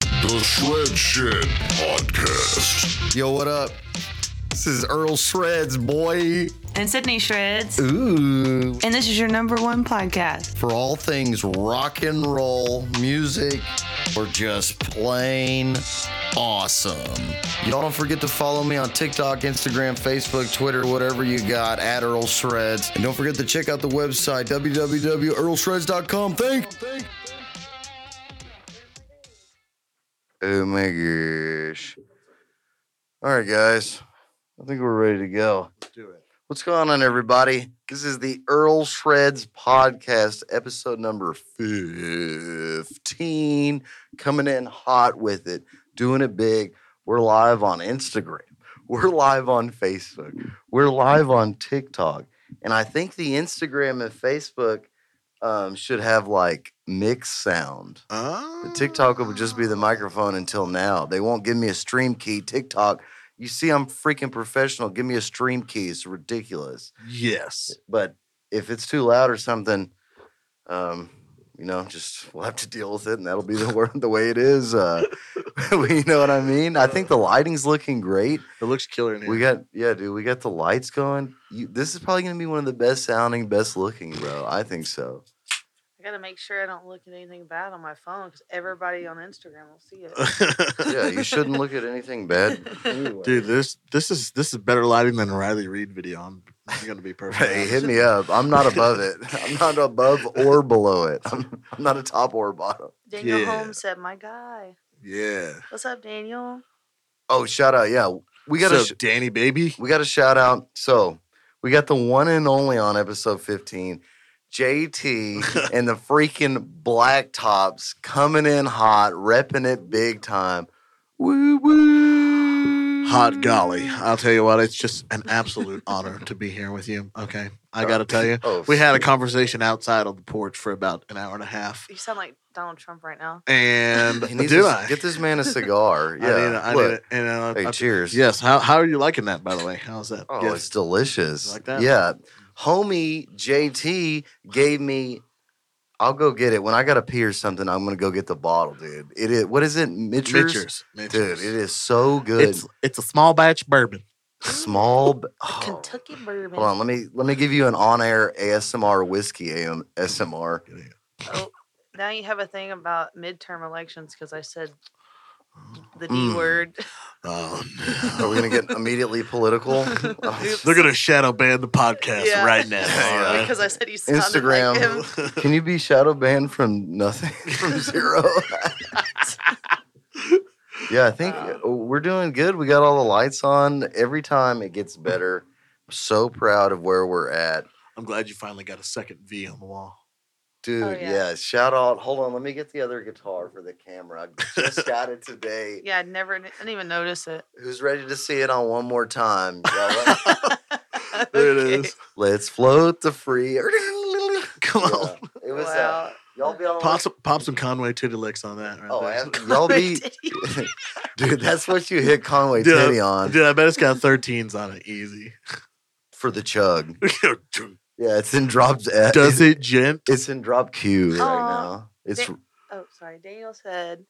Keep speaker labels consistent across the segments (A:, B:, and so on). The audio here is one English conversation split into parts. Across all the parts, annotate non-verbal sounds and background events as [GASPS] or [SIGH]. A: The Shred Shed Podcast.
B: Yo, what up? This is Earl Shreds, boy.
C: and Sydney Shreds.
B: Ooh.
C: And this is your number one podcast.
B: For all things rock and roll, music, or just plain awesome. Y'all don't forget to follow me on TikTok, Instagram, Facebook, Twitter, whatever you got, at Earl Shreds. And don't forget to check out the website, www.earlshreds.com. Thank Oh my gosh. All right, guys. I think we're ready to go.
D: do it.
B: What's going on, everybody? This is the Earl Shreds podcast, episode number 15. Coming in hot with it, doing it big. We're live on Instagram, [LAUGHS] we're live on Facebook, we're live on TikTok. And I think the Instagram and Facebook um, should have like mixed sound.
D: Oh.
B: The TikTok will just be the microphone until now. They won't give me a stream key. TikTok, you see, I'm freaking professional. Give me a stream key. It's ridiculous.
D: Yes.
B: But if it's too loud or something, um, you know, just [LAUGHS] we'll have to deal with it, and that'll be the [LAUGHS] wor- the way it is. Uh, [LAUGHS] you know what I mean? I think the lighting's looking great.
D: It looks killer in here.
B: We got yeah, dude. We got the lights going. You, this is probably gonna be one of the best sounding, best looking, bro. I think so.
E: I gotta make sure I don't look at anything bad on my phone because everybody on Instagram will see it.
B: [LAUGHS] Yeah, you shouldn't look at anything bad. [LAUGHS] anyway.
D: Dude, this this is this is better lighting than a Riley Reed video. I'm, I'm gonna be perfect.
B: Hey, hit me up. I'm not above it. [LAUGHS] I'm not above or below it. I'm, I'm not a top or a bottom.
E: Daniel
D: Yeah.
E: Holmes said, "My guy,
D: Yeah.
E: what's up, Daniel?
B: Oh, shout out. Yeah, we got
D: so,
B: a sh-
D: Danny baby.
B: we got a shout out. So we got the one and only on episode 15, [LAUGHS] JT and the freaking Blacktops coming in hot, repping it big time. Woo woo.
D: Hot golly. I'll tell you what, it's just an absolute honor to be here with you. Okay. I gotta tell you.
B: [LAUGHS] Oh,
D: We had a conversation outside on the porch for about an hour and a half.
E: You sound like Donald Trump right now."
D: [LAUGHS] And
B: he needs
D: do
B: to
D: I?
B: get this man a cigar. Yeah,
D: [LAUGHS] I need a, I
B: look.
D: need a, and uh,
B: Hey,
D: I-
B: cheers.
D: yes. How, how are you liking that, by the way? How's that?
B: Oh,
D: Yes.
B: it's delicious.
D: You like that?
B: Yeah. Homie JT gave me I'll go get it. When I gotta pee or something, I'm gonna go get the bottle, dude. It is what is it? Mitchers?
D: Mitchers.
B: Dude,
D: Mitchers.
B: it is so good.
D: It's it's a small batch bourbon.
B: Small
D: [GASPS]
B: b-
E: The
B: oh.
E: Kentucky bourbon.
B: Hold on, let me let me give you an on-air ASMR whiskey AM, SMR.
E: Oh, now you have a thing about midterm elections because I said the D
B: Mm.
E: word.
D: Oh
B: Are
D: [LAUGHS]
B: we gonna get immediately political? [LAUGHS]
D: They're gonna shadow ban the
E: [LAUGHS]
D: podcast
E: Yeah.
D: right [LAUGHS] now.
B: Yeah.
D: all right?
E: because I said you sounded
B: Instagram.
E: like him.
D: [LAUGHS]
B: Can you be shadow banned from nothing, [LAUGHS] from zero? yeah, I think uh, we're doing good. We got all the lights on. Every time it
E: [LAUGHS]
B: gets better. I'm so proud of where we're
E: Oh,
B: at.
D: I'm glad you finally got a second V on the wall.
B: Dude, yeah.
E: yeah.
B: Shout out. Hold on. Let me get the other guitar for the camera. I
E: [LAUGHS]
B: just got it today.
E: Yeah, I never, I didn't even notice it. [LAUGHS]
B: Who's ready to see it on one more time? Y'all let-
D: There
E: Okay.
D: it is.
B: Let's float the free.
D: [LAUGHS]
B: [LAUGHS]
D: Come
B: Yeah,
D: on.
B: it was uh,
E: Wow.
B: y'all be on the
D: Pop some, pop some Conway Titty Licks on that. Right
B: Oh,
D: there.
B: ab-
E: [LAUGHS]
B: y'all be [LAUGHS]
E: Did he-
B: dude. That's what you hit Conway
D: Dude,
B: Titty on
D: Dude, I bet it's got 13s on it. [LAUGHS] Easy.
B: for the chug. Yeah, it's in drops.
D: [LAUGHS] Does it, gent?
B: It's in drop Q right
E: Aw,
B: now. It's
E: They- oh, sorry. Daniel said,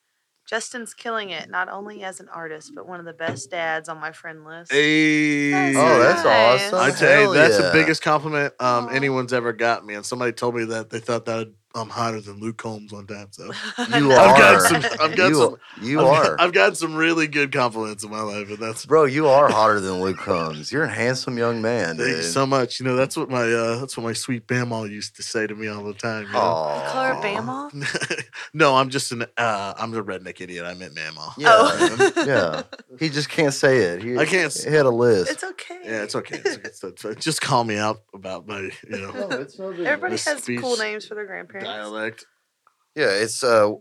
E: Justin's killing it, not only as an artist, but one of the best dads on my friend list. [LAUGHS]
D: Hey.
B: oh, that's
E: nice.
B: awesome.
D: I tell you,
B: Hell
D: that's the
B: yeah.
D: biggest compliment um,
E: Aw.
D: anyone's ever got me. And somebody told me that they thought that I'm hotter than Luke Combs one time. So
B: [LAUGHS] You [LAUGHS]
E: No.
B: are.
E: [LAUGHS]
D: I've got some. I've got
B: you,
D: some.
B: You
D: I've
B: are,
D: Got, I've got some really good compliments in my life, and that's
B: bro. You are hotter than Luke Combs. You're a handsome young man.
D: thank you
B: dude.
D: so much. You know, that's what my uh, that's what my sweet Bamaw used to say to me all the time. You know?
B: Aw.
E: Color
B: [LAUGHS]
E: Bama?
D: [LAUGHS] no, I'm just an uh, I'm a redneck idiot. I meant Mamaw.
B: Yeah,
E: Oh. [LAUGHS]
B: yeah. He just can't say it. He,
D: I can't s-
B: He had a list.
E: It's okay.
D: Yeah, it's okay. It's, it's, it's- just call me out about my you know
B: it's [LAUGHS] no big
E: Everybody
D: The
E: has cool
D: speech
E: names for their grandparents.
D: dialect.
B: Yeah, it's uh.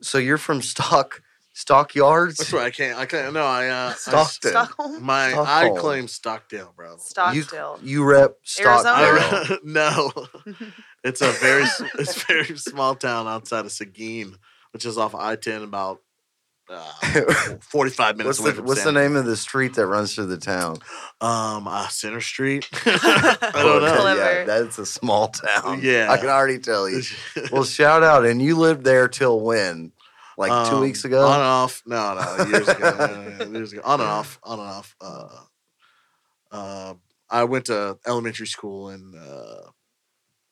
B: So you're from Stock Stockyards.
D: That's right. I can't. I can't. No, I uh, I-
B: Stockton.
E: Stockholm?
D: my
B: Stockholm.
D: I claim Stockdale, bro.
E: Stockdale. [LAUGHS]
B: You [LAUGHS] rep Stockdale.
E: Arizona?
D: I- [LAUGHS] no, it's a very s- it's a very small town outside of Seguin, which is off I ten, about uh, [LAUGHS] forty five
B: what's
D: minutes away
B: the
D: from
B: What's the
D: San-
B: name of the street that runs through the town?
D: Um, uh, Center Street. [LAUGHS] I
B: Okay,
D: don't know.
B: Yeah,
E: Clever.
B: that's a small town.
D: Yeah. [LAUGHS]
B: I can already tell you. Well, shout out, and you lived there till when? like two
D: Um,
B: weeks ago.
D: On and off. No, no, years ago. no,
B: [LAUGHS]
D: no, no, years ago. On and off. On and off. Uh, uh, I went to elementary school and uh,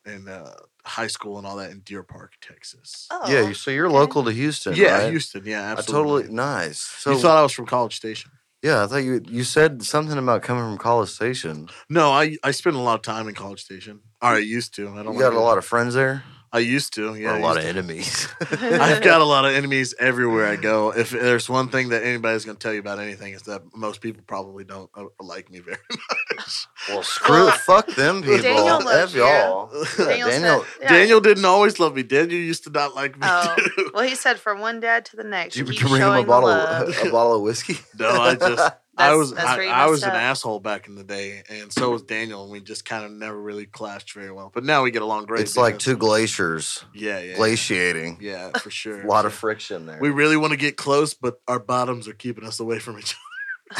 D: and uh, high school and all that in Deer Park, Texas.
E: Oh,
B: yeah, you- so you're local to Houston,
D: yeah,
B: right?
D: Houston. Yeah,
B: I
D: absolutely.
B: totally nice. So
D: you thought I was from College Station?
B: yeah, I thought you you said something about coming from College Station.
D: No, I I spend a lot of time in College Station. Or I used to. I don't.
B: You got
D: like
B: a
D: it.
B: lot of friends there,
D: I used to. Yeah,
B: or a
D: I
B: lot
D: used
B: of
D: [LAUGHS]
B: enemies. [LAUGHS]
D: to. I've got a
E: [LAUGHS]
D: lot of enemies everywhere I go. If there's one thing that anybody's going to tell you about anything, is that most people probably don't uh, like me very
E: [LAUGHS]
B: well, screw, fuck them people.
E: Daniel
B: F
E: loves you.
B: y'all. Yeah,
E: Daniel,
B: Daniel,
E: said, yeah.
D: Daniel didn't always love me. Daniel used to not like me
E: Oh. [LAUGHS]
D: too.
E: Well, he said from one dad to the next.
B: did you
E: keep
B: bring him
E: showing
B: a
E: the
B: bottle [LAUGHS]
E: love. [LAUGHS]
B: a bottle of whiskey?
D: No, I just I
E: That's-
D: was
E: that's where
D: I,
E: you
D: I was
E: messed
D: an
E: up.
D: asshole back in the day, and so was Daniel, and we just kind of never really clashed very well. But now we get along great.
B: It's like
D: because-
B: two glaciers
D: yeah, yeah,
B: glaciating.
D: yeah, for sure.
B: A lot of friction there.
D: we really want to get close, but our bottoms are keeping us away from each
B: [LAUGHS]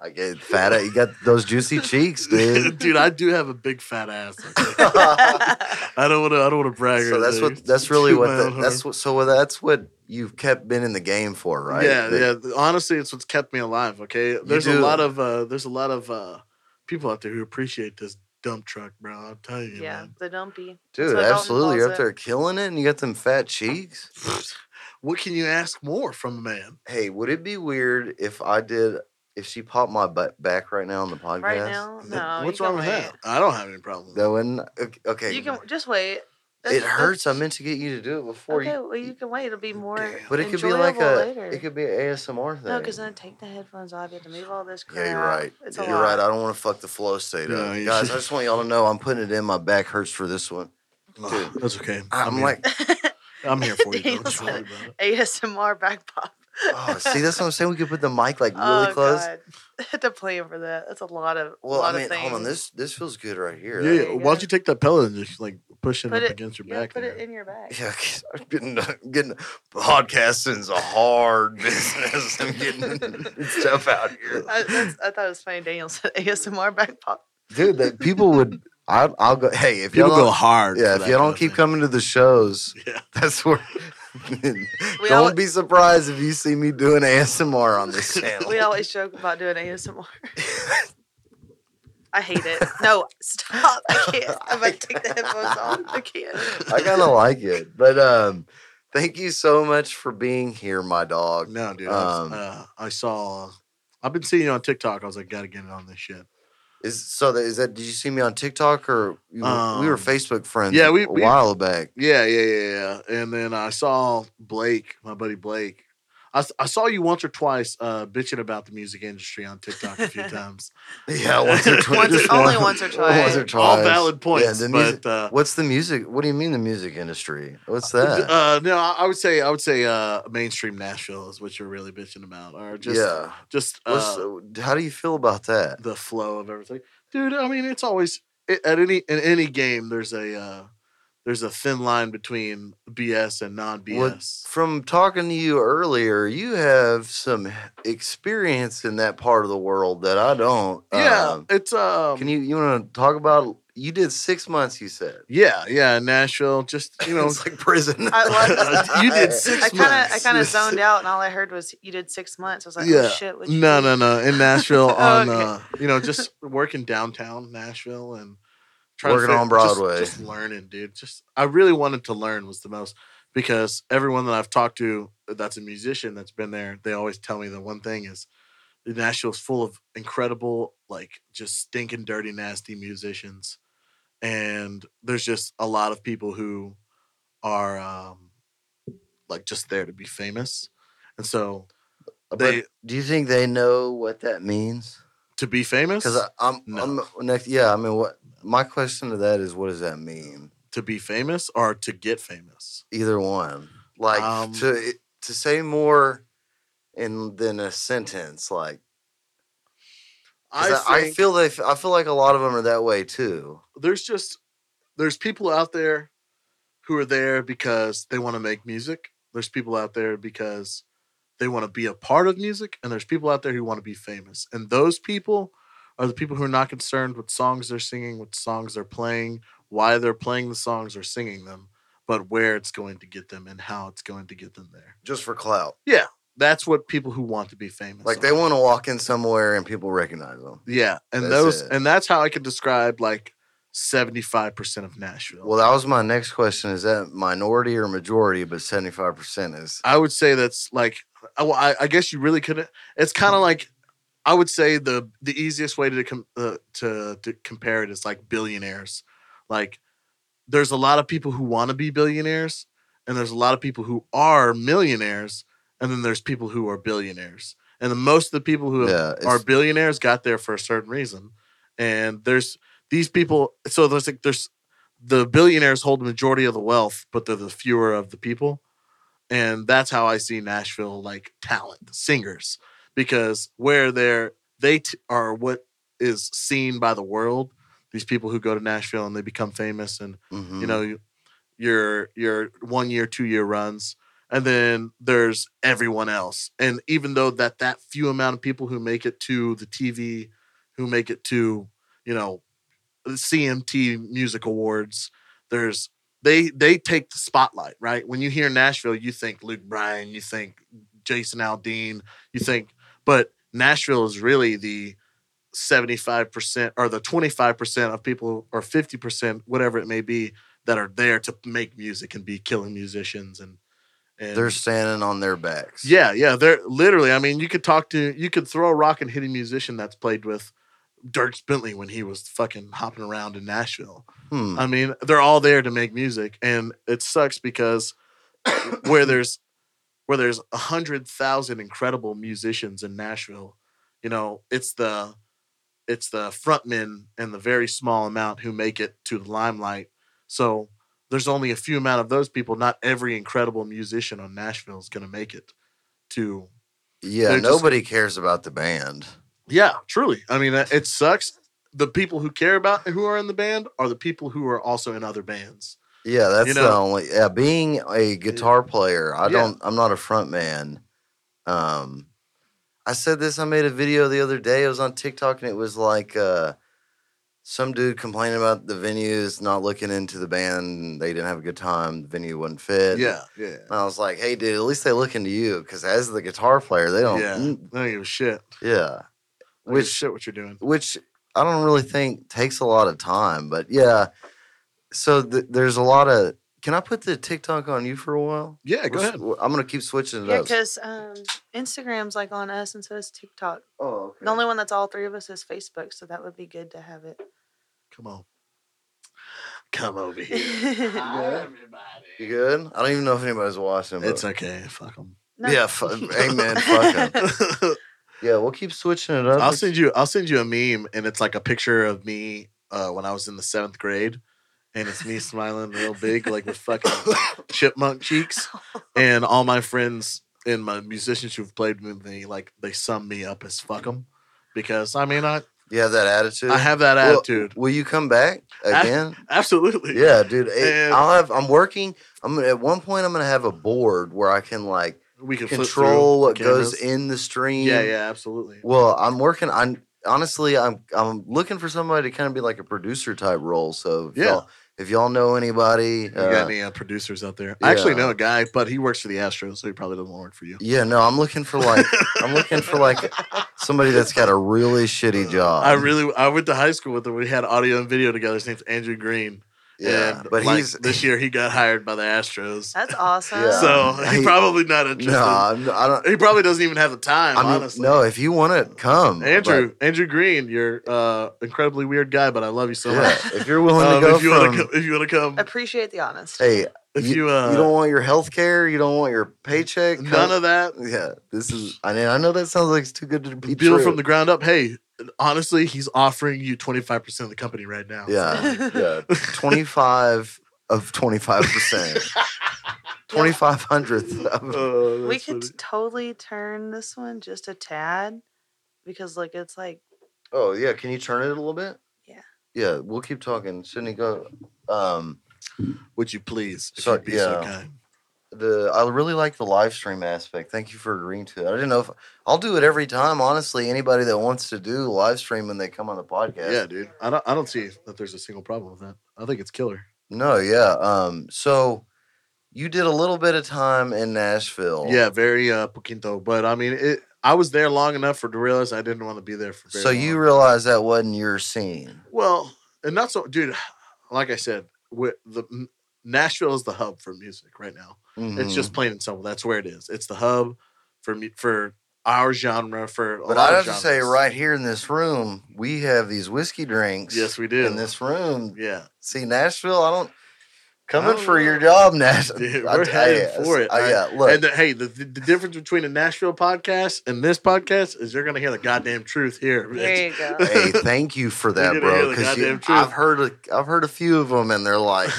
B: I get fat. You got those
D: [LAUGHS]
B: juicy cheeks,
D: other.
B: dude. [LAUGHS]
D: [LAUGHS] Dude, I do have a big fat ass. okay?
B: so
D: I don't want to. I don't want to brag. or
B: that's what.
D: anything. [LAUGHS]
B: That's really
D: Toot
B: what.
D: my
B: The,
D: own horn.
B: that's what. So what- that's what you've kept been in the game for, right?
D: Yeah,
B: That-
D: yeah. th- Honestly, it's what's kept me alive. Okay, there's a
B: do.
D: lot of uh, there's a lot of uh, people out there who appreciate this dump truck, bro. I'm telling you,
E: yeah,
D: man.
E: the dumpy. That's
B: Dude,
E: what Dalton
B: absolutely. You're
E: calls
B: up
E: it.
B: there killing it, and you got them fat cheeks.
D: [LAUGHS] What can you ask more from a man?
B: Hey, would it be weird if I did? If she popped my butt back right now on the podcast?
E: Right now,
D: Th-
E: no.
D: What's
E: you can
D: wrong with
E: wait.
D: that? I don't have any problem. with
B: That wouldn't. ok-
E: You
B: Okay.
E: can just wait.
B: it
E: That's-
B: hurts. I
E: that's-
B: meant to get you to do it before
E: Okay,
B: you.
E: well, you can wait. It'll be more.
D: Damn.
B: But it could be like
E: enjoyable
B: a.
E: later.
B: It could be an ASMR thing.
E: No, because then take the headphones off. You have to move all this crap.
B: Yeah, you're right.
E: Uh, It's a
B: you're
E: lot.
B: right. I don't want to fuck the flow state
D: No,
B: up.
D: you
B: Guys,
D: should-
B: I just want y'all to know I'm putting it in. My back hurts for this one.
D: that.
B: dude.
D: [SIGHS] that's okay.
B: I'm
D: here-
B: like,
E: [LAUGHS]
D: I'm here for you. Don't
E: Daniel's
D: worry
E: like-
D: about it.
E: ASMR back pop.
B: oh, see, that's what I'm saying. We could put the mic like [LAUGHS] really
E: oh,
B: close.
E: God. [LAUGHS] I had to plan for that. That's a lot of.
B: Well,
E: lot
B: I mean,
E: of
B: hold on.
E: things.
B: This this feels good right here.
D: Yeah,
E: you
D: yeah. Why
E: go.
D: don't you take that pellet and just like push it
E: Put
D: up
E: it-
D: against your
E: Yeah,
D: back?
E: put
D: there?
E: it in your back.
B: Yeah, 'cause I'm getting I'm getting podcasting's a hard [LAUGHS] business. I'm
D: [LAUGHS]
B: getting stuff out here,
E: I, that's, I thought it was funny. Daniel [LAUGHS] said ASMR
B: [LAUGHS]
E: back pop.
B: dude. That people would. I, I'll go. Hey, if
D: People
B: y'all
D: go
B: don't,
D: hard.
B: yeah,
D: for
B: if
D: that
B: y'all
D: kind
B: don't
D: of
B: keep
D: thing.
B: coming to the shows, [LAUGHS]
D: Yeah.
B: that's
E: [LAUGHS]
B: where. don't
E: all-
B: be surprised if you see me doing ASMR on this channel.
E: [LAUGHS] We always joke about doing ASMR.
B: [LAUGHS]
E: I hate it. No, stop. I
B: [LAUGHS]
E: can't. I'm going to take the headphones off. I can't.
B: I kind of like it. But um, thank you so much for being here, my dog.
D: No, dude. I, was-
B: Um,
D: uh, I saw. I've been seeing you on TikTok. I was like, gotta get it on this shit.
B: Is so that is that? Did you see me on TikTok or you, we were
D: Um,
B: Facebook friends?
D: yeah, we-
B: a
D: we-
B: while
D: [LAUGHS]
B: back.
D: Yeah, yeah, yeah, yeah. And then I saw Blake, my buddy Blake. I, s- I saw you once or twice uh, bitching about the music industry on
E: [LAUGHS]
D: TikTok a few [LAUGHS] times.
B: Yeah,
D: [LAUGHS]
B: once or twice.
E: Once-
B: just
E: only once
B: [LAUGHS]
E: or
B: Once
E: twice.
B: or
D: All
B: twice.
D: valid points,
B: the music-
D: but uh,
B: What's the music? What do you mean the music industry? What's that?
D: uh, no, I I would say I would say uh, mainstream Nashville is what you're really bitching about, or just
B: yeah.
D: just
B: What's,
D: uh,
B: how do you feel about that?
D: the flow of everything, dude. I mean, it's always i- at any in any game there's a uh, there's a thin line between BS and non BS.
B: From talking to you earlier, you have some experience in that part of the world that I don't.
D: Yeah,
B: Um,
D: it's um,
B: Can you you want to talk about? You did six months. You said
D: yeah, yeah, Nashville. Just
B: [LAUGHS]
D: you know,
B: it's like prison.
E: I love
B: [LAUGHS]
D: you did
E: I
D: six
E: kind of I
D: months.
E: kind of zoned out, and all I heard was you did six months. I was like,
D: Yeah.
E: oh, shit. what'd you
D: No,
E: do?
D: no, no. In Nashville, on
E: Okay.
D: uh, you know, just working downtown Nashville and trying
B: Working
D: to fig-
B: on
D: just-
B: Broadway.
D: Just, learning, dude. Just I really wanted to learn was the most because everyone that I've talked to that's a musician that's been there, they always tell me the one thing is Nashville's full of incredible, like just stinking dirty, nasty musicians. And there's just a lot of people who are um like just there to be famous. And so
B: But
D: they-
B: do you think they know what that means?
D: to be famous
B: Because I'm,
D: No.
B: I'm next. Yeah, I mean, what my question to that is, what does that mean?
D: to be famous or to get famous.
B: Either one, like
D: Um,
B: to to say more in than a sentence, like 'cause I, I
D: think
B: feel they, f- I feel like a lot of them are that way too.
D: there's just there's people out there who are there because they want to make music. There's people out there because they want to be a part of music, and there's people out there who want to be famous. And those people are the people who are not concerned with songs they're singing, what songs they're playing, why they're playing the songs or singing them. but where it's going to get them and how it's going to get them there.
B: just for clout.
D: That's what people who want to be famous
B: Like
D: are.
B: they want to walk in somewhere and people recognize them.
D: Yeah, and
B: That's
D: those
B: it.
D: and that's how I could describe like seventy five percent of Nashville.
B: Well, that was my next question. Is that minority or majority? But seventy five percent is.
D: I would say that's like I, well, I, I guess you really couldn't. It's kind
B: Mm.
D: of like I would say the the easiest way to com- uh, to to compare it is like billionaires. Like there's a lot of people who want to be billionaires, and there's a lot of people who are millionaires, and then there's people who are billionaires. And the most of the people who have
B: Yeah, it's-
D: our billionaires got there for a certain reason and there's these people so there's like there's the billionaires hold the majority of the wealth but they're the fewer of the people and that's how i see nashville like talent singers because where they're they t- are what is seen by the world these people who go to nashville and they become famous and
B: mhm.
D: you know you- your your one year two year runs and then there's everyone else and even though that that few amount of people who make it to the tv who make it to you know the cmt music awards there's they they take the spotlight right when you hear nashville you think luke bryan you think jason aldean you think but nashville is really the 75% or the 25% of people or 50% whatever it may be that are there to make music and be killing musicians and and
B: they're standing on their backs.
D: yeah yeah they're literally i mean you could talk to you could throw a rock and hit a musician that's played with dirk bentley when he was fucking hopping around in nashville
B: Hmm.
D: I mean, they're all there to make music, and it sucks [COUGHS] because where there's where there's a hundred thousand incredible musicians in Nashville, you know, it's the it's the frontmen and the very small amount who make it to the limelight. So there's only a few amount of those people. Not every incredible musician on Nashville is going to make it to.
B: Yeah.
D: they're just-
B: Nobody cares about the band.
D: Yeah, truly. I mean, it it sucks. The people who care about who are in the band are the people who are also in other bands.
B: Yeah, that's
D: You
B: the
D: know?
B: only. Yeah, being a guitar player, I
D: Yeah.
B: don't. I'm not a front man. Um, I said this. I made a video the other day. It was on TikTok, and it was like uh, some dude complaining about the venues not looking into the band. They didn't have a good time. The venue wasn't fit.
D: Yeah, yeah.
B: And I was like, hey, dude, at least they look into you because as the guitar player, they don't.
D: Yeah.
B: mm,
D: I don't give a shit.
B: yeah.
D: I
B: Which
D: give a shit what you're doing.
B: which I don't really think takes a lot of time, but yeah. So th- there's a lot of. Can I put the TikTok on you for a while?
D: Yeah,
B: We're s- we're- I'm gonna keep switching it
E: Yeah,
B: up.
E: because um, Instagram's like on us, and so is TikTok.
B: oh,
E: The only one that's all three of us is Facebook, so that would be good to have it.
D: Come on. Come over here.
B: you good? I don't even know if anybody's watching. But
D: It's okay. Fuck them.
E: [LAUGHS] No.
B: yeah, fu- amen. Fuck
E: [LAUGHS]
B: 'em. Yeah, we'll keep switching it up.
D: [LAUGHS] I'll send you. I'll send you a meme, and it's like a picture of me uh, when I was in the seventh grade, and it's me smiling real big, like with fucking chipmunk cheeks, and all my friends and my musicians who've played with me, like they sum me up as fuck them, because I mean I
B: You have that attitude.
D: I have that
B: Well,
D: attitude.
B: Will you come back
D: I-
B: again?
D: [LAUGHS] Absolutely.
B: yeah, dude. it-
D: And-
B: I'll have. I'm working. I'm gonna- at one point. I'm gonna have a board where I can like
D: We can flip through
B: control what goes
D: cameras.
B: in the stream.
D: Yeah, yeah, absolutely.
B: Well, I'm working on honestly, I'm I'm looking for somebody to kind of be like a producer type role. So if
D: Yeah.
B: y'all, if y'all know anybody,
D: You
B: uh,
D: got any uh, producers out there? I actually
B: yeah.
D: know a guy, but he works for the Astros, so he probably doesn't work for you.
B: yeah, no, I'm looking for like I'm looking for like somebody that's got a really shitty job.
D: [LAUGHS] I really, I went to high school with him. We had audio and video together. His name's Andrew Green.
B: yeah,
D: and,
B: but
D: like,
B: he's
D: this year he got hired by the Astros,
E: That's awesome.
B: Yeah.
D: so
B: He-
D: he probably not
B: no,
D: interested.
B: I'm- I
D: [LAUGHS]
B: don't.
D: He probably doesn't even have the time,
B: I mean,
D: honestly.
B: no, if you want to come,
D: Andrew, Andrew Green, you're uh, incredibly weird guy, but I love you
B: but,
D: so
B: yeah,
D: [LAUGHS] much.
B: if you're willing
D: Um,
B: to go
D: if you
B: from,
D: want to, if you want to come,
E: Appreciate the honesty.
B: hey,
D: if you, uh,
B: you don't want your health care, you don't want your paycheck,
D: none of that,
B: yeah, this is. I mean, I know that sounds like it's too good to be
D: build
B: true.
D: from the ground up. Hey, honestly, he's offering you 25 percent of the company right now.
B: Yeah, yeah. Twenty five of twenty five
D: [LAUGHS]
B: percent. Twenty five hundredth of
D: [LAUGHS] Oh,
E: we
D: that's
E: could
D: funny.
E: totally turn this one just a tad because look, it's like
B: Oh yeah, can you turn it a little bit?
E: Yeah.
B: Yeah, we'll keep talking. Sydney go um
D: Would you please? If
B: So-
D: you'd be so
B: yeah.
D: kind.
B: the I really like the live stream aspect. Thank you for agreeing to it. I didn't know if I'll do it every time, honestly. Anybody that wants to do live stream when they come on the podcast.
D: Yeah, dude. I don't. I don't see that there's a single problem with that. I think it's killer.
B: No, yeah. Um so You did a little bit of time in Nashville.
D: Yeah, very uh, poquito. But I mean, it, I was there long enough for to realize I didn't want to be there for. Very
B: So you
D: long.
B: realize that wasn't your scene.
D: well, and not so, dude. [SIGHS] Like I said, with the N- Nashville is the hub for music right now.
B: Mhm.
D: It's just plain and simple. That's where it is. It's the hub for mu- for our genre. For a
B: But
D: lot
B: I
D: of
B: have to say,
D: genres.
B: right here in this room, we have these whiskey drinks.
D: Yes, we do.
B: in this room.
D: yeah,
B: See, Nashville, I don't coming
D: don't
B: for
D: know.
B: your job, [LAUGHS]
D: [LAUGHS]
B: Nashville.
D: Dude, Oh. we're headed for it. I-
B: uh, yeah, look,
D: and the, hey, the, the the difference between a Nashville podcast and this podcast is you're gonna hear the goddamn truth here. [LAUGHS]
E: There
D: bitch.
B: [LAUGHS]
E: you go.
B: hey, thank you for that,
D: didn't
B: bro.
D: hear the
B: Because
D: goddamn truth.
B: I've heard a, I've heard a few of them, and they're
D: [LAUGHS]
B: like,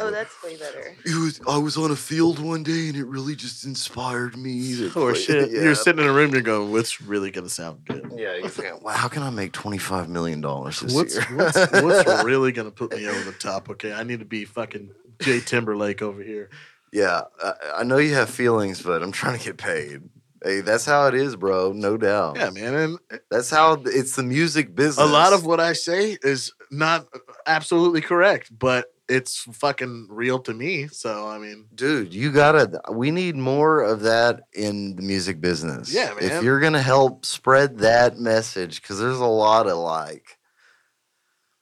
E: Oh, that's way better.
B: it was, I was on a field one day, and it really just inspired me.
D: [LAUGHS]
B: to
D: or
B: play-"
D: Oh,
B: [LAUGHS]
D: shit.
B: Yeah.
D: You're sitting in a room. You're going, what's really gonna sound good?
B: Yeah, you think, wow, how can I make twenty five million dollars this
D: What's
B: year?
D: what's,
B: [LAUGHS]
D: [LAUGHS] what's really gonna put me over the top? Okay, I need to be fucking Jay Timberlake over here.
B: Yeah, I, I know you have feelings, but I'm trying to get paid. Hey, that's how it is, bro. No doubt.
D: Yeah, man. And
B: That's how th- it's the music business.
D: a lot of what I say is not absolutely correct, but it's fucking real to me. So I mean,
B: dude, you gotta. We need more of that in the music business.
D: Yeah,
B: If
D: man.
B: you're gonna help spread that message, because there's a lot of like,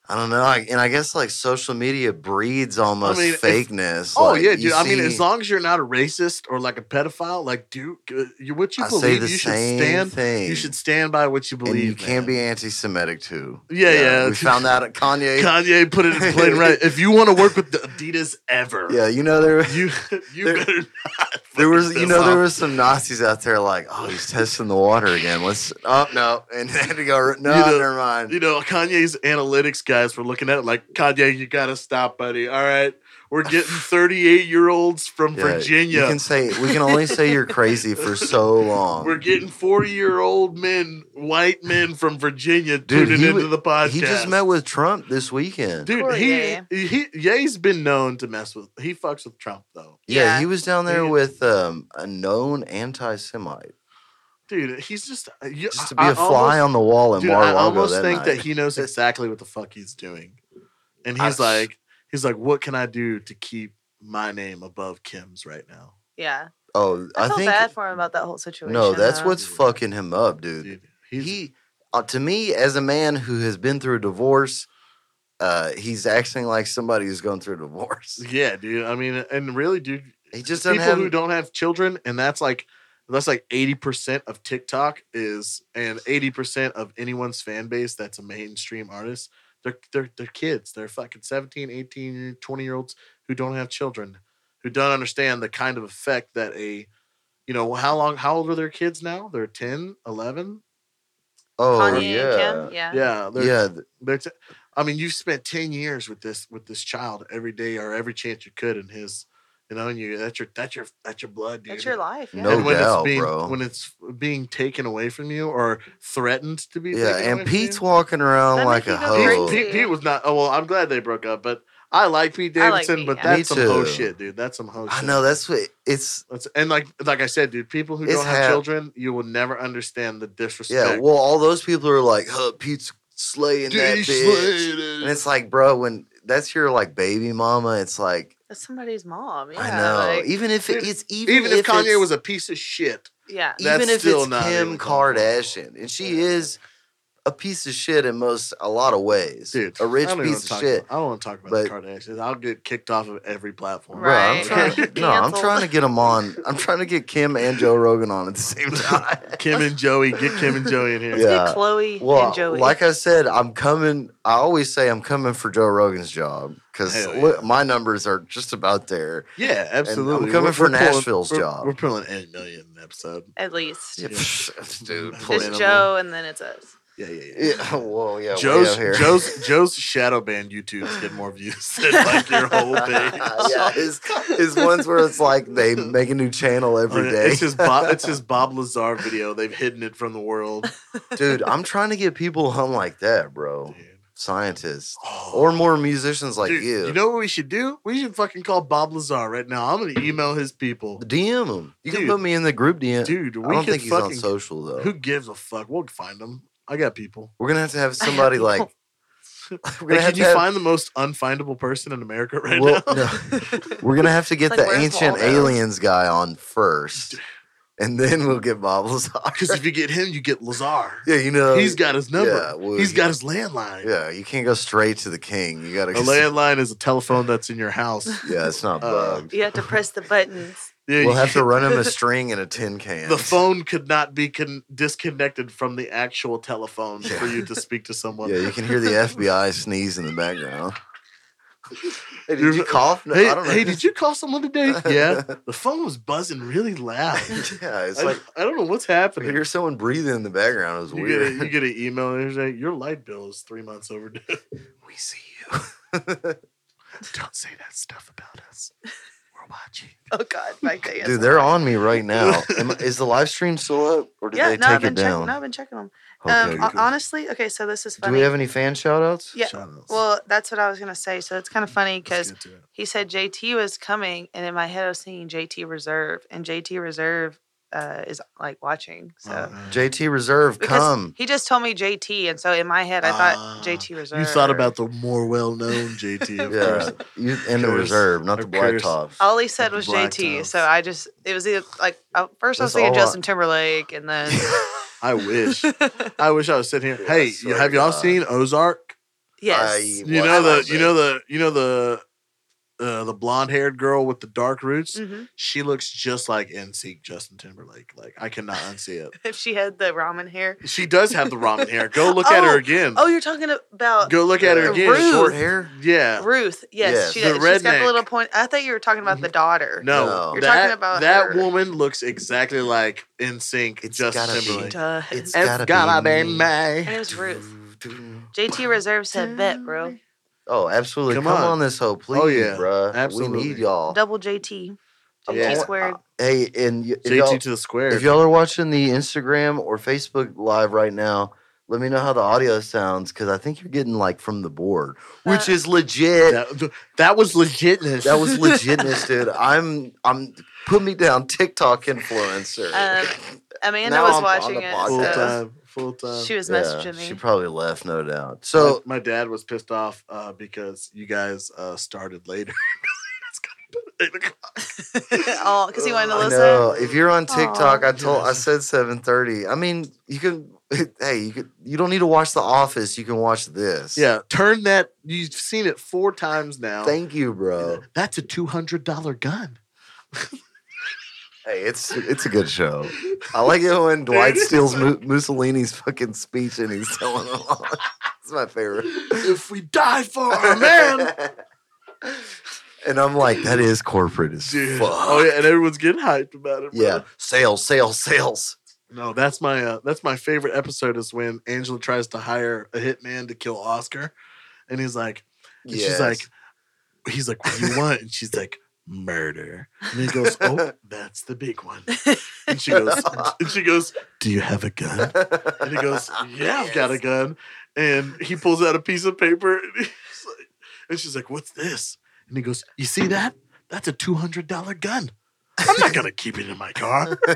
B: I don't know, I, and I guess like social media breeds almost
D: mean, if-
B: fakeness.
D: oh
B: Like,
D: yeah,
B: you
D: dude. I mean,
B: see-
D: as long as you're not a racist or like a pedophile, like dude, you what you
B: I say
D: believe,
B: the
D: you should
B: same
D: stand.
B: thing.
D: You should stand by what you believe.
B: And you can't
D: man.
B: be anti-Semitic too.
D: Yeah, yeah.
B: We found that at Kanye.
D: Kanye put it in plain right.
B: [LAUGHS]
D: If you want to work with the Adidas ever,
B: Yeah, you know there
D: you [LAUGHS] you
B: There-
D: better.
B: [LAUGHS] there was you
D: piss
B: know there
D: off.
B: was some Nazis out there like, oh, he's testing the water again.
D: [LAUGHS]
B: Let's oh no, and they had to go. No,
D: You know-
B: never mind.
D: You know, Kanye's analytics guys were looking at it like Kanye. You gotta stop, buddy. All right,
B: [LAUGHS]
D: we're getting 38 year olds from
B: Yeah,
D: Virginia.
B: You can say we can only say you're crazy for so long.
D: we're getting 40 year old men, white men from Virginia,
B: Dude,
D: tuning
B: he
D: into
B: wa-
D: the podcast.
B: he just met with Trump this weekend.
D: Dude,
E: Poor
D: he,
E: Ye.
D: he Ye's been known to mess with. He fucks with Trump though.
B: yeah,
E: Yeah.
B: he was down there
D: Dude.
B: with um, a known anti-Semite,
D: Dude, he's just uh, you-
B: just to be
D: I-
B: a
D: I
B: fly
D: almost-
B: on the wall in
D: Dude, I
B: Mar-a-Lago
D: almost
B: that
D: think
B: night.
D: that
B: [LAUGHS]
D: he knows exactly what the fuck he's doing, and
B: I-
D: he's like, he's like, what can I do to keep my name above Kim's right now?
E: Yeah.
B: oh,
E: I,
B: I,
E: felt
B: think
E: bad for him about that whole situation.
B: no, that's
E: though.
B: what's fucking him up, dude.
D: Dude, he's,
B: he uh, to me as a man who has been through a divorce uh, he's acting like somebody who's going through a divorce
D: yeah, dude. I mean, and really, dude,
B: he just doesn't
D: people
B: have
D: who don't have children, and that's like. That's like eighty percent of TikTok is, and eighty percent of anyone's fan base that's a mainstream artist. They're, they're they're kids. They're fucking 17, 18, 20 year olds who don't have children, who don't understand the kind of effect that a, you know, how long? How old are their kids now? They're 10, 11?
B: oh
E: Kanye
B: yeah
E: and Kim. Yeah.
D: Yeah, they're,
B: yeah th-
D: They're t- I mean, you've spent ten years with this with this child every day or every chance you could in his, you know, and you that's your that's your that's your blood, dude.
E: That's your life. Yeah.
B: No
D: and when
B: doubt,
D: it's being
B: bro.
D: when it's being taken away from you or threatened to be
B: yeah
D: taken away
B: and
D: from you.
B: pete's walking around
E: That
B: like a
E: makes me
B: hoe
E: go
D: Pete,
E: crazy.
D: Pete, Pete was not. Oh well, I'm glad they broke up, but I like Pete
E: I like
D: Davidson,
E: Pete,
D: but
E: yeah.
B: Me
D: that's some hoe
B: too.
D: shit, dude. That's some hoe.
B: i
D: shit.
B: know that's what it's
D: That's, and like like I said, dude, people who
B: It's
D: don't have
B: hap-
D: children, you will never understand the disrespect.
B: yeah well all those people are like huh pete's slaying
D: Dude,
B: that
D: he
B: bitch
D: slayed it.
B: and it's like bro when that's your like baby mama it's like
E: That's somebody's mom. Yeah.
B: i know
E: like-
B: even if it,
D: Dude,
B: it's even,
D: even if Kanye
B: it's-
D: was a piece of shit,
E: yeah.
B: even
D: That's
B: if
D: still
B: it's
D: not
B: Kim
D: really comfortable.
B: Kardashian, and she
D: Yeah.
B: is a piece of shit in most a lot of ways,
D: dude,
B: a rich
D: I don't even
B: piece of
D: wanna talk
B: shit.
D: about- I don't want to talk about the Kardashians. I'll get kicked off of every platform.
B: Bro, I'm
E: Right. [LAUGHS]
D: [LAUGHS]
B: trying
E: Get
B: no, I'm
E: canceled.
B: trying to get them on. I'm trying to get Kim and Joe Rogan on at the
D: [LAUGHS]
B: same time.
D: Kim and Joey, get Kim and
B: [LAUGHS]
D: Joey in here.
E: Let's
B: Yeah.
E: get Chloe
B: Well,
E: [LAUGHS] and Joey.
B: like I said, I'm coming. I always say I'm coming for Joe Rogan's job because
D: Hell yeah.
B: my numbers are just about there.
D: Yeah, absolutely.
B: I'm coming for
D: pulling-
B: Nashville's
D: we're-
B: job.
D: We're pulling 8 million an episode.
E: at least.
B: [LAUGHS]
D: Yeah. [LAUGHS]
B: Dude,
D: Just
B: please.
E: It's
D: Animal.
E: Joe and then it's us.
D: Yeah, yeah, yeah.
B: [LAUGHS] Yeah, whoa, yeah, way
D: Joe's
B: out here. [LAUGHS]
D: Joe's Joe's shadow band YouTubes get more views than like your whole page.
B: [LAUGHS] yeah, his,
E: [LAUGHS]
B: his ones where it's like they make a new channel every
D: Oh, yeah,
B: day.
D: It's his Bob. It's his Bob Lazar video. They've hidden it from the world.
B: [LAUGHS] Dude, I'm trying to get people on like that, bro.
D: Dude.
B: Scientists
D: Oh.
B: Oh. or more musicians like
D: Dude,
B: you.
D: You know what we should do? We should fucking call Bob Lazar right now. I'm gonna email his people.
B: [LAUGHS] DM them. You can
D: Dude.
B: put me in the group DM.
D: Dude, we
B: I don't
D: could
B: think he's on
D: fucking.
B: social though.
D: who gives a fuck? We'll find him. [LAUGHS] I got people.
B: We're gonna have to have somebody like We're gonna
D: Like,
B: have
D: did
B: to
D: you
B: have-
D: find the most unfindable person in America right
B: Well,
D: now? [LAUGHS]
B: no. We're gonna have to get
E: It's like,
B: the
E: where's
B: ancient
E: Waldo?
B: aliens guy on first, and then we'll get Bob
D: Because
B: Lazar. [LAUGHS]
D: if you get him, you get Lazar.
B: yeah, you know
D: He's got his number.
B: yeah, well,
D: He's
B: he-
D: got his landline.
B: Yeah, you can't go straight to the king. You gotta.
D: A landline is a telephone that's in
B: [LAUGHS]
D: your house.
B: yeah, it's not
D: Uh,
B: bugged.
E: You have to press
B: [LAUGHS]
E: the buttons.
D: Yeah,
B: We'll
D: you-
B: have to run
D: [LAUGHS]
B: him a string and a tin can.
D: the phone could not be con- disconnected from the actual telephone for you to speak to someone.
B: Yeah, you can hear the FBI sneeze in the background. Hey, did
D: You're-
B: you cough? No,
D: [LAUGHS] hey,
B: I don't know.
D: hey, did you call
B: [LAUGHS]
D: someone today? yeah, the phone was buzzing really loud.
B: yeah, [LAUGHS] it's
D: I,
B: like
D: I don't know what's
B: I
D: happening.
B: could hear someone breathing in the background. It was
D: you
B: weird.
D: get a, [LAUGHS] you get an email and it's like, your light bill is three months overdue. [LAUGHS]
B: we see [LAUGHS] you.
D: Don't say that stuff about
B: [LAUGHS]
D: us. We're watching.
E: Oh God, back there.
B: [LAUGHS]
E: yes.
B: Dude, they're on me right now. Am I- is the live stream still up, or did
E: yeah,
B: they
E: no,
B: take
E: I've been
B: it
E: checking.
B: down?
E: No, I've been checking them.
B: Okay,
E: um,
B: good.
E: ho- honestly, okay, so this is
B: Do
E: funny.
B: we have any fan shout outs?
E: yeah, well, that's what I was gonna say. So it's kind of funny because he said JT was coming, and in my head I was thinking JT Reserve, and JT Reserve uh, is like watching. So
D: Mm-hmm.
B: JT Reserve,
E: Because
B: Uh,
E: [LAUGHS]
B: come.
E: he just told me JT, and so in my head I
D: Ah,
E: thought JT Reserve.
D: you thought about the more well-known JT, of
B: Yeah,
D: course.
B: you, and the
D: Curse.
B: reserve, not the
D: Or
B: black
D: curse.
B: tops.
E: All he said
D: the
E: was
D: black
E: JT,
D: tiles.
E: so I just it was either like uh, first I
B: That's
E: was thinking
B: all I-
E: Justin Timberlake, and
B: [LAUGHS]
E: then [LAUGHS]
D: I wish. I wish I was sitting here.
B: Yeah, I
D: hey, you,
B: swear
D: have
B: to
D: y'all
B: God.
D: seen Ozark?
E: yes,
D: You
B: Watch
D: know
B: Ozark.
D: the you know the you know the uh, the blonde-haired girl with the dark roots.
B: Mm.
E: Mhm.
D: She looks just like NSYNC Justin Timberlake. Like I cannot unsee it.
E: if she had the ramen hair.
D: She does have the ramen
B: [LAUGHS]
D: hair. Go look at
E: Oh,
D: her again.
E: Oh, you're talking about
D: Go look at her
B: Uh,
D: again.
E: Ruth.
B: Short hair?
D: Yeah.
E: Ruth. Yes,
B: Yes. Mm-hmm.
E: she
D: The
E: does. She's got
D: redneck.
E: the little point. I thought you were talking about the daughter.
D: No,
B: No.
E: You're
D: that,
E: talking about
D: that
E: her.
D: woman looks exactly like in sync
B: It's
D: Justin
B: gotta be.
E: She
D: Timberlake.
E: does.
B: It's
D: It's
B: gotta,
D: gotta
B: be,
D: be
B: me.
E: and
D: me.
E: it was Ruth. JT Reserve said, "Bet, bro.
B: Oh, absolutely. Come,
D: Come
B: on.
D: on.
B: this hoe, please,
D: Oh, yeah.
B: bruh. We
D: Absolutely.
B: need y'all.
E: Double JT. JT
D: Yeah.
E: squared.
B: Hey, and y- if y'all,
D: JT to the square.
B: if y'all are watching the Instagram or Facebook live right now, let me know how the audio sounds because I think you're getting like from the board, which
E: Uh,
B: is legit.
D: that, th- that was legitness.
B: That was [LAUGHS] legitness, dude. I'm I'm put me down, TikTok influencer. [LAUGHS]
E: Um, Amanda
B: Now
E: was
B: I'm on
E: watching
B: the
E: it.
D: [LAUGHS] full
B: podcast. uh,
E: So
D: time. Full time.
E: she was
B: Yeah,
E: messaging me.
B: She probably left, no doubt. So
D: my, my dad was pissed off uh, because you guys uh, started later. [LAUGHS] It's gonna be eight o'clock.
E: [LAUGHS] oh, because he wanted to
B: I
E: listen. [LAUGHS]
B: know if you're on TikTok,
E: Aw.
B: I told I said 7:30. I mean, you can. [LAUGHS] Hey, you could, you don't need to watch The Office. You can watch this.
D: yeah, turn that. You've seen it four times now.
B: Thank you, bro.
D: That's a two hundred dollar gun.
B: [LAUGHS] Hey,
D: [LAUGHS]
B: it's it's a good show. I like it when
E: [LAUGHS]
B: Dwight steals Mu- Mussolini's fucking speech and he's telling it along. [LAUGHS] It's my favorite.
D: If we die for our
B: [LAUGHS]
D: man,
B: and I'm like, that is corporate as
D: dude.
B: fuck.
D: Oh yeah, and everyone's getting hyped about it.
B: yeah,
D: brother.
B: sales, sales, sales.
D: No, that's my uh, that's my favorite episode is when Angela tries to hire a hitman to kill Oscar, and he's like, and
B: Yes.
D: she's like, he's like, what do you want? And she's like, murder. And he goes, oh, that's the big one. And she goes, and she goes, do you have a gun? [LAUGHS] And he goes, yeah, I've got a gun. And he pulls out a piece of paper, and, [LAUGHS] he's like, and she's like, what's this? And he goes, you see that? That's a two hundred dollar gun. I'm not gonna keep it in my car. [LAUGHS]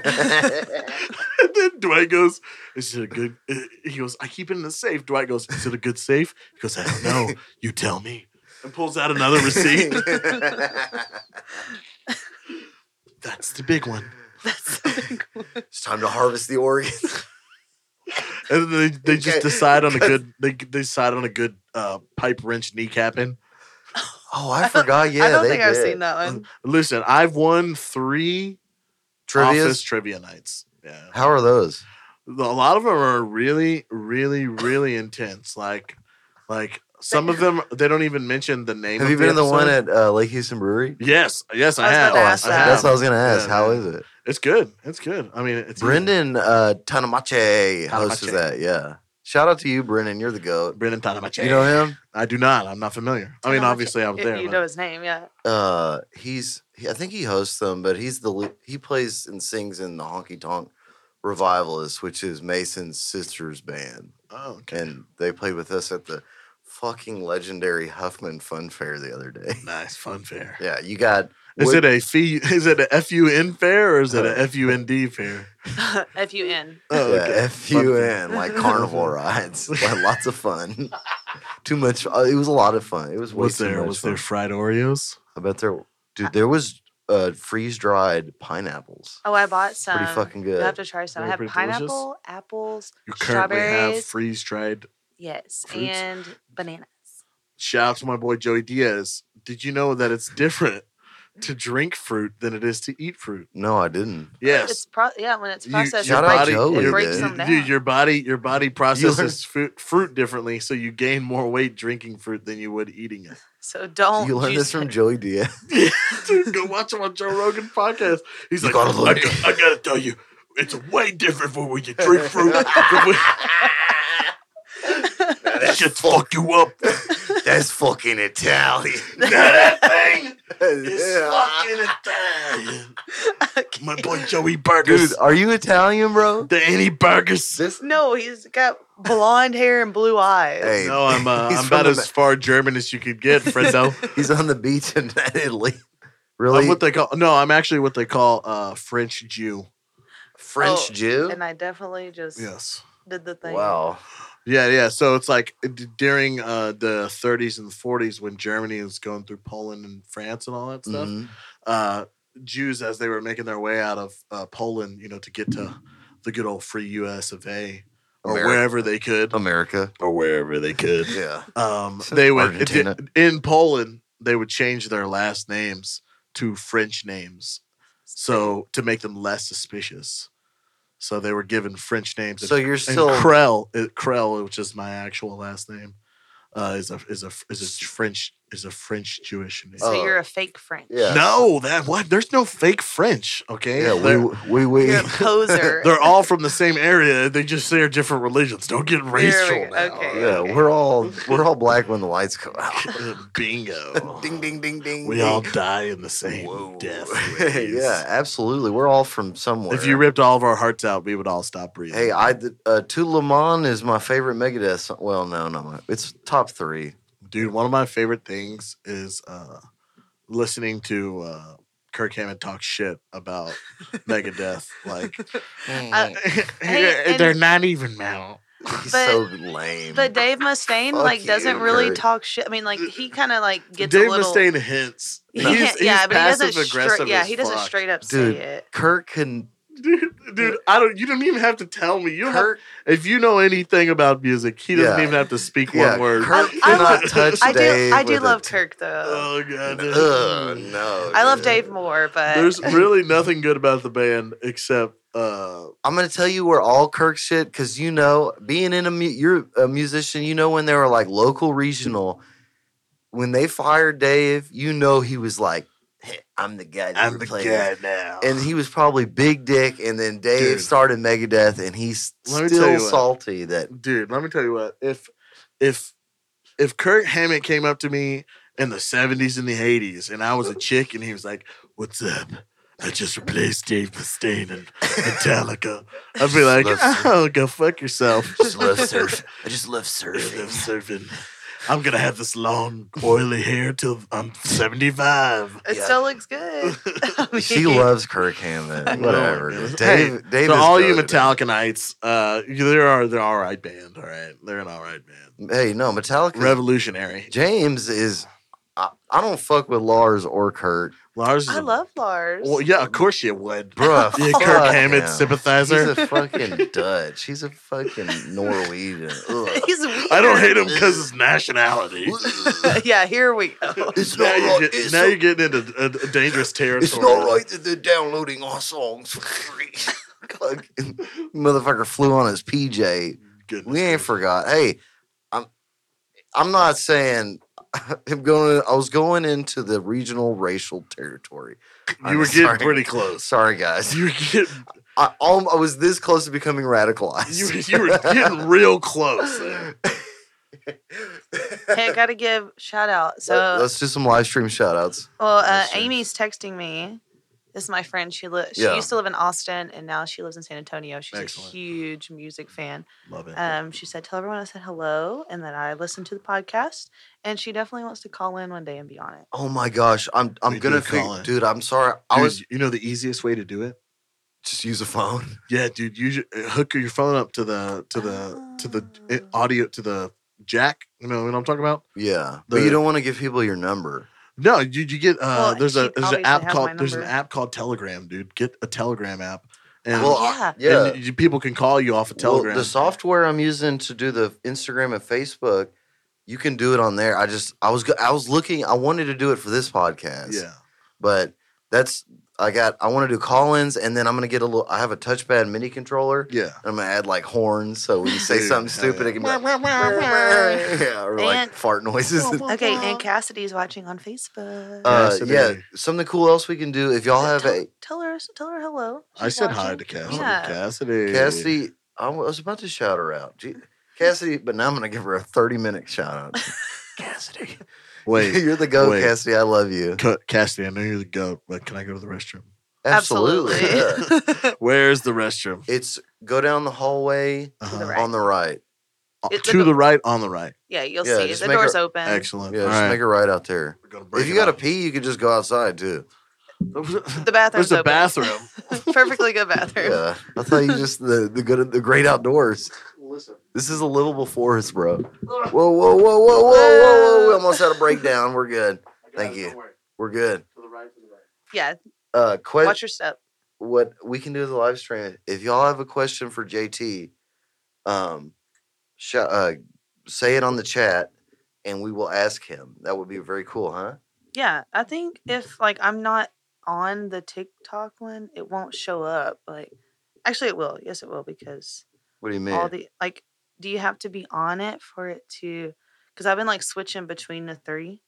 D: And then Dwight goes, "Is it a good?" uh, He goes, "I keep it in the safe." Dwight goes, "Is it a good safe?" He goes, "I don't know. You tell me." And pulls out another receipt.
B: [LAUGHS]
D: That's the big one.
B: it's time to harvest the organs. [LAUGHS]
D: And then they, they just
B: Okay.
D: decide on a good. They, they decide on a good uh, pipe wrench kneecapping.
B: Oh, I forgot. Yeah,
E: I don't
B: they
E: think
B: did.
E: I've seen that one.
D: Listen, I've won three
B: Trivias?
D: office trivia nights. Yeah,
B: How are those?
D: a lot of them are really, really, really intense. Like, like some of them they don't even mention the name.
B: Have
D: of
B: you been to the one
D: episode.
B: at uh, Lake Houston Brewery?
D: Yes, yes, I,
E: I was
D: have.
E: about to ask
D: I
E: that.
D: have.
B: That's what I was gonna ask.
D: Yeah,
B: How
D: yeah.
B: is it?
D: It's good. It's good. I mean, it's
B: Brendan uh, Tanamache hosts
D: Tanamache.
B: that. Yeah. Shout out to you, Brendan. You're the goat.
D: Brendan Tanamache.
B: You know him?
D: I do not. I'm not familiar. I mean,
E: Tanamache.
D: obviously, I was
E: You,
D: there.
E: you
D: but-
E: know his name, yeah.
B: Uh, he's he, I think he hosts them, but he's the li- he plays and sings in the Honky Tonk Revivalist, which is Mason's sister's band,
D: oh, okay.
B: and they played with us at the fucking legendary Huffman Fun Fair the other day. [LAUGHS]
D: Nice fun fair.
B: yeah, you got.
D: Is
B: Wood-
D: it a fee? [LAUGHS] Is it a fun fair or is it a fund fair?
E: [LAUGHS] F U N.
B: [LAUGHS]
D: Oh,
B: Uh, [LAUGHS] yeah,
D: okay. [LAUGHS]
B: F U N, like carnival rides, like lots of fun. too much. uh, It was a lot of fun. It was way
D: Was
B: too
D: there
B: much
D: was
B: fun.
D: there fried Oreos?
B: I bet there, dude. There was uh, freeze dried pineapples.
E: Oh, I bought some.
B: Pretty fucking
E: You
B: good.
E: have to try some. I
D: They're
E: have
D: pretty
E: pineapple,
D: delicious.
E: apples,
D: You currently have
E: Strawberries.
D: freeze dried.
E: yes,
D: Fruits.
E: and bananas.
D: Shout out to my boy Joey Diaz. Did you know that it's different to drink fruit than it is to eat fruit?
B: No, I didn't.
D: Yes.
E: It's pro- yeah, when it's
D: You-
E: processed,
B: Shout
E: it
B: out
E: breaks-
B: Joey,
E: it breaks
B: dude.
E: them down.
D: Dude, your body your body processes fruit, fruit differently, so you gain more weight drinking fruit than you would eating it.
E: so don't.
B: you learned
E: use
B: this from
E: it.
B: Joey Diaz.
D: Dude, go watch him on Joe Rogan podcast. He's
B: You
D: like,
B: gotta
D: I,
B: learn
D: g- I gotta tell you, it's way different from when you drink
B: [LAUGHS]
D: fruit. than when- [LAUGHS] that shit fuck
B: [LAUGHS]
D: you up.
B: That's fucking
D: [LAUGHS]
B: Italian.
D: That thing is
B: Yeah.
D: fucking Italian. My boy Joey Burgers,
B: Dude, uh, are you Italian, bro?
D: the Annie Burgers.
B: This
E: [LAUGHS] No, he's got blonde hair and blue eyes.
B: Hey.
D: No, I'm uh,
B: He's
D: I'm about
B: from
D: as
B: the-
D: far German as you could
B: [LAUGHS]
D: get, Fredo.
B: he's on the beach in [LAUGHS] Italy.
D: I'm
B: Really,
D: what they call no, I'm actually what they call uh French Jew.
B: French
E: Oh,
B: Jew?
E: And I definitely just
D: Yes.
E: did the thing.
B: Wow.
D: Yeah, yeah. So it's like d- during uh the 30s and 40s when Germany was going through Poland and France and all that stuff.
B: Mhm.
D: Uh Jews as they were making their way out of uh, Poland, you know, to get to the good old free US of A or
B: America.
D: wherever they could
B: America.
D: Um, or wherever they could.
B: Yeah.
D: Um
B: So
D: they would it
B: Argentina.
D: did- in Poland they would change their last names to French names. So to make them less suspicious. So they were given French names and
B: So you're
D: and
B: still
D: Krell, uh, Krell, which is my actual last name, uh, is a is a is a French is a French Jewish name.
E: So
B: Oh.
E: you're a fake French.
B: Yeah.
D: No, that what? There's no fake French. Okay,
B: yeah,
D: they're,
B: we we we [LAUGHS]
E: You're a poser.
D: [LAUGHS] they're all from the same area. They just say are different religions. Don't get racial.
E: go.
D: now.
E: Okay.
B: yeah, we're all we're all black when the lights go out.
D: Uh, [LAUGHS] Bingo.
B: [LAUGHS] ding ding ding ding.
D: We
B: ding.
D: all die in the same
B: Whoa.
D: death.
B: [LAUGHS] yeah,
D: ways.
B: absolutely. We're all from somewhere.
D: If you ripped all of our hearts out, we would all stop breathing.
B: Hey, I did- uh, Tulamon is my favorite Megadeth. Song. Well, no, no, my- it's top three.
D: dude one of my favorite things is uh listening to uh kirk hammett talk shit about megadeth
E: [LAUGHS]
D: like [LAUGHS]
E: I- and-
D: they're not even metal
B: He's
E: Uh, but-
B: so lame.
E: But Dave Mustaine
B: Fuck
E: like doesn't
B: you,
E: really
B: Kurt.
E: talk shit. I mean, like he kind of like gets
D: dave
E: a little.
D: mustaine hints
E: He
D: he's,
E: can't- [LAUGHS] yeah,
D: he's
E: but he doesn't.
D: passive
E: Stra-
D: aggressive
E: yeah,
D: as
E: he doesn't
D: fuck.
E: straight up
B: Dude.
E: say it.
B: Kirk can.
D: [LAUGHS] dude dude i don't you don't even have to tell me you don't have,
B: Kirk,
D: if you know anything about music he doesn't
B: Yeah.
D: even have to speak
B: yeah,
D: one word
B: Kirk
E: I- I
B: cannot
D: love-
B: touch
E: I do.
B: Dave
E: I do
B: with a
E: love
B: t-
E: Kirk though.
D: [LAUGHS] oh god
B: Ugh, no.
E: I love
B: dude.
E: Dave more, but [LAUGHS]
D: there's really nothing good about the band except uh
B: I'm gonna tell you where all Kirk shit, because you know, being in a mu- you're a musician, you know when they were like local regional, when they fired Dave, you know he was like, "Hey, I'm the guy. that
D: i'm
B: you're
D: the
B: playing
D: guy now
B: And he was probably big dick, and then Dave
D: Dude.
B: started Megadeth, and he's
D: Let me tell you
B: still
D: what.
B: salty that
D: dude let me tell you what if if if kurt hammett came up to me in the 70s and the 80s and i was a chick and he was like what's up i just replaced dave mustaine and metallica i'd be like
B: Love-
D: oh go fuck yourself
B: just love surf. I just [LAUGHS] love
E: [LAUGHS]
D: I'm
B: surfing.
D: surfing i'm gonna have this long oily hair till i'm 75
E: it
B: yeah.
E: still looks
D: [LAUGHS]
E: good. [LAUGHS] I mean,
B: She loves Kirk Hammett.
D: know,
B: Whatever.
D: man.
B: dude. Dave, Dave
D: so
B: is
D: all you
B: goated.
D: Metallicanites, uh, there are they're all right band, all right, they're an all right band,
B: Hey, no, Metallica.
D: revolutionary.
B: James is. I, I don't fuck with Lars or Kurt,
D: Lars, is
E: I
D: a-
E: love Lars. [LAUGHS]
D: Well, yeah, of course you would.
B: bruh.
D: [LAUGHS] Yeah,
B: fuck
D: Kirk Hammett
B: him. He's
D: sympathizer.
B: a fucking Dutch. He's a fucking
D: [LAUGHS]
B: Norwegian. Ugh.
E: He's weird.
D: I don't
B: [LAUGHS]
D: hate him because his nationality.
E: [LAUGHS] yeah, here we go.
B: It's
D: now
B: not
D: you're,
B: right.
D: get-
B: it's,
D: now
B: a-
D: you're getting into a, a dangerous territory.
B: [LAUGHS] it's not right that they're downloading our songs for free. [LAUGHS] Fucking Motherfucker flew on his PJ.
D: Goodness
B: We ain't
D: gracious.
B: forgot. Hey, I'm. I'm not saying. [LAUGHS] I'm going. I was going into the regional racial territory. I'm
D: you were
B: sorry.
D: getting pretty close.
B: Sorry, guys.
D: You were
B: [LAUGHS]
D: getting,
B: I, al- I was this close to becoming radicalized.
D: you, you were getting real close. there.
E: [LAUGHS] Hey, I gotta give shout out. So
B: Let- Let's do some live stream shout outs.
E: Well, uh,
D: That's true.
E: Amy's texting me. This is my friend. She li- she
B: Yeah.
E: used to live in Austin, and now she lives in San Antonio. She's
D: Excellent.
E: a huge music fan.
D: Love it.
E: Um, she said, "Tell everyone I said hello, and that I listened to the podcast." And she definitely wants to call in one day and be on it.
B: Oh my gosh. I'm I'm
D: We
B: gonna
D: do call
B: fig-
D: it.
B: dude, I'm sorry. I
D: Dude,
B: was
D: you know the easiest way to do it?
B: just use a phone.
D: Yeah, dude. You should, uh, hook your phone up to the to the to the uh,
E: Oh.
D: audio to the Jack. You know what I'm talking about?
B: [LAUGHS] Yeah, but you
D: The-
B: don't want to give people your number.
D: No, you, you get
E: Well,
D: uh, there's a
E: she
D: there's an
E: obviously
D: app
E: has
D: called
E: my
D: there's an
E: number.
D: app called Telegram, dude. Get a Telegram app, and,
B: Well, I-
E: yeah.
B: yeah.
D: and you, people can call you off of
B: Well,
D: Telegram.
B: the software I'm using to do the Instagram and Facebook, you can do it on there. I just I was go- I was looking. I wanted to do it for this podcast.
D: yeah,
B: but that's I got. I want to do call-ins, and then I'm gonna get a little. I have a touchpad mini controller. And
D: yeah.
B: I'm gonna add like horns, so when you
D: [LAUGHS]
B: say
D: Dude,
B: something
D: hell
B: stupid,
D: yeah.
B: it can be like, [LAUGHS] yeah, or like
E: And-
B: fart noises.
E: Okay, and Cassidy's watching on Facebook.
B: Uh,
D: Cassidy.
B: yeah, [LAUGHS] something cool else we can do if y'all have
E: tell,
B: a
E: tell her tell her hello.
D: I
E: She's
D: said hi
E: watching.
D: to Cassidy.
E: Yeah.
D: Cassidy.
B: Cassidy. I was about to shout her out, Gee, Cassidy, but now I'm gonna give her a 30 minute shout
E: [LAUGHS]
B: out. Cassidy, [LAUGHS]
D: Wait,
B: you're the goat,
D: wait.
B: Cassidy. I love you.
D: Ca- Cassidy. I know you're the goat, but can I go to
B: [LAUGHS]
D: the restroom?
B: Absolutely. [LAUGHS] Yeah.
E: [LAUGHS]
D: Where's the restroom?
B: it's go down the hallway
E: To the
D: Uh-huh.
E: right.
B: on the right.
D: Uh,
E: It's
D: To
E: like
D: the right, on the right.
E: Yeah, you'll
B: Yeah,
E: see.
B: just
E: The
B: make
E: door's
B: her-
E: open.
B: Yeah,
D: Excellent.
B: just
D: All right.
B: make it right out there.
D: We're gonna break
B: If you
D: it
B: got to
D: up.
B: pee, you could just go outside too.
E: The bathroom's
D: [LAUGHS] There's a
E: open. [LAUGHS]
D: bathroom.
E: Perfectly good bathroom.
B: Yeah, I thought you just the the good the great outdoors.
D: Listen.
B: This is a livable forest, bro. Whoa, whoa, whoa, whoa, whoa, whoa, whoa! We almost had a breakdown. We're good. Thank you. We're good.
D: To the right, to the right.
E: Yeah,
B: Uh, que-
E: watch your step.
B: what we can do is a live stream. If y'all have a question for JT, um, sh- uh, say it on the chat, and we will ask him. That would be very cool, huh?
E: Yeah, I think if like I'm not on the TikTok one, it won't show up. Like, actually, it will. Yes, it will because
B: What do you mean?
E: all the like, do you have to be on it for it to? Because I've been like switching between the three.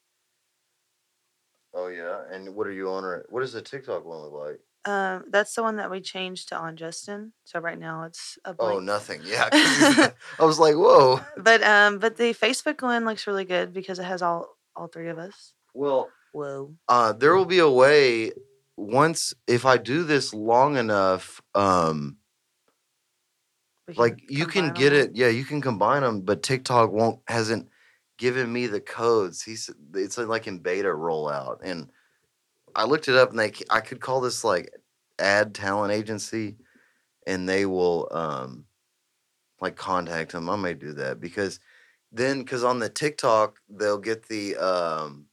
B: oh yeah. And what are you on? Or what does the TikTok one look like?
E: Um, that's the one that we changed to on Justin. So right now it's a blank.
B: Oh, nothing. Yeah. 'cause [LAUGHS] I was like, whoa.
E: But um, but the Facebook one looks really good because it has all all three of us.
B: Well,
E: Whoa.
B: uh, there will be a way once if I do this long enough. Um,
E: We can [LAUGHS]
B: like you can
E: combine
B: get
E: all
B: it. Yeah, you can combine them, but TikTok won't hasn't given me the codes. He's it's like in beta rollout, and I looked it up, and they c- I could call this like ad talent agency, and they will um like contact them. I may do that because then because on the TikTok they'll get the um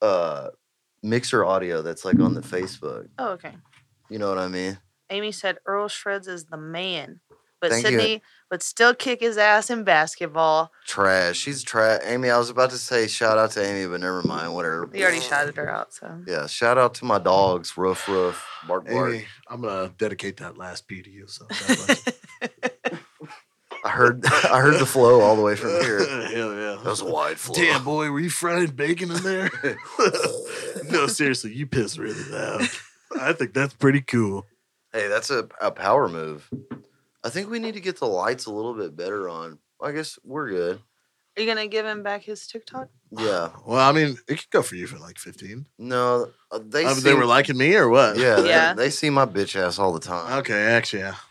B: uh mixer audio that's like on the Facebook.
E: Oh, okay.
B: You know what I mean?
E: Amy said Earl Shreds is the man, but
B: Thank you.
E: Sydney would still kick his ass in basketball.
B: Trash. She's trash. Amy, I was about to say shout out to Amy, but never mind. Whatever.
E: We already shouted her out, so
B: Yeah, shout out to my dogs, Roof Roof, Bark Bark.
D: Amy, I'm gonna dedicate that last pee to you. So God
B: [LAUGHS]
D: bless you.
B: I heard [LAUGHS] I heard the flow all the way from
D: [LAUGHS]
B: here. That
D: Hell yeah.
B: was a wide flow.
D: Damn boy, were you frying bacon in there? [LAUGHS] no, seriously, you piss really [LAUGHS] loud. I think that's pretty cool.
B: Hey, that's a, a power move. I think we need to get the lights a little bit better on. I guess we're good.
E: [LAUGHS] are you gonna give him back his TikTok?
B: Yeah.
D: Well, I mean, it could go for you for like 15.
B: No, uh, they
D: They, uh,
B: see,
D: they were liking me or
B: [LAUGHS]
D: what?
B: yeah, they-
E: Yeah.
B: They, see my bitch ass all the time.
D: Okay, actually, yeah.
B: [LAUGHS]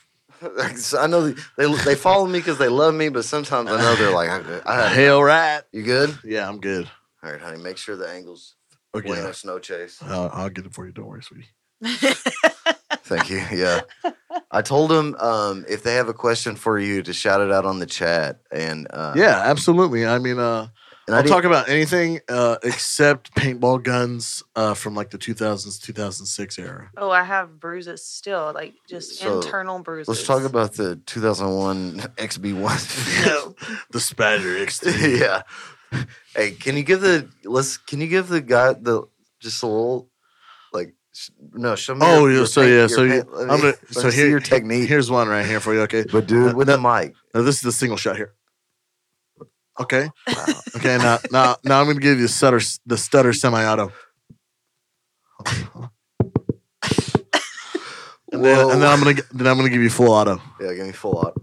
B: So I know they they, they follow me because they love me, but sometimes I know they're like,
D: [LAUGHS]
B: I, I,
D: Hell right.
B: you good?
D: Yeah, I'm good.
B: All right, honey, make sure the angles.
D: Okay.
B: Bueno Snow Chase.
D: I'll, I'll get it for you. Don't worry, sweetie.
B: [LAUGHS] Thank you. Yeah. I told them um, if they have a question for you to shout it out on the chat. And uh,
D: Yeah, absolutely. I mean, uh,
B: and I
D: I'll
B: did-
D: talk about anything uh, except paintball guns uh, from like the 2000s, 2006 era.
B: [LAUGHS]
D: [LAUGHS]
E: oh, I have bruises still, like just
B: So,
E: internal bruises.
B: Let's talk about [LAUGHS] the 2001 XB1.
E: No.
D: the spider exterior.
B: [LAUGHS] yeah. Hey, can you give the let's can you give the guy the just a little like sh- no show me
D: Oh,
B: your-
D: yeah,
B: your
D: so
B: paint-
D: yeah,
B: your
D: so you-
B: paint- let
D: I'm
B: me- [LAUGHS]
D: gonna-
B: let
D: so
B: me see
D: here-
B: your technique
D: Here's one right here for you. Okay.
B: but dude with the mic
D: Now this is the single shot here. Okay.
B: wow.
D: Okay. Now, now, now I'm gonna give you the stutter, the stutter semi-auto, and then, and then I'm gonna, g- then I'm gonna give you full auto.
B: yeah give me full out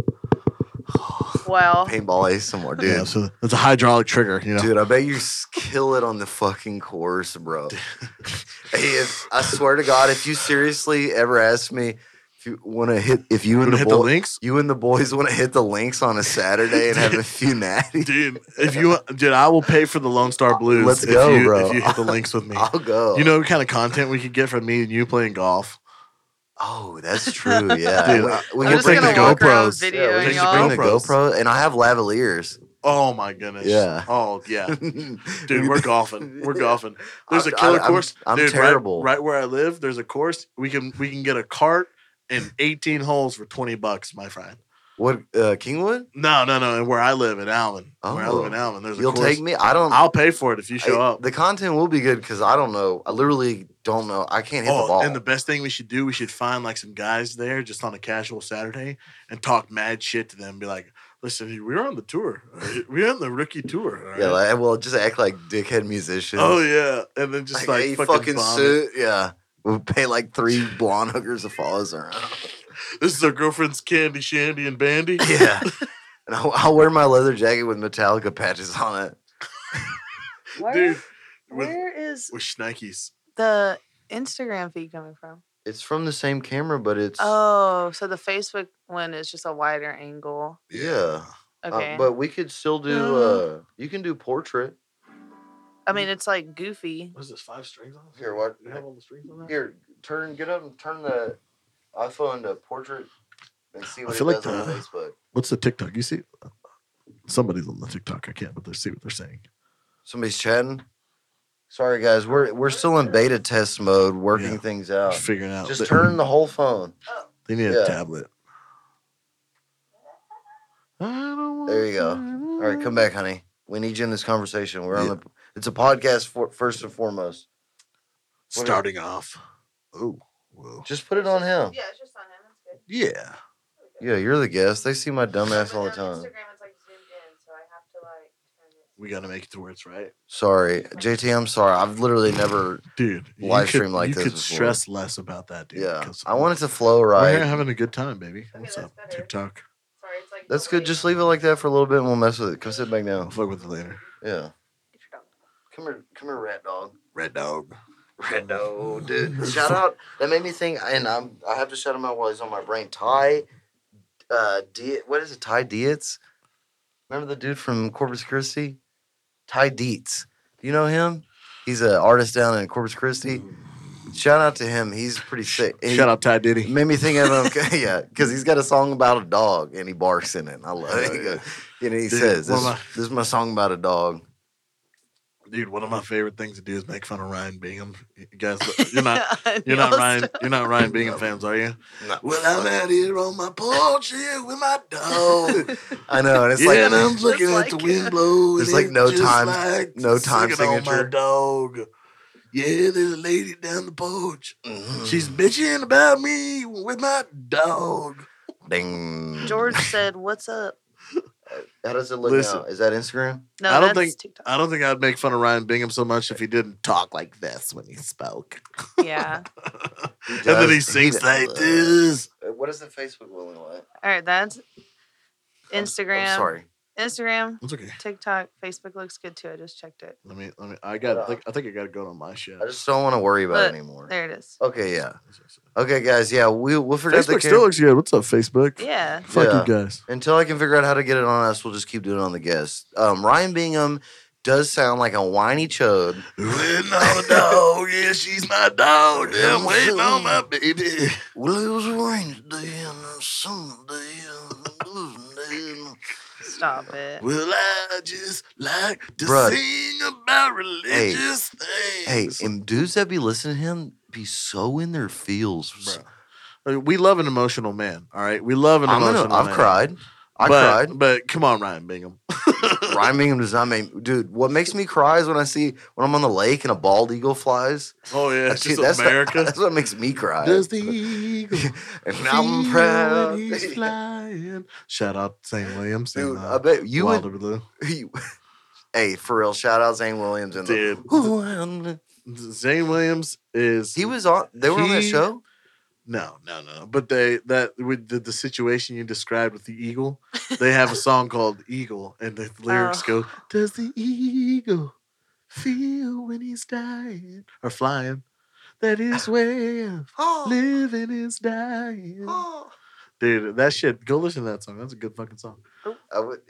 E: Well,
B: paintball ace some more dude
D: Yeah. So it's a hydraulic trigger. You know.
B: Dude, I bet you s- kill it on the fucking course,
D: [LAUGHS]
B: bro. hey, if, I swear to God, if you seriously ever ask me if you want to hit, if you
D: You
B: and
D: wanna
B: the,
D: hit
B: boy-
D: the links,
B: you and the boys want to hit the links on a Saturday and
D: [LAUGHS]
B: have a few natty,
D: dude. If you, want- dude, I will pay for the Lone Star Blues.
B: Let's
D: if
B: go,
D: you,
B: bro.
D: [LAUGHS] If you hit the links with me,
B: I'll go.
D: you know what kind of content we could get from me and you playing golf.
B: Oh,
D: [LAUGHS]
B: that's true. Yeah.
D: Dude,
B: We-
D: I-
B: we
D: I'm
B: can
D: just
B: bring
D: gonna
B: the
D: walk around
B: GoPros.
E: videoing
B: we
E: y'all.
B: can bring the
D: GoPros.
B: GoPro, and I have lavaliers.
D: Oh my goodness.
B: Yeah.
D: Oh
B: [LAUGHS]
D: yeah. [LAUGHS] Dude, we're golfing. We're golfing. There's a
B: I-
D: killer
B: I'm-
D: course.
B: I'm
D: Dude, right-
B: terrible.
D: Right, where I live, there's a course. We can we can get a cart and 18 holes for 20 bucks, my friend.
B: What uh, Kingwood?
D: No, no, no. And where I live in Alvin. Where I live in
B: Oh.
D: Alvin, there's a
B: You'll
D: course.
B: take me. I don't.
D: I'll pay for it if you show
B: I-
D: up.
B: The content will be good because I don't know. I literally don't know. I can't hit the
D: Oh,
B: ball.
D: and the best thing we should do, we should find like some guys there just on a casual Saturday and talk mad shit to them. be like, listen, we're on the tour. We're on the rookie tour. all
B: yeah,
D: right?"
B: like, well, just act like dickhead musicians.
D: oh, yeah. And then just like,
B: hey,
D: fucking,
B: fucking
D: vomit.
B: suit. Yeah, we'll pay like three blonde hookers to follow us
D: [LAUGHS]
B: around.
D: This is our girlfriend's Candy Shandy
B: [LAUGHS]
D: and Bandy.
B: Yeah, and I'll, I'll wear my leather jacket with Metallica patches on it.
E: Where,
D: Dude, with,
E: where is
D: with Schneikes.
E: the Instagram feed coming from?
B: It's from the same camera, but it's
E: Oh, so the Facebook one is just a wider angle.
B: yeah. Uh,
E: Okay.
B: but we could still do.
E: Uh.
B: Uh, you can do portrait.
E: I mean, it's like goofy.
D: What is this, five strings on it?
B: Here, what-
D: Do we have all the strings on that?
B: Here, turn. Get up and turn the iPhone to portrait and see what
D: feel
B: it
D: like
B: does on
D: the-
B: Facebook.
D: What's the TikTok? You see? Somebody's on the TikTok. I can't, but they see what they're saying.
B: Somebody's chatting. Sorry, guys. We're we're still in beta test mode, working
D: Yeah.
B: things
D: They're
B: out.
D: figuring out.
B: Uh, Just
D: They-
B: turn the whole phone.
D: [LAUGHS] They need
B: Yeah.
D: a tablet.
B: There you go. All right, come back, honey. We need you in this conversation. We're on the. It's a podcast for, first and foremost. What is-
D: Starting off. Oh, whoa.
B: Just put it on him.
E: Yeah, it's just on him. It's good.
D: Yeah.
B: Yeah, you're the guest. They see my dumbass all the time.
E: it's like zoomed in, so I have to like turn it.
D: We got to make it to where it's right.
B: Sorry, JT. I'm sorry. I've literally never.
D: Dude, you
B: Live
D: could-
B: stream like
D: you
B: this
D: could
B: before.
D: stress less about that, dude.
B: Yeah,
D: 'cause
B: I want it to flow
D: We're here
B: right.
D: having a good time, baby. What's
E: that's
D: up,
E: better.
D: TikTok?
E: Sorry, it's like
B: That's good. Just leave it like that for a little bit, and we'll mess with it. Come sit back
D: I'll
B: down.
D: fuck with it later.
B: Yeah. Come here, come here, rat dog.
D: Red dog.
B: Rendo,
D: [LAUGHS]
B: dude. Shout out. That made me think, and I'm I have to shout him out while he's on my brain. Ty, uh, Diet. What is it? Ty Dietz. Remember the dude from Corpus Christi? Ty Dietz. Do you know him? He's an artist down in Corpus Christi. Shout out to him. He's pretty sick. And he
D: Shout out Ty Diddy.
B: Made me think of him, [LAUGHS] 'cause- yeah, because he's got a song about a dog and he barks in it. I love it. He
D: Oh,
B: goes- And he
D: Dude,
B: says,
D: one
B: this,
D: of my-
B: this is my song about a dog.
D: Dude, one of my favorite things to do is make fun of Ryan Bingham. You guys, uh,
B: [LAUGHS]
D: you're not
E: [LAUGHS]
D: You're not Ryan. You're not Ryan Bingham fans, are you?
B: No.
D: Well, I'm out here on my porch here with my dog,
B: I know. And [LAUGHS] it's
D: yeah,
B: like, uh, [LAUGHS]
D: and I'm looking
E: It's
D: at the
E: like-
D: wind blow.
B: It's
D: and
B: like
D: it
B: no
D: just
B: time-
D: like
B: no time
D: sucking on
B: signature.
D: my dog. Yeah, there's a lady down the porch.
B: Mhm.
D: She's bitching about me with my dog.
B: Ding.
E: George said, "What's up?"
B: How does it look
D: Listen.
B: now? Is that Instagram?
E: No,
D: I don't
E: that's TikTok.
D: I don't think I'd make fun of Ryan Bingham so much if he didn't talk like this when he spoke.
E: Yeah.
D: and then he
B: does.
D: sings
B: [LAUGHS] does.
D: like this.
B: Uh, What is the Facebook one look like?
E: All right,
D: [LAUGHS]
E: that's
B: I'm- I'm
E: Instagram.
B: sorry.
E: Instagram,
D: It's okay.
E: TikTok, Facebook looks good too. I just checked it.
D: Let me. Let me. I got. I think, I think I got to go on my shit.
B: I just don't want to worry about
E: Look,
B: it anymore.
E: There it is.
B: Okay, yeah. Okay, guys, yeah. We, we'll forget the
D: Facebook still looks good. What's up, Facebook?
E: Yeah.
D: Fuck
B: Yeah.
D: you guys.
B: Until I can figure out how to get it on us, we'll just keep doing it on the guests. Um, Ryan Bingham does sound like a whiny chode.
D: Waiting on a dog, yeah, she's my dog. Yeah, I'm waiting on my baby.
B: Well, it was Wednesday and Sunday and Tuesday and-
E: Stop
D: [LAUGHS]
E: it.
D: Well, I just like to
B: Bruh.
D: sing about religious
B: Hey,
D: things.
B: and dudes that be listening to him be so in their feels.
D: Bruh. We love an emotional man, all right? We love an
B: I'm
D: emotional
B: gonna, I've
D: man.
B: cried. I
D: but,
B: cried.
D: But come on, Ryan Bingham.
B: Ryan Bingham does not make dude. What makes me cry is when I see when I'm on the lake and a bald eagle flies.
D: Oh, [LAUGHS] yeah, it's
B: Dude,
D: just
B: that's, [LAUGHS]
D: America.
B: that's what makes me cry.
D: Does the eagle
B: and
D: feel
B: I'm
D: when
B: proud.
D: he's flying? Shout out to St. Williams.
B: Dude,
D: and, uh,
B: I bet you
D: Wilder
B: would.
D: Blue.
B: [LAUGHS] You, hey, for real, shout out Zane Williams and
D: Dude.
B: [LAUGHS] The,
D: Zane Williams is
B: he was on. They were on that
D: He-
B: show.
D: No, no, no. But they that with the, the situation you described with the eagle, they have a song called Eagle, and
B: [LAUGHS]
D: the lyrics go,
B: Oh.
D: "Does the eagle feel when he's dying or flying?
B: [LAUGHS]
D: That is where
B: Oh,
D: living is dying."
B: oh.
D: Dude, that shit. Go listen to that song. That's a good fucking song.
B: I would,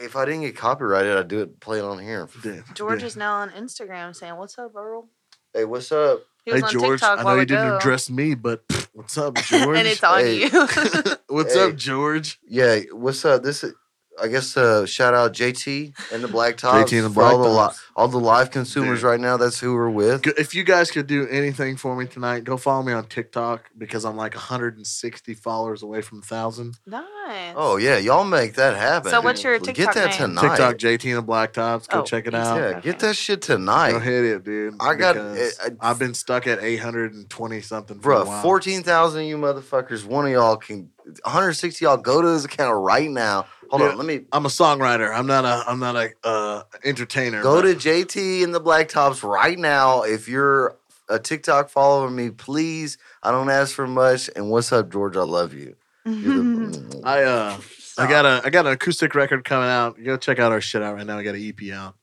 B: if I didn't get copyrighted, I'd do it. Play it on here.
D: Dude,
E: George
D: dude.
E: is now on Instagram saying, "What's up, Earl?"
B: Hey, what's up?
E: He was
D: hey
E: on
D: George,
E: TikTok
D: I
E: while
D: know you
E: ago.
D: didn't address me, but [LAUGHS] pfft, What's up,
E: [LAUGHS]
D: George?
E: and it's on
B: Hey.
E: you. [LAUGHS]
D: What's
B: Hey.
D: up, George?
B: Yeah, what's up? This is, I guess, uh, shout out JT and the Black Tops.
D: JT and the
B: for all
D: Black
B: the, li-
D: Tops.
B: all the live consumers
D: Dude.
B: right now. That's who we're with.
D: Go- If you guys could do anything for me tonight, go follow me on TikTok because I'm like 160 followers away from 1,000.
E: nice. [LAUGHS]
B: Oh yeah, y'all make that happen.
E: So what's your
B: Get
E: TikTok
B: that
E: name?
B: tonight.
D: TikTok, JT and the Black Tops. Go
E: Oh,
D: check it
E: easy.
D: out.
B: Yeah,
E: Okay.
B: get that shit
D: Go
B: tonight,
D: hit it, dude.
B: I got-
D: because
B: I- I-
D: I've been stuck at 820 something for a
B: bro.
D: while.
B: Fourteen thousand, of you motherfuckers. One of y'all can. One hundred sixty, y'all go to this account right now. Hold
D: Dude,
B: on, let me
D: I'm a songwriter. I'm not a. I'm not a uh, entertainer.
B: Go
D: but-
B: to JT and the Black Tops right now. If you're a TikTok follower of me, please. I don't ask for much. And what's up, George? I love you. You're
E: [LAUGHS]
B: the-
D: I uh I got
B: Um,
D: a I got an acoustic record coming out. Go check out our shit out right now. We got an EP out.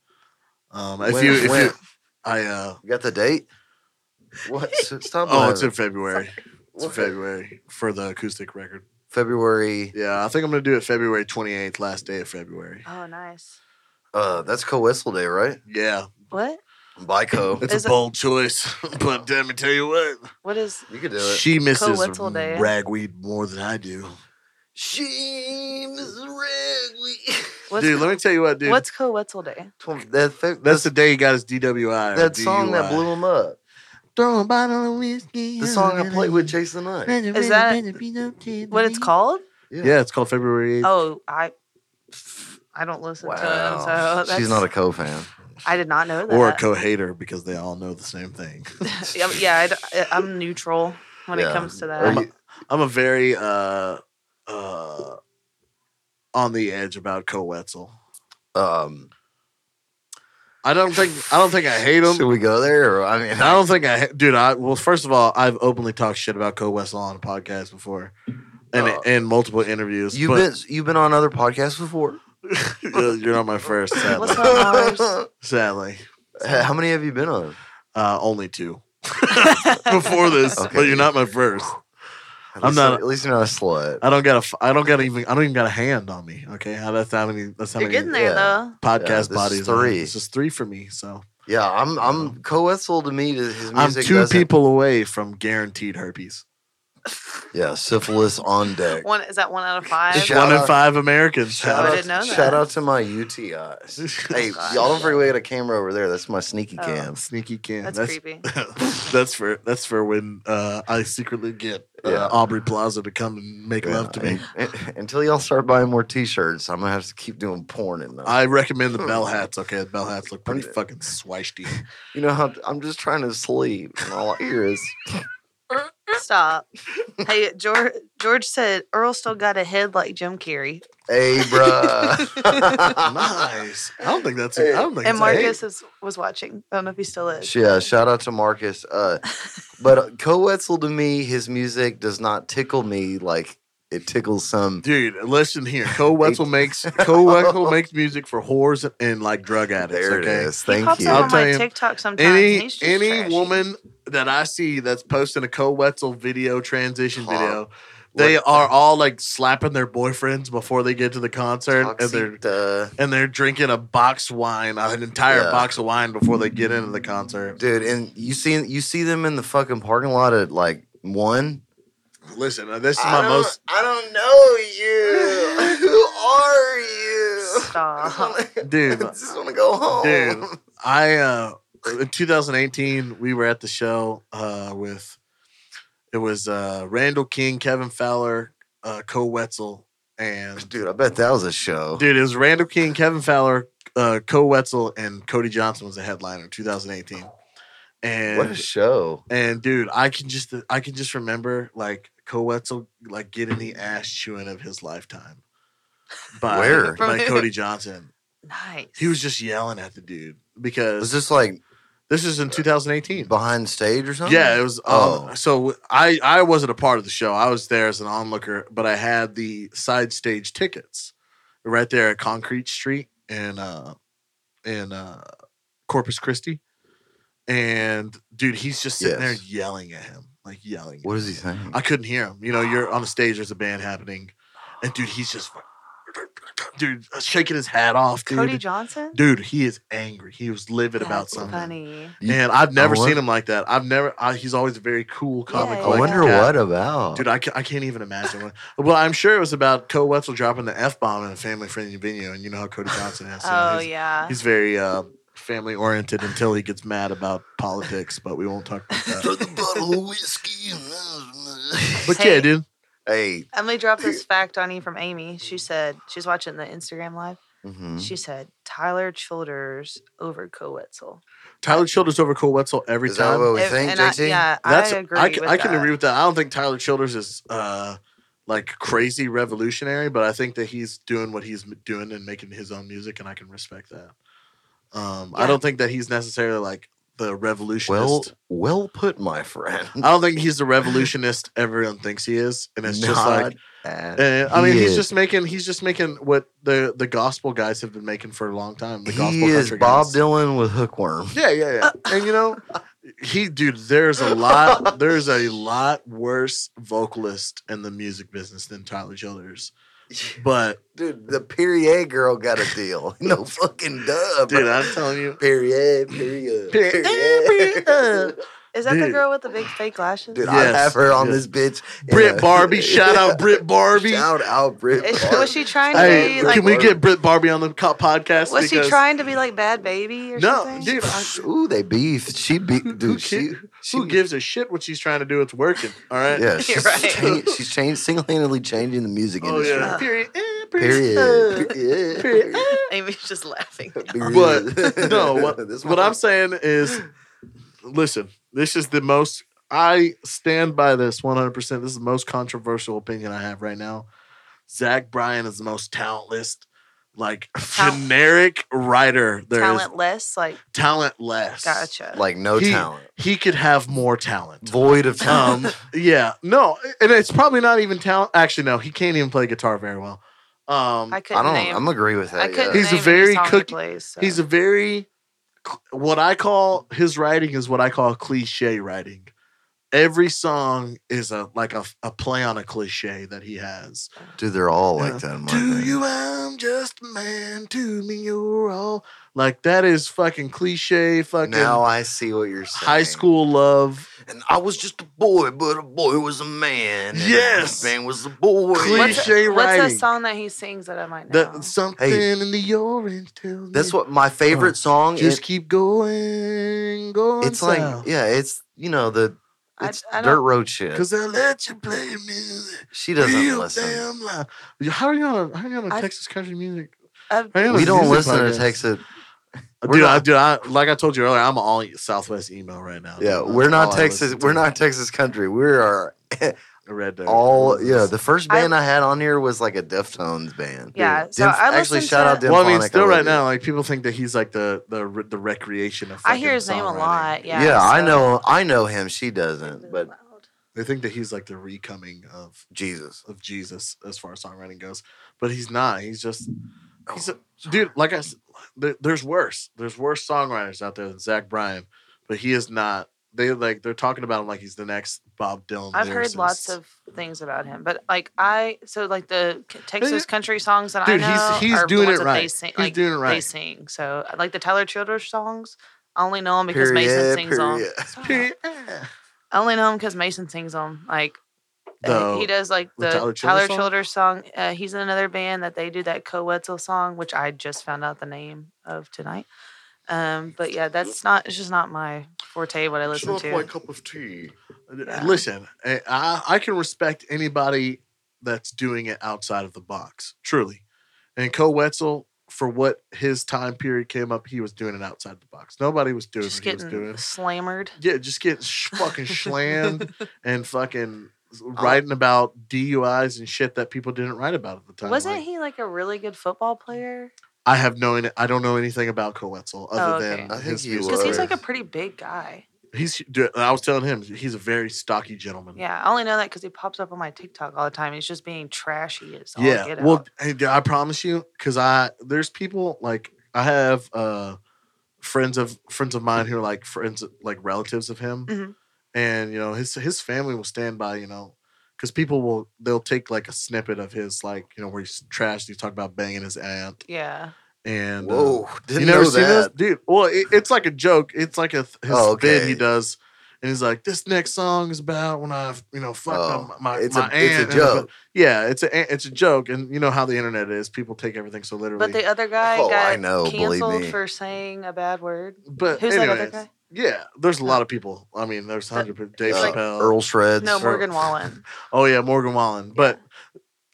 D: Um if
B: When-
D: you if
B: when?
D: you I uh
B: You got the date?
D: [LAUGHS]
B: What? Stop.
D: oh it's
B: laughing.
D: in February. It's in
B: What?
D: February for the acoustic record.
B: February.
D: Yeah, I think I'm gonna do it February twenty eighth, last day of February.
E: oh, nice.
B: Uh, that's Co Whistle Day, right?
D: Yeah.
E: What?
B: By Co.
D: [LAUGHS] It's
E: Is
D: a
E: it-
D: bold choice. [LAUGHS] but let me tell you what.
E: What is?
B: You could do it.
D: She misses
E: Whittle Day.
D: ragweed more than I do.
B: She is [LAUGHS]
E: What's
D: dude, let me tell you what, dude.
E: What's Co Wetzel Day?
B: That, fe-
D: that's the day he got his DWI. or
B: that song that
D: DUI.
B: blew him up.
D: Throw a bottle of whiskey.
B: The song I
D: on
B: played
D: it.
B: with Chase the Night.
E: Is that what it's called?
D: Yeah, it's called February 8th.
E: Oh, I I don't listen to it, [LAUGHS]
D: oh,
E: so that's,
B: She's not a co fan.
E: I did not know that.
D: or a co-hater because they all know the same thing.
E: yeah, yeah, I d- I, am neutral when
B: Yeah.
E: it comes to
B: Are
E: that. [LAUGHS]
B: you-
D: I'm a very uh uh on the edge about co-wetzel.
B: Um,
D: I don't think I don't think I hate
B: Should
D: him.
B: we go there? Or, I mean,
D: I don't think I dude, I well first of all, I've openly talked shit about co-wetzel on a podcast before. And
E: Uh,
B: Oh.
D: in multiple
B: [LAUGHS]
D: interviews.
B: you've
D: but
B: been you've been on other podcasts before.
D: [LAUGHS] you're not my first,
E: [LAUGHS]
D: sadly.
E: What's up? not
D: sadly.
B: [LAUGHS] How many have you been on?
D: Uh
E: [LAUGHS]
D: only two. Before this, but
B: Okay.
D: you're not my first.
B: At
D: I'm
B: least-
D: not-
B: At least you're not a slut.
D: I don't got a. f- I don't got even. I don't even got a hand on me. Okay, how that's how many. That's how
E: You're
D: many
E: getting there
B: yeah.
E: though.
B: Yeah, this
D: podcast
B: is
D: bodies.
B: three.
D: It's just three for me. So
B: Yeah, I'm. I'm co-etzel to me. His music.
D: I'm 2
B: doesn't-
D: people away from guaranteed herpes.
B: Yeah, syphilis on deck.
E: One is that one out of five?
B: Shout
D: One in
B: out-
D: five Americans.
B: Shout
E: I
B: out,
E: didn't know that.
B: shout out to my
D: [LAUGHS]
B: UTIs. hey, y'all don't forget we got a camera over there. That's my sneaky
E: Oh.
B: cam.
D: Sneaky can.
E: That's, creepy.
D: [LAUGHS] that's for that's for when uh, I secretly get uh,
B: Yeah.
D: Aubrey Plaza to come and make
B: Yeah,
D: love to me.
B: and- and- until y'all start buying more T-shirts, I'm gonna have to keep doing porn in them.
D: I recommend the bell hats. Okay, the bell hats
B: [LAUGHS]
D: look pretty
B: Okay. [LAUGHS]
D: fucking swishy.
B: you know how I'm just trying to sleep, and all I hear is
E: Stop. Hey, George. George said Earl still got a head like Jim Carrey,
B: Hey,
E: [LAUGHS]
B: [LAUGHS] bruh.
D: nice. I don't think that's. I don't think.
E: and
D: it's a hate.
E: Marcus is, was watching. I don't know if he still is.
B: yeah, shout out to Marcus. Uh, but Co Wetzel to me, his music does not tickle me like it tickles some.
D: Dude, listen here. Co Wetzel
B: [LAUGHS]
D: makes Co Wetzel makes music for whores and like drug addicts.
B: There
D: okay?
B: it is.
E: he
B: Thank
E: pops
B: you.
D: I'll
E: up on
D: tell
E: my
D: you,
E: TikTok sometimes. and
D: Any
E: he's just
D: any
E: trashy.
D: woman that I see that's posting a Co Wetzel video transition
B: Huh.
D: video, they
B: What-
D: are all like slapping their boyfriends before they get to the concert, and they're
B: Toxita.
D: and they're drinking a box wine, an entire
B: Yeah.
D: box of wine before they get into the concert.
B: Dude, and you see you see them in the fucking parking lot at like one.
D: Listen, uh, this is my most.
B: I don't know
D: [LAUGHS]
B: you. Who are you?
E: Stop.
D: Dude.
B: [LAUGHS] I just want to go home.
D: Dude. I uh in 2018 we were at the show uh with it was uh Randall King, Kevin Fowler, uh Co Wetzel, and
B: Dude, I bet that was a show.
D: dude, it was Randall King, Kevin Fowler, uh Co Wetzel, and Cody Johnson was the headliner in 2018. And
B: what a show.
D: and dude, I can just I can just remember like Co Wetzel like getting the ass chewing of his lifetime.
B: [LAUGHS]
D: By,
B: Where?
D: by Cody Johnson.
E: nice.
D: He was just yelling at the dude
B: Was
D: because
B: this like
D: this is in 2018.
B: behind stage or something?
D: Yeah, it was. Um,
B: Oh.
D: So I I wasn't a part of the show. I was there as an onlooker, but I had the side stage tickets right there at Concrete Street in uh, in uh, Corpus Christi. And dude, he's just sitting
B: Yes.
D: there yelling at him, like yelling.
B: What is he saying?
D: I couldn't hear him. You know, you're on the stage. There's a band happening, and dude, he's just dude shaking his hat off, dude.
E: Cody Johnson?
D: dude, he is angry. He was livid about
E: That's
D: something.
E: funny.
D: And I've never
B: wonder-
D: seen him like that. I've never. I, he's always a very cool comic.
E: Yeah,
B: I
D: like
B: wonder
D: cat.
B: what about.
D: Dude, I, ca- I can't even imagine. What, well, I'm sure it was about Cole Wetzel dropping the f bomb in a family friendly venue, and you know how Cody Johnson is. you know,
E: Oh
D: he's,
E: yeah.
D: he's very uh, family oriented until he gets mad about politics. But we won't talk about
E: [LAUGHS]
D: that.
B: Another bottle of whiskey. uh, and-
D: But yeah,
E: Hey.
D: dude.
B: hey.
E: Emily dropped this fact on you from Amy. She said she's watching the Instagram live.
D: Mm-hmm.
B: mhm.
E: She said Tyler Childers over
D: Oh,
E: Coetzel.
D: Tyler Childers over Cole Wetzel every
B: Is that
D: time.
B: what we
E: Ev-
B: think,
E: and I-
B: JT?
E: yeah, I agree.
D: c-
E: with
D: I can
E: that.
D: agree with that. I don't think Tyler Childers is uh, like crazy revolutionary, but I think that he's doing what he's m- doing and making his own music, and I can respect that. Um, I
E: Yeah.
D: don't think that he's necessarily like the revolutionist.
B: Well, well put, my [LAUGHS] friend.
D: [LAUGHS] I don't think he's the revolutionist everyone thinks he is, and it's just like
B: at
D: eh, I mean,
B: he
D: he's
B: is-
D: just making he's just making what the the gospel guys have been making for a long time. The gospel
B: he is
D: country
B: Bob
D: guys.
B: Dylan with hookworm.
D: Yeah, yeah, [LAUGHS] yeah. And you know, he dude, there's a lot there's a lot worse vocalist in the music business than Tyler
B: [LAUGHS]
D: Childers. But
B: Dude, the Perrier girl got a deal. [LAUGHS] No fucking dub.
D: dude, I'm
B: [LAUGHS]
D: telling you,
B: Perrier, Perrier,
D: Perrier, [LAUGHS]
B: Perrier. [LAUGHS]
E: Is that the
D: Dude.
E: girl with the big fake lashes?
B: Dude,
D: Yes,
B: I have her on this
D: yes.
B: bitch.
D: Brit
B: Yeah. [LAUGHS]
D: Barbie, shout out Brit Barbie.
B: Shout out Brit
E: [LAUGHS]
D: [LAUGHS]
E: Is she-
B: Barbie.
E: was she trying to
D: Hey,
E: be
B: Brit
E: like?
D: [LAUGHS] can we
B: Barbie.
D: get Brit Barbie on the co- podcast?
E: was she
D: Because-
E: trying to be like Bad Baby or [LAUGHS]
D: No,
E: something?
D: dude, [LAUGHS] I,
B: Ooh, they beefed.
D: [LAUGHS]
B: She beat.
D: Who-
B: Dude,
D: who
B: she,
D: cares?
B: she.
D: who gives a shit what she's trying to do? It's working. All right. [LAUGHS]
B: Yeah, she's,
E: right.
B: changed, she's changed, single-handedly changing the music
D: Oh
B: industry.
D: yeah.
E: Uh,
D: Period. Eh,
B: Period. Period. Period.
E: Amy's just
D: [LAUGHS]
E: laughing.
B: [LAUGHS]
D: But [LAUGHS] no, what,
B: This
D: what I'm
B: one-
D: saying is, listen, this is the most. I stand by this 100. percent This is the most controversial opinion I have right now. Zach Bryan is the most talentless, like
E: Tal-
D: generic writer there is.
E: Talentless, like
D: Talentless.
E: gotcha.
B: like no
D: He-
B: talent,
D: He could have more talent.
B: void of talent. [LAUGHS]
D: Um, yeah, no, and it's probably not even talent. Actually, no, he can't even play guitar very well. Um,
E: I [LAUGHS] couldn't
B: I don't.
E: name.
B: I'm agree with that.
E: I couldn't.
B: yeah.
D: He's a
E: name any
D: very
E: song he
D: cook-
E: plays, so.
D: He's a very what I call his writing is what I call cliche writing. Every song is a like a, a play on a cliche that he has.
B: Dude, they're all
D: Yeah.
B: like that. in Oh my
D: To
B: opinion.
D: you, I'm just a man. To me, you're all like that is fucking cliche. Fucking
B: Now I see what you're saying.
D: high school love.
B: and I was just a boy, but a boy was a man. and
D: Yes.
B: a man was a boy.
E: what's,
D: cliche
E: what's a
D: writing.
E: song that he sings that I might know?
D: That something in the orange tells
B: That's
D: me
B: what my favorite
D: Oh,
B: song is.
D: Just keep going, going.
B: It's like,
D: south.
B: yeah, it's you know the
E: I-
B: it's
E: I don't-
B: dirt road shit.
D: Cause I let you play music.
B: She doesn't
D: real
B: listen.
D: damn loud. How are you on? A, how are you on a
E: I-
D: Texas country music?
E: Uh,
D: how are you on
B: We
D: a
B: don't
D: music
B: listen
D: podcast?
B: to Texas.
D: dude.
B: we're
D: I,
B: not-
D: dude, I, like I told you earlier, I'm all Southwest emo right now.
B: Yeah,
D: That's
B: we're
D: all
B: not
D: I
B: Texas.
D: listen to.
B: We're not Texas country. We are
D: A red Dirt.
B: all yeah. The first
E: I-
B: band I, had on here was like a Deftones band.
E: Yeah, so I
B: actually
E: listen
B: shout
E: to-
B: out. Dimphonic,
D: well, I mean, still
B: love
D: right
B: you.
D: now, like people think that he's like the the re- the recreation of.
E: I hear
D: fucking
E: his name a
D: songwriting.
E: lot. Yeah.
B: Yeah, I
E: so-
B: know. I know him. She doesn't. But
D: They think that he's like the recoming of
B: Jesus,
D: of Jesus as far as songwriting goes, but he's not. He's just he's
E: Oh,
B: Oh,
D: a, dude. Like I, s- there, there's worse. There's worse songwriters out there than Zach Bryan, but he is not. They like they're talking about him like he's the next Bob Dylan.
E: I've heard lots
D: lyricist.
E: of things about him, but like I, so like the K- Texas
D: Dude,
E: country songs that
D: dude,
E: I know,
D: he's- he's
E: are the
D: doing
E: ones
D: it
E: that They
D: right.
E: sing,
D: He's
E: like,
D: doing it
E: They
D: right.
E: sing. So like the Tyler Childers songs, I only know them because
B: Period,
E: Mason sings them.
B: period. [LAUGHS]
E: Stop. I only know him because Mason sings them. Like uh,
D: The-
E: he does like
D: the
E: the
D: Tyler
E: Tyler
D: Childers
E: Childers,
D: song?
E: song. Uh, he's in another band that they do that Coetzel song, which I just found out the name of tonight. Um, but yeah, that's not. It's just not my forte. What I listen to.
B: cup of tea.
E: Yeah.
D: Uh, Listen, I- I, I can respect anybody that's doing it outside of the box, truly. And Cole Wetzel, for what his time period came up, he was doing it outside the box. Nobody was doing
E: just
D: what he was
E: getting
D: doing.
E: slammered.
D: Yeah, just getting sh-
E: [LAUGHS]
D: fucking slammed and fucking
E: Oh.
D: writing about DUIs and shit that people didn't write about at the time.
E: Wasn't
D: Like,
E: he like a really good football player?
D: I have no, in- I don't know anything about Cole Wetzel other
E: Oh, okay.
D: than
B: I think
D: his
B: he
D: music
E: Because he's like a
D: career.
E: pretty big guy.
D: he's. dude, I was telling him he's a very stocky gentleman.
E: Yeah, I only know that because he pops up on my TikTok all the time. He's just being trashy. It's all
D: yeah
E: Oh, Get
D: well
E: out.
D: hey, dude, i promise you because i there's people like i have uh friends of friends of mine who are like friends like relatives of him
E: Mhm.
D: and you know his his family will stand by you know because people will they'll take like a snippet of his like you know where he's trashed. He's talking about banging his aunt
E: Yeah.
D: and uh,
B: Whoa, didn't
D: you never
B: know
D: seen
B: that.
D: this, dude? Well, it, it's like a joke. It's like a th- his
B: Oh,
D: bit
B: okay.
D: he does, and he's like, "This next song is about when I've you know fucked
B: Oh,
D: up my
B: it's a-
D: my
B: it's a
D: aunt." and- [LAUGHS]
B: joke.
D: yeah, it's a it's a joke, and you know how the internet is. People take everything so literally.
E: But the other guy
B: Oh,
E: got
B: I know, believe
E: canceled
B: me.
E: for saying a bad word.
D: But
E: Who's that other
D: anyways,
E: guy? Oh.
D: Yeah, there's a lot of people. I mean, there's hundred people. Dave
B: Uh,
D: Chappelle.
B: Earl Shreds.
E: No,
D: Sir-
E: Morgan Wallen.
D: Oh yeah, Morgan Wallen. But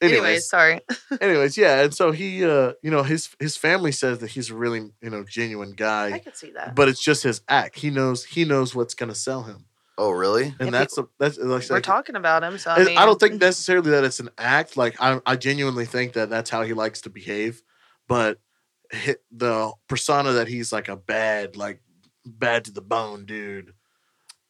E: Anyways,
D: [LAUGHS] anyways,
E: sorry.
D: anyways, yeah. And so he, uh, you know, his his family says that he's a really you know genuine
E: I
D: guy,
E: could see that.
D: but it's just his act. He knows he knows what's gonna sell him,
B: Oh, really?
D: and
E: And
D: that's a, that's like
E: We're talking about him, so I,
D: I,
E: mean,
D: I don't think necessarily that it's an act. Like I, I genuinely think that that's how he likes to behave, but hit the persona that he's like a bad, like bad to the bone dude.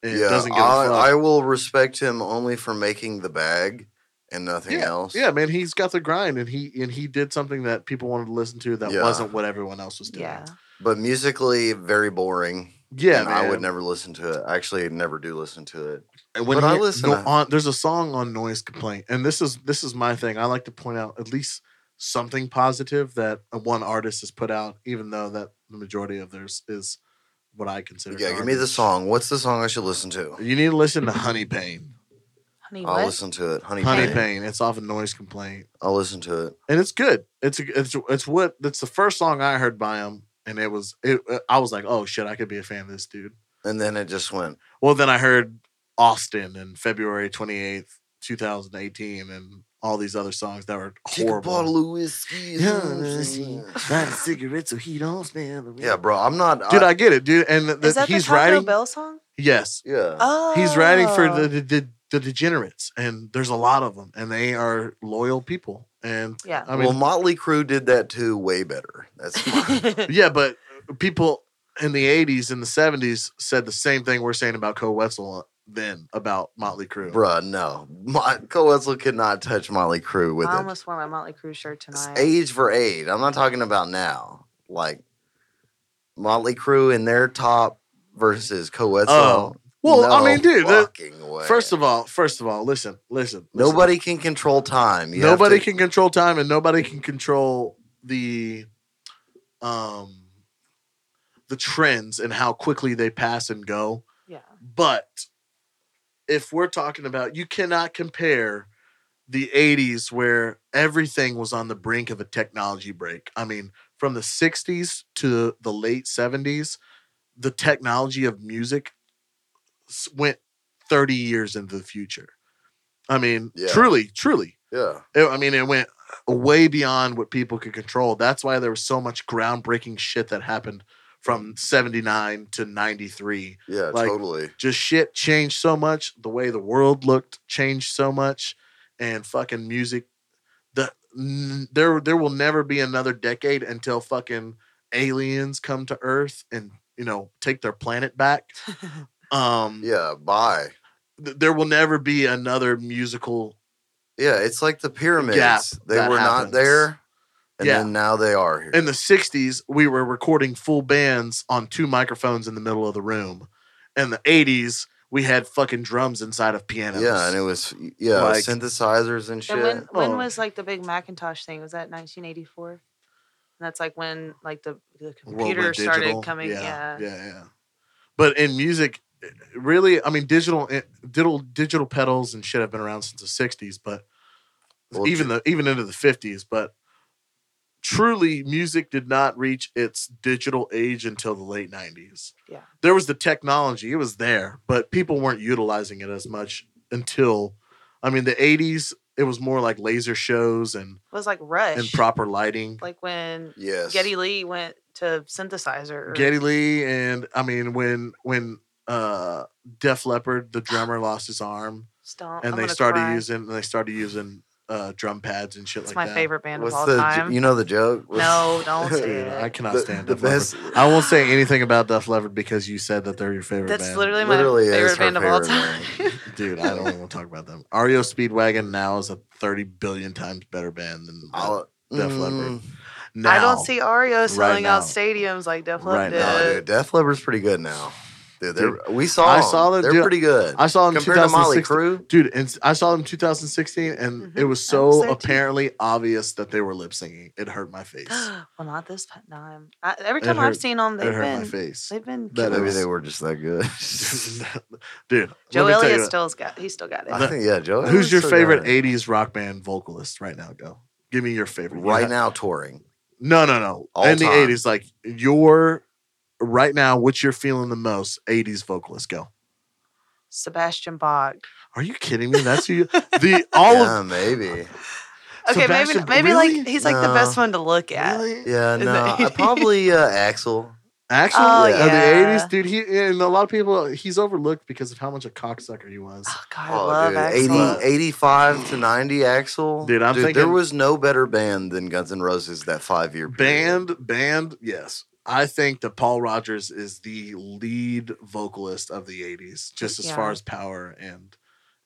D: It
B: yeah,
D: doesn't give a fuck.
B: I, I will respect him only for making the bag and nothing else.
D: Yeah, man, he's got the grind, and he and he did something that people wanted to listen to that
B: Yeah.
D: wasn't what everyone else was doing.
E: Yeah.
B: But musically, very boring.
D: yeah,
B: and
D: man.
B: I would never listen to it. Actually, never do listen to it.
D: And when
B: but I
D: he-
B: listen
D: no,
B: to-
D: on, there's a song on noise complaint, and this is this is my thing. I like to point out at least something positive that one artist has put out, even though that the majority of theirs is what I consider.
B: Yeah, give me the
D: garbage.
B: song. What's the song I should listen to?
D: You need to listen to Honey Pain.
E: Honey,
B: I'll
E: what?
B: listen to it. Honey,
D: Honey
B: Pain.
D: Pain. It's off a noise complaint.
B: I'll listen to it.
D: and it's good. It's it's it's what that's the first song I heard by him, and it was it. I was like, oh shit, I could be a fan of this dude.
B: And then it just went.
D: Well, then I heard Austin in February twenty eighth, two thousand eighteen, and all these other songs that were
B: Take a
D: horrible.
B: bottle of whiskey.
D: Light a cigarette so he don't smell the
B: yeah, bro. I'm not.
D: dude, I get it, dude. And the,
E: Is that
D: he's
E: the Taco
D: writing.
E: Bell Oh. song?
D: Yes,
B: yeah.
E: Oh,
D: he's writing for the, the the the degenerates, and there's a lot of them, and they are loyal people. And
E: Oh, Yeah.
D: [LAUGHS] I mean,
B: well, Motley Crue did that too, way better. That's
E: [LAUGHS]
B: fine.
D: yeah, but people in the '80s and the '70s said the same thing we're saying about Cole Wetzel uh, then about Motley Crue.
B: Bruh, no. Mo- Cole Wetzel could not touch Molly Crew with
E: I
B: it.
E: almost wore my Motley Crue shirt
B: It's
E: tonight.
B: age for age. I'm not talking about now. Like Motley Crue in their top versus Coetzel.
D: Oh. Well, I mean, dude, the- First
B: all,
D: of all, first of all, listen, listen. listen.
B: nobody can control time. You have
D: nobody
B: to-
D: can control time, and nobody can control the, um, the trends and how quickly they pass and go.
E: Yeah.
D: But if we're talking about, you cannot compare the 80s where everything was on the brink of a technology break. I mean, from the 60s to the late 70s, the technology of music s- went 30 years into the future. I mean,
B: Yeah.
D: truly, truly.
B: Yeah.
D: It- I mean, it went way beyond what people could control. That's why there was so much groundbreaking shit that happened from 79 to 93
B: Yeah.
D: Like-
B: totally.
D: just shit changed so much. The way the world looked changed so much, and fucking music. The n- there there will never be another decade until fucking aliens come to Earth and you know take their planet back. Um,
B: Yeah. Bye.
D: th- there will never be another musical.
B: Yeah. It's like the pyramids.
D: Gap
B: they
D: that
B: were not
D: happens.
B: there, and
D: Yeah.
B: then now they are here.
D: In the '60s, we were recording full bands on two microphones in the middle of the room. In the '80s, we had fucking drums inside of pianos.
B: yeah, and it was yeah
D: Like-
B: synthesizers and shit.
E: And when when
D: Oh.
E: was like the big Macintosh thing? Was that 1984? And that's like when like the, the
D: World went
E: computer started
D: digital.
E: coming. Yeah.
D: yeah, yeah, yeah. But in music, it- really, I mean, digital, it- digital, digital pedals and shit have been around since the '60s, but
B: Well,
D: even the even into the '50s. But truly, music did not reach its digital age until the late '90s.
E: Yeah.
D: there was the technology; it was there, but people weren't utilizing it as much until, I mean, the '80s. It was more like laser shows and
E: It was like Rush.
D: and proper lighting.
E: like when
B: yes.
E: Getty Lee went to synthesizer. or-
D: Geddy Lee and I mean when when uh Def
E: [SIGHS]
D: Leppard the drummer lost his arm
E: Stomp.
D: and
E: I'm
D: they
E: gonna
D: started
E: cry.
D: using and they started using uh drum pads and shit
E: It's
D: like
E: my
D: that.
E: favorite band
B: What's
E: of all
B: the
E: time.
B: you know the joke? What's-
E: no, don't
B: [LAUGHS]
D: Dude,
E: say it.
D: I cannot
B: the,
D: stand
B: the
D: Def Leppard.
B: best.
D: I won't say anything about Def Leppard because you said that they're your favorite
E: That's
D: band.
E: literally my
B: Literally is her
E: favorite band of all
B: favorite
E: time.
D: Dude, I don't even want to talk about them. REO Speedwagon now is a 30 billion times better band than
B: I'll-
D: Def
B: mm,
D: Leppard.
E: [LAUGHS]
D: now.
E: I don't see Ario selling
D: now.
E: out stadiums like Def
D: Right
E: Leppard
D: now,
B: No,
E: did.
B: dude, Def Leppard's pretty good now. Dude, they're, we saw.
D: I
B: them.
D: saw them,
B: They're
D: dude.
B: pretty good.
D: I saw him
B: Compared to Molly
D: 2016
B: Crew,
D: dude. And I saw them 2016, and
E: Mhm.
D: it was
E: I was
D: so
E: there, too.
D: apparently obvious that they were lip syncing. It hurt my face.
E: [GASPS] well, not this time. I, every
D: It
E: time I've
D: hurt-
E: seen them,
D: it
E: they've
D: hurt my
E: been
D: face,
E: they've been.
D: That
E: killers.
B: maybe
D: was-
B: they were just that good.
D: [LAUGHS] dude.
E: Joe
D: let me tell
E: Elliott
D: you-
E: still's got he still got it.
B: I think yeah, Joe.
D: Who's your
B: Elliott
D: favorite
B: still got it.
D: 80s rock band vocalist right now? Go. Give me your favorite. You
B: right
D: have-
B: now touring?
D: No, no, no.
B: All
D: In the
B: time.
D: 80s, like your right now, what you're feeling the most, 80s vocalist. Go.
E: Sebastian Bach.
D: Are you kidding me? That's who you, the
B: [LAUGHS]
D: all
B: yeah,
D: of
B: maybe.
E: Okay,
D: Sebastian-
E: maybe maybe like
D: really?
E: he's like the
B: No.
E: best one to look at.
D: really?
B: Yeah,
E: Is
B: no,
D: [LAUGHS]
E: it-
B: I probably uh, Axel.
D: Actually,
E: Oh,
D: of
E: yeah.
D: the 80s, dude, he and a lot of people he's overlooked because of how much a cocksucker he was.
E: Oh God, I
B: Oh,
E: love
B: dude,
E: Axl.
B: 80, 85 to 90 Axel.
D: Dude, I'm
B: there
D: thinking-
B: was no better band than Guns N' Roses that five year
D: Band, band, yes. I think that Paul Rogers is the lead vocalist of the 80s, just as
E: Yeah.
D: far as power and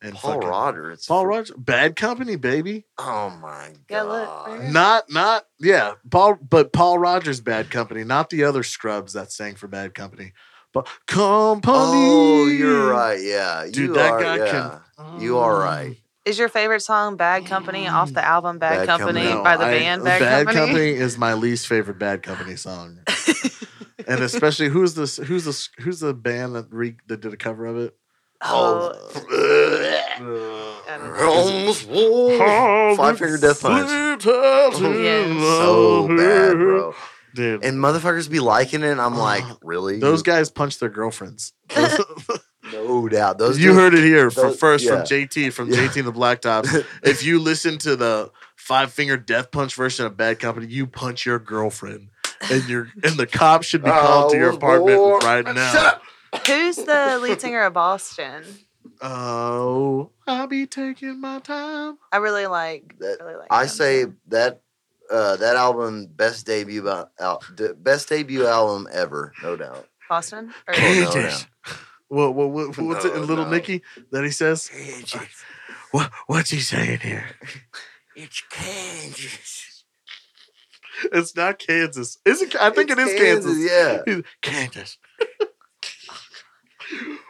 D: and
B: Paul
D: fucking-
B: Rodgers.
D: Paul Rogers, Bad Company, baby.
B: Oh my god.
E: Yeah, look, right here.
D: Not, not, yeah, Paul, but Paul Rogers, Bad Company, not the other scrubs that sang for Bad Company. But Company.
B: Oh, you're right. Yeah,
D: Dude,
B: you
D: that
B: are,
D: guy
B: yeah. You are right.
E: Is your favorite song "Bad Company" off the album "Bad,
B: Bad
E: Company"
B: Company.
E: by the
D: I-
E: band Bad, Company?
D: is my least favorite Bad Company song, and especially who's this? Who's this? Who's the band that re, that did a cover of it?
E: [LAUGHS] oh, I don't know.
B: Helms Wolf. Five Finger Death Punch. Oh, So
D: So
B: bad, bro.
D: dude.
B: And motherfuckers be liking it. And I'm
D: [SIGHS]
B: like,
D: Oh,
B: really?
D: those guys punch their girlfriends.
B: No doubt. Those
D: you
B: dudes-
D: heard it here for
B: those-
D: first
B: yeah.
D: from JT from
B: Yeah.
D: JT and
B: [LAUGHS]
D: the Blacktops. if you listen to the Five Finger Death Punch version of Bad Company, you punch your girlfriend, and your and the
B: [LAUGHS]
D: cops should be called to your
B: Oh,
D: apartment
B: boy.
D: right now.
B: Shut up.
E: Who's the lead singer of Boston?
D: Oh, I'll be taking my time.
E: I really like.
B: That-
E: really like
B: I
E: them.
B: say that uh, that album best debut al- al- de- best debut album ever, no doubt.
E: Boston. Or-
B: Hey. no,
D: Cages. What, what, what, what's it
B: No,
D: in Little
B: no.
D: Nicky that he says? What, what's he saying
B: [LAUGHS]
D: here?
B: It's Kansas.
D: It's not Kansas. Is it? I think it's Kansas.
B: Yeah.
D: He's- Kansas.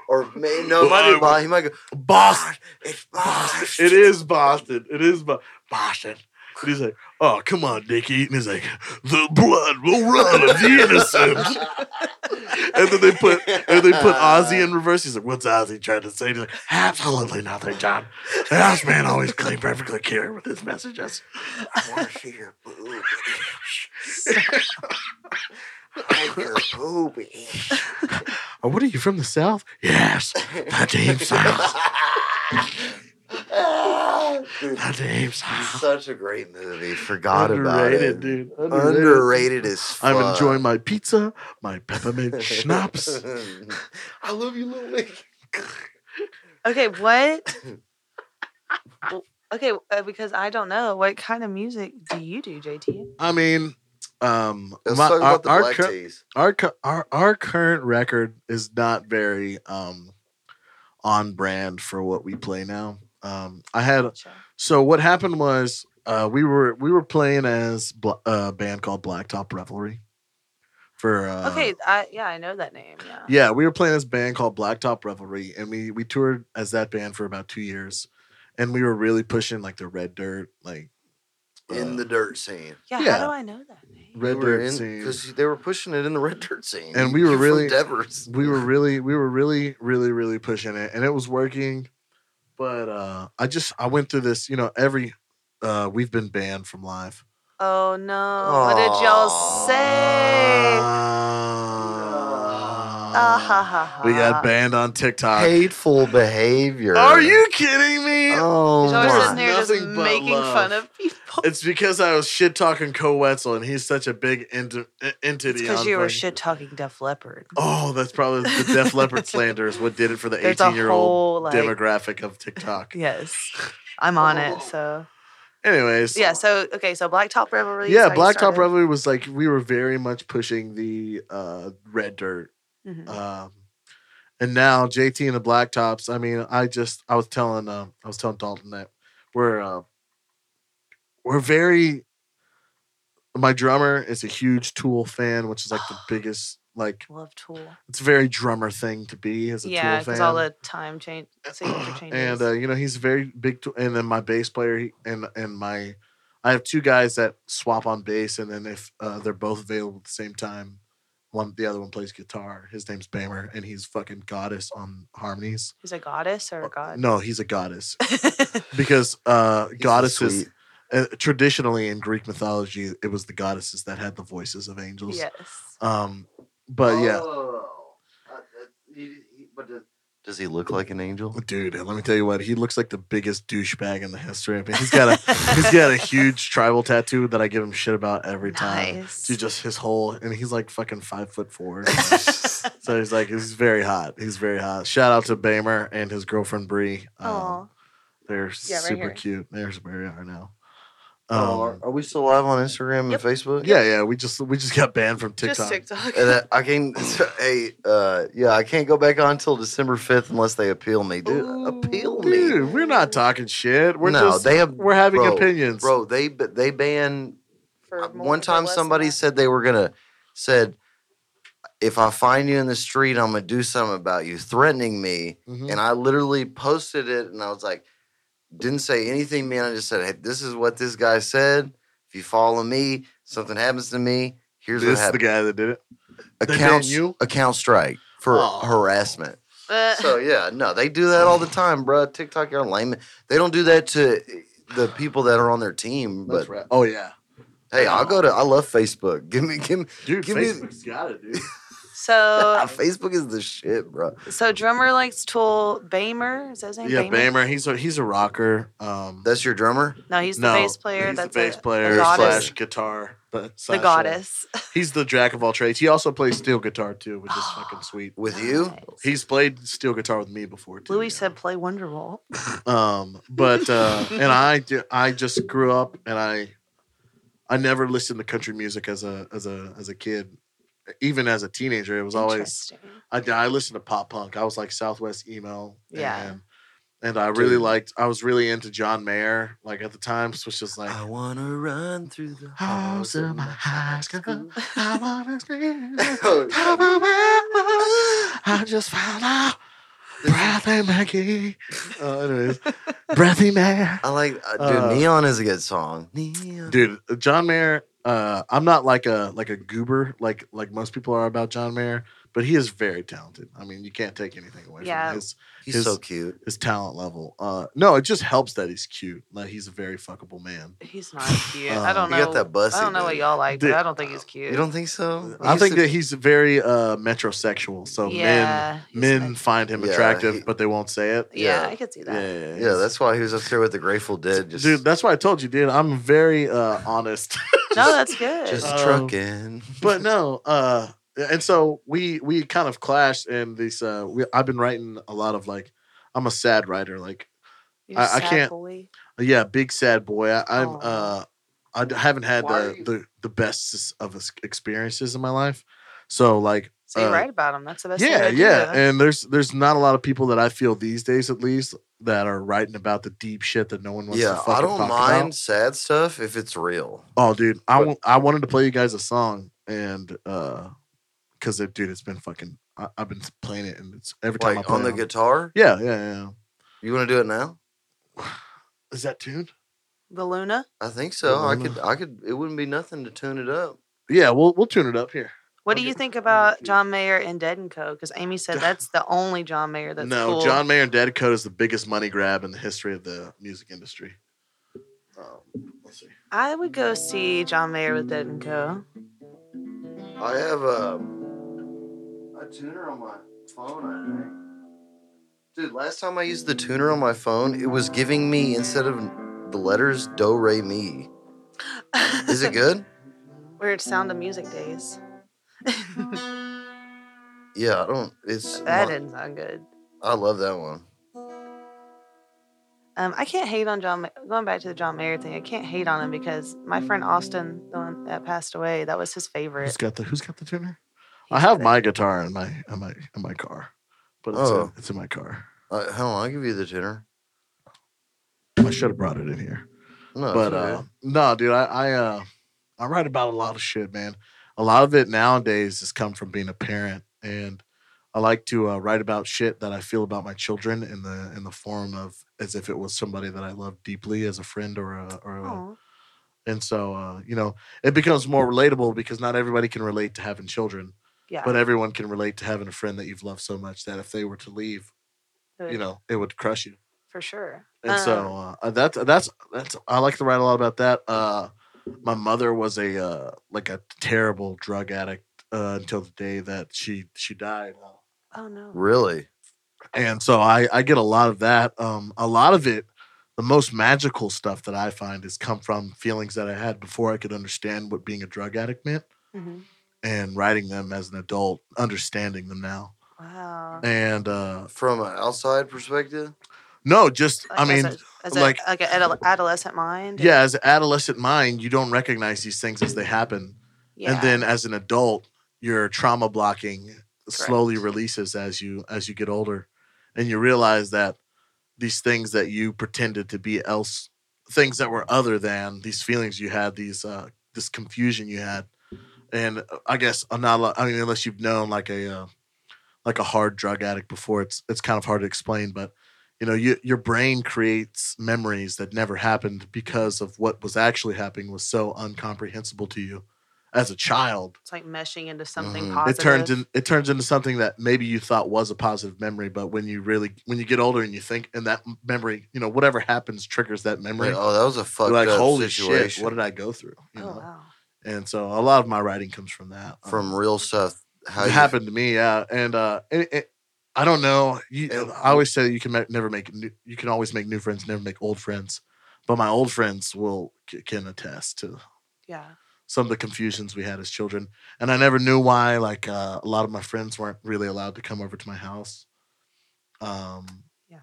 B: Or may, no, it might be
D: Well,
B: Bob. He might go.
D: Boston.
B: It's Boston.
D: [LAUGHS]
B: [LAUGHS]
D: It is Boston. It is Bo- Boston. And he's like, oh, come on, Nicky. And he's like, the blood will run of the innocent. and then they put and they put Ozzy in reverse. He's like, "What's Ozzy trying to say?" He's like, "Absolutely nothing, John. The house man always claimed perfectly clear with his messages."
B: I want to see your [LAUGHS] boobies. I like your boobies.
D: Oh, what are you from the south? Yes, the deep
B: [LAUGHS]
D: [LAUGHS] south.
B: Dude,
D: The deep south.
B: Such a great movie. Forgot about
D: Underrated,
B: it.
D: dude.
B: Underrated as fuck. [LAUGHS]
D: I'm enjoying my pizza, my peppermint schnapps.
B: I love you, little Nicky.
E: Okay, what? okay, uh, because I don't know what kind of music do you do, JT?
D: I mean, um,
B: Let's
D: my-
B: talk
D: our,
B: about the
D: our
B: black
D: cur-
B: teas.
D: our cu- our our current record is not very um on brand for what we play now. Um, I had
E: Sure.
D: so what happened was uh, we were we were playing as bl- a band called Blacktop Revelry for uh,
E: Okay, I yeah, I know that name. Yeah.
D: yeah we were playing this band called Blacktop Revelry and we we toured as that band for about two years and we were really pushing like the Red Dirt like
B: in the dirt scene.
E: yeah.
D: yeah.
E: How do I know that name?
D: Red Dirt scene.
B: because they were pushing it in the red dirt scene,
D: And we were
B: You're from
D: really-
B: Devers.
D: we were really we were really really really pushing it and it was working but uh i just i went through this you know every uh we've been banned from live
E: Oh no! What did y'all say? Ah, ha, ha, ha.
D: we got banned on tiktok
B: hateful behavior.
D: are you kidding me
B: Oh
E: He's always
D: There's
E: sitting there just
D: nothing but
E: making
D: love.
E: fun of people.
D: [LAUGHS] it's because i was shit talking co wetzel and he's such a big ent- e-, entity
E: Because
D: on
E: you were
D: fucking-
E: shit talking Def Leppard.
D: oh that's probably the def leopard slander is what did it for the
E: There's a
D: 18 year old
E: whole, like-
D: demographic
E: [LAUGHS]
D: of tiktok [LAUGHS]
E: Yes, I'm on
D: Oh.
E: it. So
D: anyways
E: yeah. So okay. So Blacktop Revelry.
D: yeah, Blacktop Revelry was like we were very much pushing the uh, red dirt,
E: Mm-hmm.
D: um, and now JT and the Blacktops. I mean, I just I was telling uh, I was telling Dalton that we're uh, we're
E: [GASPS]
D: very. My drummer is a huge Tool fan, which is like the biggest Like
E: Love Tool.
D: it's a very drummer thing to be as a
E: Yeah,
D: Tool
E: because
D: fan.
E: all the time change signature changes.
D: [CLEARS THROAT] and uh, you know he's a very big. Tool, and then my bass player he, and and my, I have two guys that swap on bass, and then if uh, they're both available at the same time, one the other one plays guitar. His name's Bamer, and he's fucking goddess on harmonies.
E: He's a goddess or a god.
D: No, he's a goddess because uh, goddesses
B: Sweet.
D: uh, traditionally in Greek mythology, it was the goddesses that had the voices of angels.
E: yes.
D: Um, but yeah,
B: Oh, uh, uh, he- he- but does- Does he look like an angel?
D: dude, and let me tell you what, he looks like the biggest douchebag in the history. I mean, he's got a he's got a huge tribal tattoo that I give him shit about every time.
E: Nice.
D: Dude, just his whole, and he's like fucking five foot
E: [LAUGHS]
D: four. so he's like, he's very hot. He's very hot. Shout out to Bamer and his girlfriend Bree.
E: Aw.
D: Um, they're
E: Yeah, right
D: super
E: here.
D: cute. There's where they are now.
B: Oh, are,
D: Um,
B: are we still live on Instagram
E: Yep.
B: and Facebook?
D: yeah, yeah, we just we just got banned from TikTok.
E: Just TikTok.
B: And uh, I- I [LAUGHS] can, hey, uh, yeah, I can't go back on until December fifth unless they appeal me, dude. appeal me,
D: Dude, we're not talking shit. We're
B: No,
D: just
B: they have-
D: we're having
B: bro,
D: opinions.
B: bro. They b- they ban.
E: [LAUGHS] for more-
B: One
E: for
B: time,
E: less than
B: somebody
E: that.
B: said they were gonna said, if I find you in the street, I'm gonna do something about you, threatening me.
D: Mhm.
B: And I literally posted it, and I was like, didn't say anything, man. I just said, hey, this is what this guy said. If you follow me, something happens to me. Here's
D: this
B: what
D: is the
B: happened.
D: guy that did it. They
B: Account
D: ban you?
B: account strike for
D: Oh.
B: harassment.
E: Uh,
D: [LAUGHS]
B: so yeah, no, they do that all the time, bro. TikTok, you're lame. They don't do that to the people that are on their team. But
D: That's right. Oh yeah,
B: hey, I'll go to. I love Facebook. [LAUGHS] Give me, give me.
D: dude.
B: Give me-
D: Facebook's got it, dude. [LAUGHS] Uh,
E: so
B: [LAUGHS] Facebook is the shit, bro.
E: so drummer likes Tool. Bamer is that his name?
D: yeah, Bamer. He's a he's a rocker. Um,
B: That's your drummer.
E: No, he's the
D: no,
E: bass player.
D: He's
E: that's
D: the bass
E: a,
D: player
E: The goddess.
D: slash guitar. but
E: The
D: slash, uh,
E: goddess.
D: he's the jack of all trades. He also plays steel guitar too, which is
E: [GASPS]
D: fucking sweet.
B: With you,
E: [LAUGHS] Nice.
D: He's played steel guitar with me before too.
E: Louis
D: yeah.
E: said, "Play Wonderwall."
D: um
E: [LAUGHS]
D: but uh and i ju- i just grew up and i i never listened to country music as a as a as a kid even as a teenager it was always
E: Interesting.
D: I, I listened to pop punk i was like southwest emo
E: Yeah.
D: and, and i really
B: Dude.
D: liked i was really into john mayer like at the time so it's just like
B: I wanna run through the
D: Halls of Oh, my high school. I wanna scream.
B: [LAUGHS] Oh,
D: [LAUGHS] I just found out Breathy Maggie. Uh, anyways, Breathy Mayer.
B: I like, uh, dude.
D: Uh,
B: Neon is a good song. Neon.
D: [LAUGHS] dude john mayer uh i'm not like a like a goober like like most people are about john mayer but he is very talented i mean you can't take anything away
E: Yeah.
D: from his
B: He's
D: his-
B: so cute.
D: his talent level uh no it just helps that he's cute like he's a very fuckable man
E: He's not cute. I
D: Um,
E: don't know.
B: You got that bussy,
E: I don't know what
B: dude.
E: y'all like, but
D: Dude,
E: I don't think he's cute.
B: You don't think so?
D: i
B: Oh, He's
D: think
B: a-
D: that he's very uh metrosexual so
E: Yeah, he's
D: men men
E: met-
D: find him
B: Yeah,
D: attractive
B: he-
D: but they won't say it
E: yeah,
B: yeah.
E: I could see that.
D: yeah yeah, yeah,
B: yeah. That's why he was up there with the Grateful Dead. Just,
D: dude that's why i told you dude i'm very uh honest [LAUGHS]
E: no, that's good.
B: just
D: Um,
B: trucking.
D: but no uh and so we we kind of clashed and these uh we, i've been writing a lot of like i'm a sad writer like
E: You're
D: I-
E: a
D: I
E: sad
D: can't-
E: Boy.
D: yeah big sad boy I, i'm
E: Aw.
D: uh i d- haven't had
B: Why are
D: the,
B: you-
D: the the best of ex- experiences in my life so like
E: So you
D: uh,
E: write about him. That's the best.
D: yeah
E: thing to
D: yeah
E: Do.
D: and there's there's not a lot of people that i feel these days at least that are writing about the deep shit that no one wants to
B: Yeah,
D: fucking
B: I don't
D: talk
B: mind
D: about.
B: sad stuff if it's real.
D: oh dude i
B: But-
D: want i wanted to play you guys a song and uh because dude it's been fucking I, i've been playing it and it's every time
B: Like
D: i play
B: on the
D: it, I'm-
B: guitar.
D: Yeah, yeah, yeah.
B: You want to do it now?
D: Is that tuned?
E: the Luna.
B: I think so. I
D: Luna.
B: could. I could. It wouldn't be nothing to tune it up.
D: Yeah, we'll we'll tune it up here.
E: What
D: Okay.
E: do you think about
D: see.
E: John Mayer and Dead and Co? Because Amy said that's the only John Mayer that's
D: no,
E: cool.
D: John Mayer and Dead Code is the biggest money grab in the history of the music industry. Um, let's see.
E: I would go see John Mayer with Dead and Co.
B: I have a a tuner on my phone. I think. Dude, last time I used the tuner on my phone, it was giving me instead of the letters do re mi.
E: [LAUGHS]
B: Is it
D: [LAUGHS]
B: good?
E: We're at Sound of Music days.
B: Yeah, I don't. It's.
E: That
B: not-
E: didn't sound good.
B: I love that one.
E: Um, I can't hate on John. Ma- Going back to the John Mayer thing, I can't hate on him because my friend Austin, the one that passed away, that was his
D: Who's
E: favorite.
D: got the Who's got the tuner?
E: He
D: I have
E: said-
D: my guitar in my in my in my car, but it's,
B: Oh.
D: in, it's in my car.
B: Uh, hold on, I'll give you the tuner.
D: I should have brought it in here,
B: No, it's
D: but
B: all
D: uh,
B: good.
D: no, dude, I I, uh, I write about a lot of shit, man. a lot of it nowadays has come from being a parent, and I like to uh, write about shit that I feel about my children in the in the form of as if it was somebody that I love deeply as a friend or a, or a,
E: Aw.
D: and so uh, you know it becomes more relatable because not everybody can relate to having children
E: Yeah.
D: but everyone can relate to having a friend that you've loved so much that if they were to leave
E: good,
D: you know it would crush you
E: for sure.
D: and
E: Um,
D: so uh, that's that's that's i like to write a lot about that uh, my mother was a uh, like a terrible drug addict uh, until the day that she she died
E: oh no.
B: Really?
D: and so I, I get a lot of that. Um, a lot of it, the most magical stuff that I find is come from feelings that I had before I could understand what being a drug addict meant,
E: Mhm.
D: and writing them as an adult, understanding them now.
E: Wow.
D: And uh,
B: From an outside perspective?
D: no, just I
E: Like,
D: mean,
E: as a, as a-
D: like-
E: like an adole- adolescent mind. and-
D: yeah, as an adolescent mind, you don't recognize these things as they happen,
E: yeah.
D: and then as an adult, your trauma blocking slowly releases as you as you get older, and you realize that these things that you pretended to be else things that were other than these feelings you had these uh this confusion you had and uh, i guess i'm not lo- i mean unless you've known like a uh, like a hard drug addict before it's it's kind of hard to explain but you know you, your brain creates memories that never happened because of what was actually happening was so uncomprehensible to you as a child
E: it's like meshing into something
B: Mhm.
E: positive.
D: Mm-hmm. it turns in it turns into something that maybe you thought was a positive memory, but when you really when you get older and you think and that m- memory, you know, whatever happens triggers that memory.
B: Like, oh, that was a
D: You're
B: fucked
D: like,
B: up
D: holy
B: situation.
D: shit, what did I go through? You
E: Oh
D: know?
E: wow.
D: And so a lot of my writing comes from that. Um,
B: From real stuff. How
D: it
B: you-
D: happened to me, yeah. And uh, it, it, I don't know. You,
B: And-
D: I always say that you can ma- never make new, you can always make new friends, never make old friends. But my old friends will c- can attest to
E: Yeah.
D: some of the confusions we had as children and i never knew why like uh, a lot of my friends weren't really allowed to come over to my house um
E: Yeah.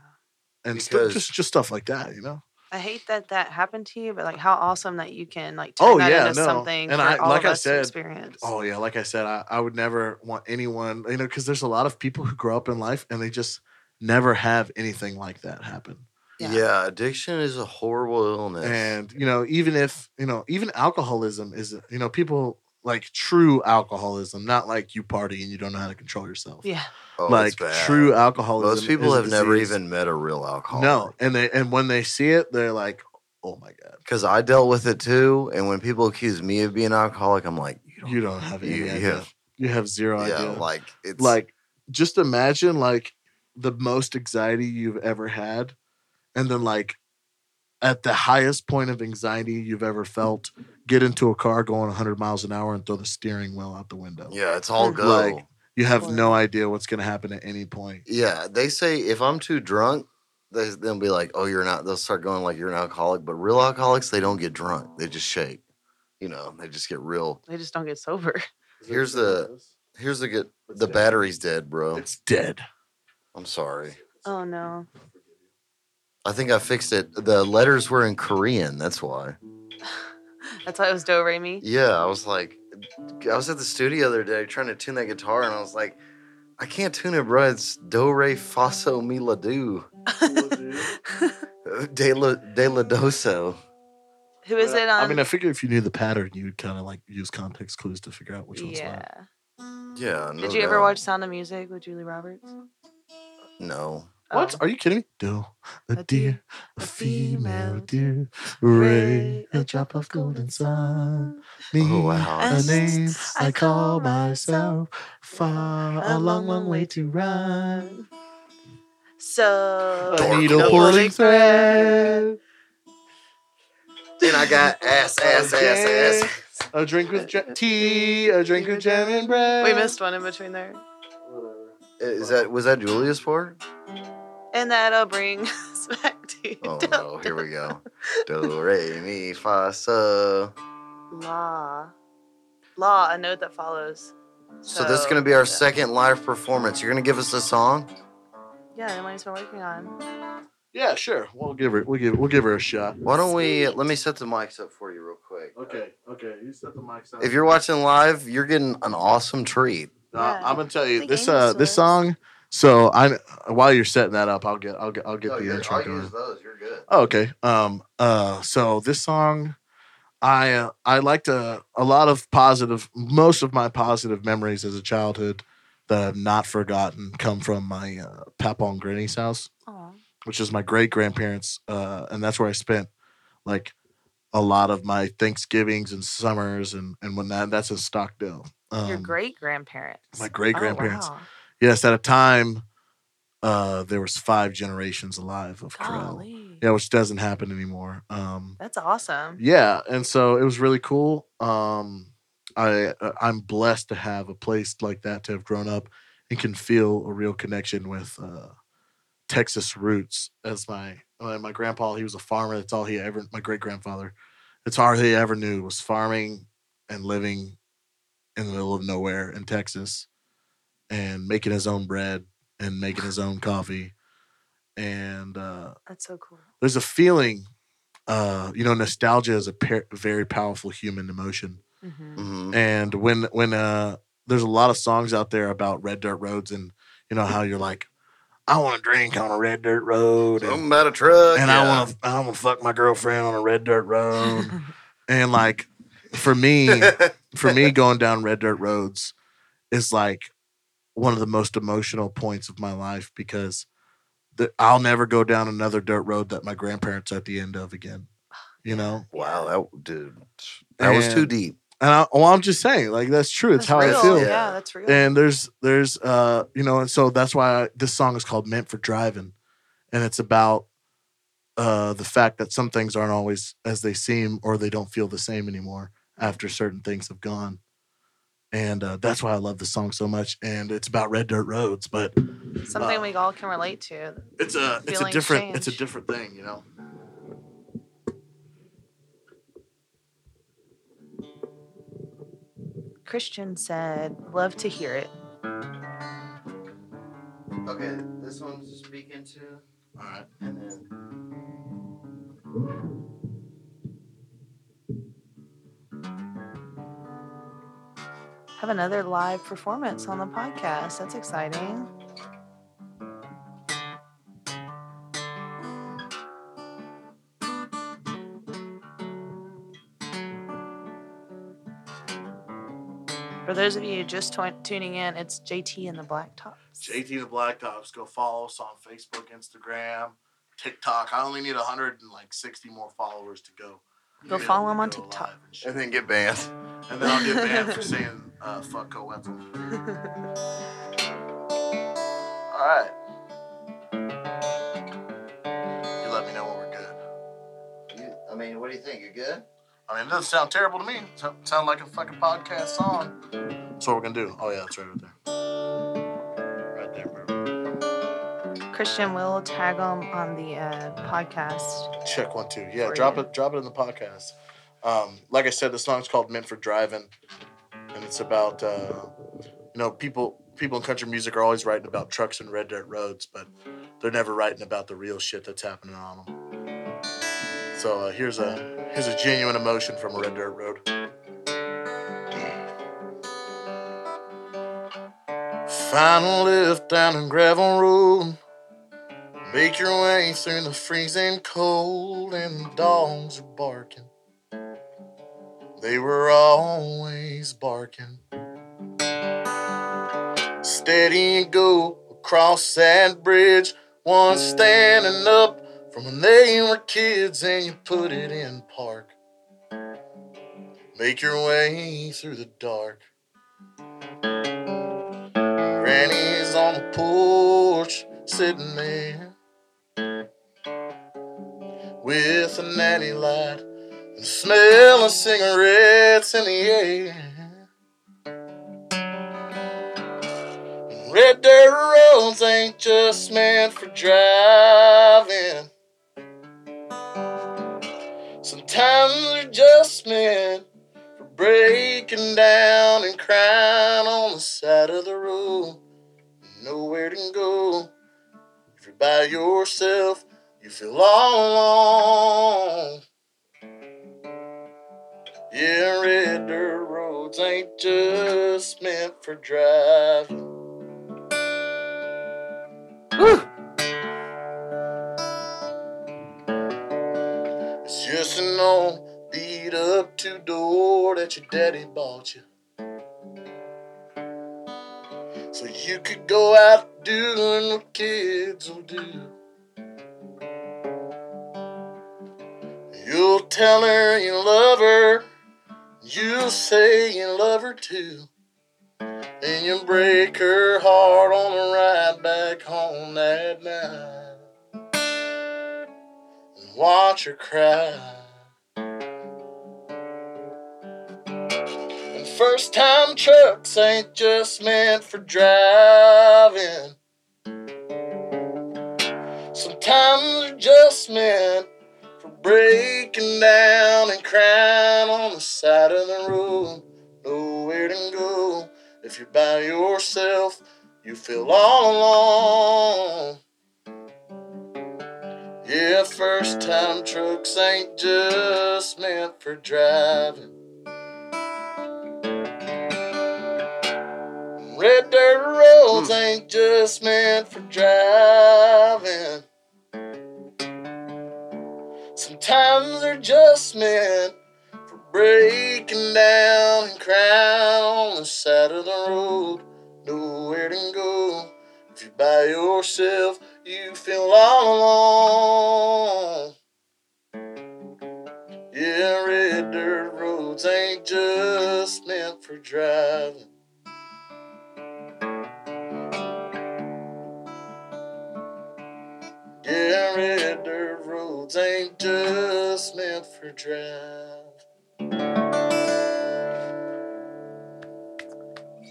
D: and stuff
B: Because-
D: just just stuff like that you know
E: I hate that that happened to you, but like how awesome that you can like turn
D: Oh,
E: that
D: yeah,
E: into
D: no.
E: something
D: And
E: for
D: I-
E: all
D: like
E: of
D: I
E: us
D: said,
E: to experience.
D: oh yeah like i said i, I would never want anyone you know because there's a lot of people who grow up in life and they just never have anything like that happen
B: Yeah. addiction is a horrible illness.
D: and you know even if you know even alcoholism is you know people like true alcoholism not like you party and you don't know how to control
E: [LAUGHS]
D: yourself
E: yeah.
B: Oh, it's
D: like
B: bad.
D: true alcoholism
B: Most people
D: is a
B: have never
D: disease.
B: even met a real alcoholic.
D: No, and they and when they see it, they're like, "Oh my god,
B: because I dealt with it too. And when people accuse me of being an alcoholic, I'm like, you don't.
D: you don't have any
B: You- you
D: idea.
B: have-
D: you have zero
B: yeah,
D: idea." Like,
B: like it's
D: just imagine like the most anxiety you've ever had, and then like at the highest point of anxiety you've ever felt, get into a car going 100 miles an hour and throw the steering wheel out the window.
B: yeah, it's all
E: Like-
B: go.
D: You have no idea what's going to happen at any point.
B: yeah, they say if I'm too drunk, they, they'll be like, oh, you're not. They'll start going like you're an alcoholic. But real alcoholics, they don't get drunk. They just shake. You know, they just get real.
E: They just don't get
D: [LAUGHS]
E: sober.
B: Here's the here's the good. The battery's dead, bro.
D: It's dead.
B: I'm sorry. [LAUGHS]
E: Oh no.
B: I think I fixed it. The letters were in Korean. That's why.
E: That's why it was Do Re Mi.
B: Yeah, I was like, I was at the studio the other day trying to tune that guitar, and I was like, I can't tune it, bro. It's do re fa so mi la do [LAUGHS] de la de la do so.
E: Who is it on?
D: I mean, I figure if you knew the pattern, you'd kind of like use context clues to figure out which one's
E: yeah.
D: what.
B: Yeah. No
E: Did you ever
B: doubt.
E: watch Sound of Music with Julie Roberts?
D: Mm.
B: No.
D: What?
E: Oh.
D: Are you kidding me? Do um a
E: A
D: deer,
E: deer,
D: a
E: a
D: female
E: female
D: deer,
E: ray,
D: ray, a drop of golden sun. Me,
B: Oh, wow.
D: a
E: As
D: name I
E: I call
D: call
E: myself,
D: myself, far a long, long way to run.
E: So
D: A
B: Dark
D: needle
B: horse.
D: pulling thread,
B: Then I got ass, ass, ass, ass.
D: a drink with [LAUGHS] ja- tea, a drink with jam and bread.
E: we missed one in between there.
B: Uh, Is that was that Julia's part?
E: And that'll bring [LAUGHS] us back to [LAUGHS]
B: Oh
E: Del-
B: no, here we go. Do re mi fa so.
E: La. La, a note that follows.
B: So this is gonna
E: uh,
B: be our second live performance. You're gonna give us a song?
E: Yeah, Emily's been working on.
D: Yeah, sure. We'll give her. We'll give. We'll give her a shot.
B: Why don't we let me set the mics up for you real quick.
D: Okay. Okay. You set the mics up.
B: If you're watching live, you're getting an awesome treat.
D: Uh,
E: Yeah.
D: I'm gonna tell you
E: Like
D: this. Uh,
E: dinosaurs.
D: this song. So I while you're setting that up, I'll get I'll
B: Oh,
E: Oh,
D: get I'll get the intro going.
B: those. You're good.
D: Oh, okay. Um. Uh. So this song, I uh, I like to a lot of positive. Most of my positive memories as a childhood that I've not forgotten come from my uh, papa and granny's house,
E: Aw.
D: which is my great grandparents, uh, and that's where I spent like a lot of my Thanksgivings and summers and and when that that's in Stockdale. Um,
E: Your great grandparents.
D: my great-grandparents.
E: Oh, wow.
D: Yes, at a time uh, there was five generations alive of Corel.
E: Golly.
D: Yeah, which doesn't happen anymore. Um,
E: That's awesome.
D: yeah and so it was really cool um i I- i'm blessed to have a place like that to have grown up and can feel a real connection with uh texas roots as my uh, my grandpa he was a farmer that's all he ever my great grandfather it's all he ever knew was farming and living in the middle of nowhere in texas and making his own bread and making his own coffee and uh
E: That's so cool.
D: there's a feeling uh you know nostalgia is a par- very powerful human emotion
E: Mhm.
B: Mhm.
D: and when when uh there's a lot of songs out there about red dirt roads and you know how you're like i want to drink on a red dirt road
B: Something
D: and,
B: about a truck.
D: and
B: yeah.
D: i want to i want to fuck my girlfriend on a red
E: [LAUGHS]
D: dirt road and like for me
B: [LAUGHS]
E: [LAUGHS]
D: for me going down red dirt roads is like one of the most emotional points of my life because the, I'll never go down another dirt road that my grandparents are at the end of again.
E: Oh,
D: You know,
B: Wow, that dude, that was too
D: And-
B: deep.
D: and I, well, I'm just saying, like that's true. It's
E: That's
D: how
E: real.
D: I feel.
E: Yeah,
B: Yeah.
E: that's real.
D: And there's there's uh you know, and so that's why I, this song is called "Meant for Driving," and it's about uh the fact that some things aren't always as they seem, or they don't feel the same anymore after certain things have gone. And uh, that's why I love this song so much. And it's about red dirt roads, but
E: Something
D: uh,
E: we all can relate to.
D: it's a it's a
E: Feelings
D: different it's a
E: change.
D: different thing, you know.
E: Christian said, "Love to hear it."
B: Okay, this one's speaking to,
D: All right.
B: and then
E: Have another live performance on the podcast. That's exciting. For those of you just tu- tuning in, it's JT and the Black Tops.
D: JT the Black Tops. Go follow us on Facebook, Instagram, TikTok. I only need 160 more followers to go.
E: Go
D: Be
E: follow
D: able
E: 'em
D: to
E: on
D: go
E: TikTok.
D: live and shit.
B: and then get banned.
D: And then I'll get banned for saying uh, fuck Coetzel. All right. You let me know when we're good.
B: You, I mean, what do you think? You good?
D: I mean, it doesn't sound terrible to me. It so- sound like a fucking podcast song. That's what we're gonna do. Oh yeah, that's right, right there. Right there, bro.
E: Christian will tag them on the uh, podcast.
D: Check one two. Yeah,
E: For
D: drop
E: you.
D: it. Drop it in the podcast. Um, like I said, the song's called "Meant for Driving," and it's about uh, you know people people in country music are always writing about trucks and red dirt roads, but they're never writing about the real shit that's happening on them. So uh, here's a here's a genuine emotion from a red dirt road. Finally left down a gravel road. Make your way through the freezing cold, and the dogs are barking. They were always barking. Steady and go across that bridge, one standing up from when they were kids, and you put it in park. Make your way through the dark. Granny's on the porch, sitting there with a natty light and smell of cigarettes in the air. And Red dirt roads ain't just meant for driving. Sometimes they're just meant for breaking down and crying on the side of the road. Nowhere to go. If you're by yourself, you feel all alone. Yeah, red dirt roads ain't just meant for driving. It's just an old Beat up two door that your daddy bought you. So you could go out doing what kids will do. You'll tell her you love her. You'll say you love her too. And you break her heart on the ride back home that night. And watch her cry. And first time trucks ain't just meant for driving. Sometimes they're just meant for breaking down and crying on the side of the road. Nowhere to go. If you're by yourself, you feel all alone. Yeah, first time trucks ain't just meant for driving. Red dirt roads ain't just meant for driving. Sometimes they're just meant for breaking down and crying on the side of the road. Nowhere to go. If you're by yourself, you feel all alone. Yeah, red dirt roads ain't just meant for driving. Yeah, red dirt roads ain't just meant for drive.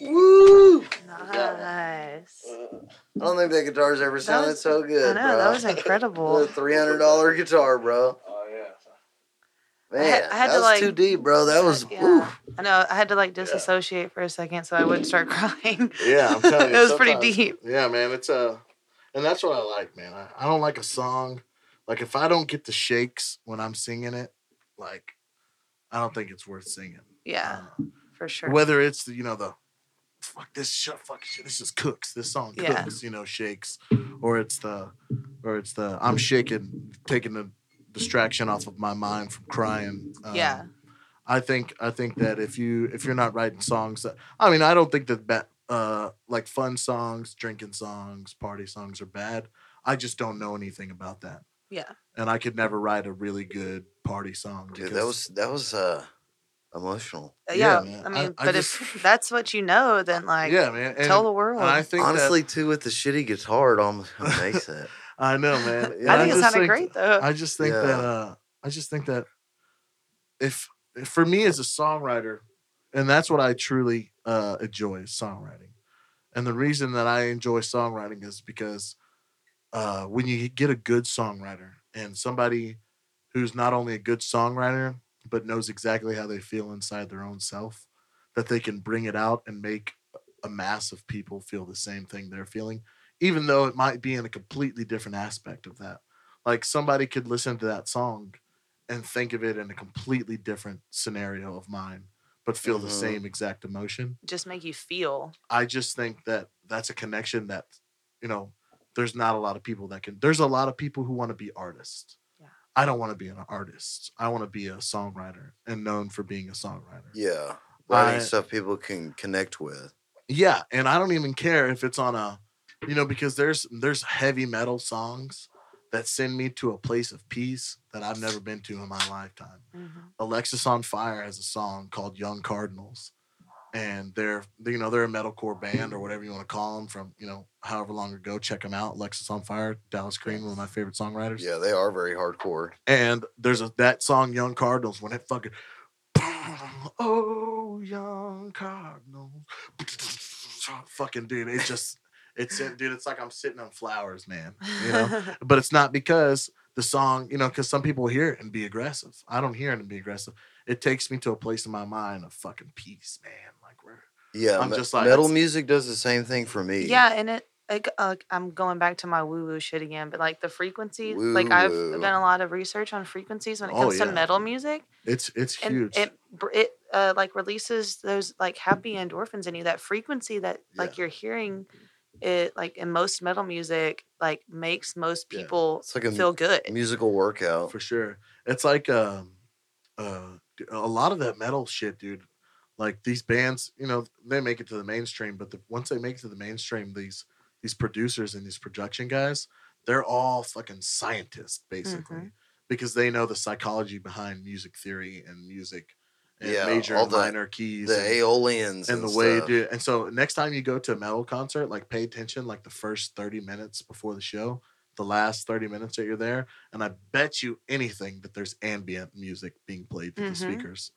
B: Woo!
E: Nice.
D: Uh,
B: I don't think that guitar's ever sounded
E: was-
B: so
E: I know
B: good.
E: that
B: bro.
E: was incredible.
B: three hundred dollar guitar, bro.
D: Oh yeah.
B: Man,
E: had- I had
B: that
E: to,
B: was
E: like-
B: too deep, bro. That was
E: Yeah.
B: oof.
E: I know. I had to like disassociate for a second so I wouldn't start [LAUGHS] crying.
D: Yeah,
E: [LAUGHS]
D: I'm telling you.
E: it was pretty
D: sometimes-
E: deep.
D: Yeah, man, it's uh and that's what I like, man. I, I don't like a song. Like if I don't get the shakes when I'm singing it, like I don't think it's worth singing.
E: Yeah,
D: Uh,
E: for Ah, sure.
D: Whether it's the, you know, the fuck this shit, fuck shit, this just cooks. This song
E: Yeah.
D: cooks, you know, shakes. Or it's the or it's the I'm shaking, taking the distraction off of my mind from crying. Um,
E: yeah,
D: I think I think that if you if you're not writing songs that I mean I don't think that ba- uh like fun songs, drinking songs, party songs are bad. I just don't know anything about that,
E: yeah.
D: and I could never write a really good party song.
B: Dude, that
D: because-
B: was that was uh emotional.
E: Uh,
D: Yeah,
E: Yeah,
D: man.
E: I
D: I-
E: mean,
D: I
E: but if [LAUGHS]
D: just-
E: that's what you know, then like,
D: yeah, man. And,
E: tell the world.
D: and I think honestly,
B: Honestly, too, with the shitty guitar, it almost makes
D: [LAUGHS]
B: that.
D: I know, man.
B: Yeah,
E: I
B: I
E: think it
D: it's
E: sounded great [LAUGHS] though.
D: I just think
B: Yeah.
D: that uh, I just think that if if for me as a songwriter, and that's what I truly uh, enjoy is songwriting, and the reason that I enjoy songwriting is because uh, when you get a good songwriter and somebody who's not only a good songwriter but knows exactly how they feel inside their own self, that they can bring it out and make a mass of people feel the same thing they're feeling, even though it might be in a completely different aspect of that like somebody could listen to that song and think of it in a completely different scenario of mine but feel the
B: Mhm.
D: same exact emotion
E: Just make you feel.
D: i just think that that's a connection that you know there's not a lot of people that can there's a lot of people who want to be artists
E: Yeah.
D: i don't want to be an artist i want to be a songwriter and known for being a songwriter
B: Yeah, writing
D: I-
B: stuff people can connect with.
D: Yeah, and I don't even care if it's on a, you know, because there's there's heavy metal songs that send me to a place of peace that I've never been to in my lifetime.
E: Mhm.
D: Alexis on Fire has a song called Young Cardinals, and they're they- you know they're a metalcore band or whatever you want to call them from you know however long ago. Check them out. Alexis on Fire, Dallas Green, one of my favorite songwriters.
B: Yeah, they are very hardcore.
D: And there's a that song Young Cardinals when it fucking [LAUGHS] Oh Young Cardinals [LAUGHS] fucking dude, it just it's it, dude, it's like I'm sitting on flowers, man.
E: [LAUGHS]
D: You know? But it's not because the song, you know, because some people hear it and be aggressive. I don't hear it and be aggressive. It takes me to a place in my mind of fucking peace, man. Like we're
B: Yeah,
D: I'm
B: me-
D: just like-
B: metal music does the same thing for me.
E: yeah, and it. Like, uh, I'm going back to my woo woo shit again, but like the frequencies, like I've
B: Woo-woo.
E: done a lot of research on frequencies when it
D: Oh,
E: comes
D: yeah.
E: to metal music,
D: it's it's
E: and
D: huge.
E: it br- it uh, like releases those like happy endorphins in you. That frequency that like you're hearing, it like in most metal music, like makes most
D: Yeah.
E: people
B: It's like a
E: feel good.
B: musical workout.
D: for sure. It's like um uh, a lot of that metal shit, dude. Like these bands, you know, they make it to the mainstream, but the, once they make it to the mainstream, these these producers and these production guys, they're all fucking scientists
B: Mm-hmm.
D: basically because they know the psychology behind music theory and music and
B: Yeah,
D: major
B: all
D: and
B: the-
D: minor keys
B: the
D: and-
B: Aeolians
D: and
B: and,
D: the way
B: stuff.
D: it do and so next time you go to a metal concert like pay attention like the first 30 minutes before the show the last 30 minutes that you're there and i bet you anything that there's ambient music being played through
E: Mhm.
B: Mm-hmm.
D: the speakers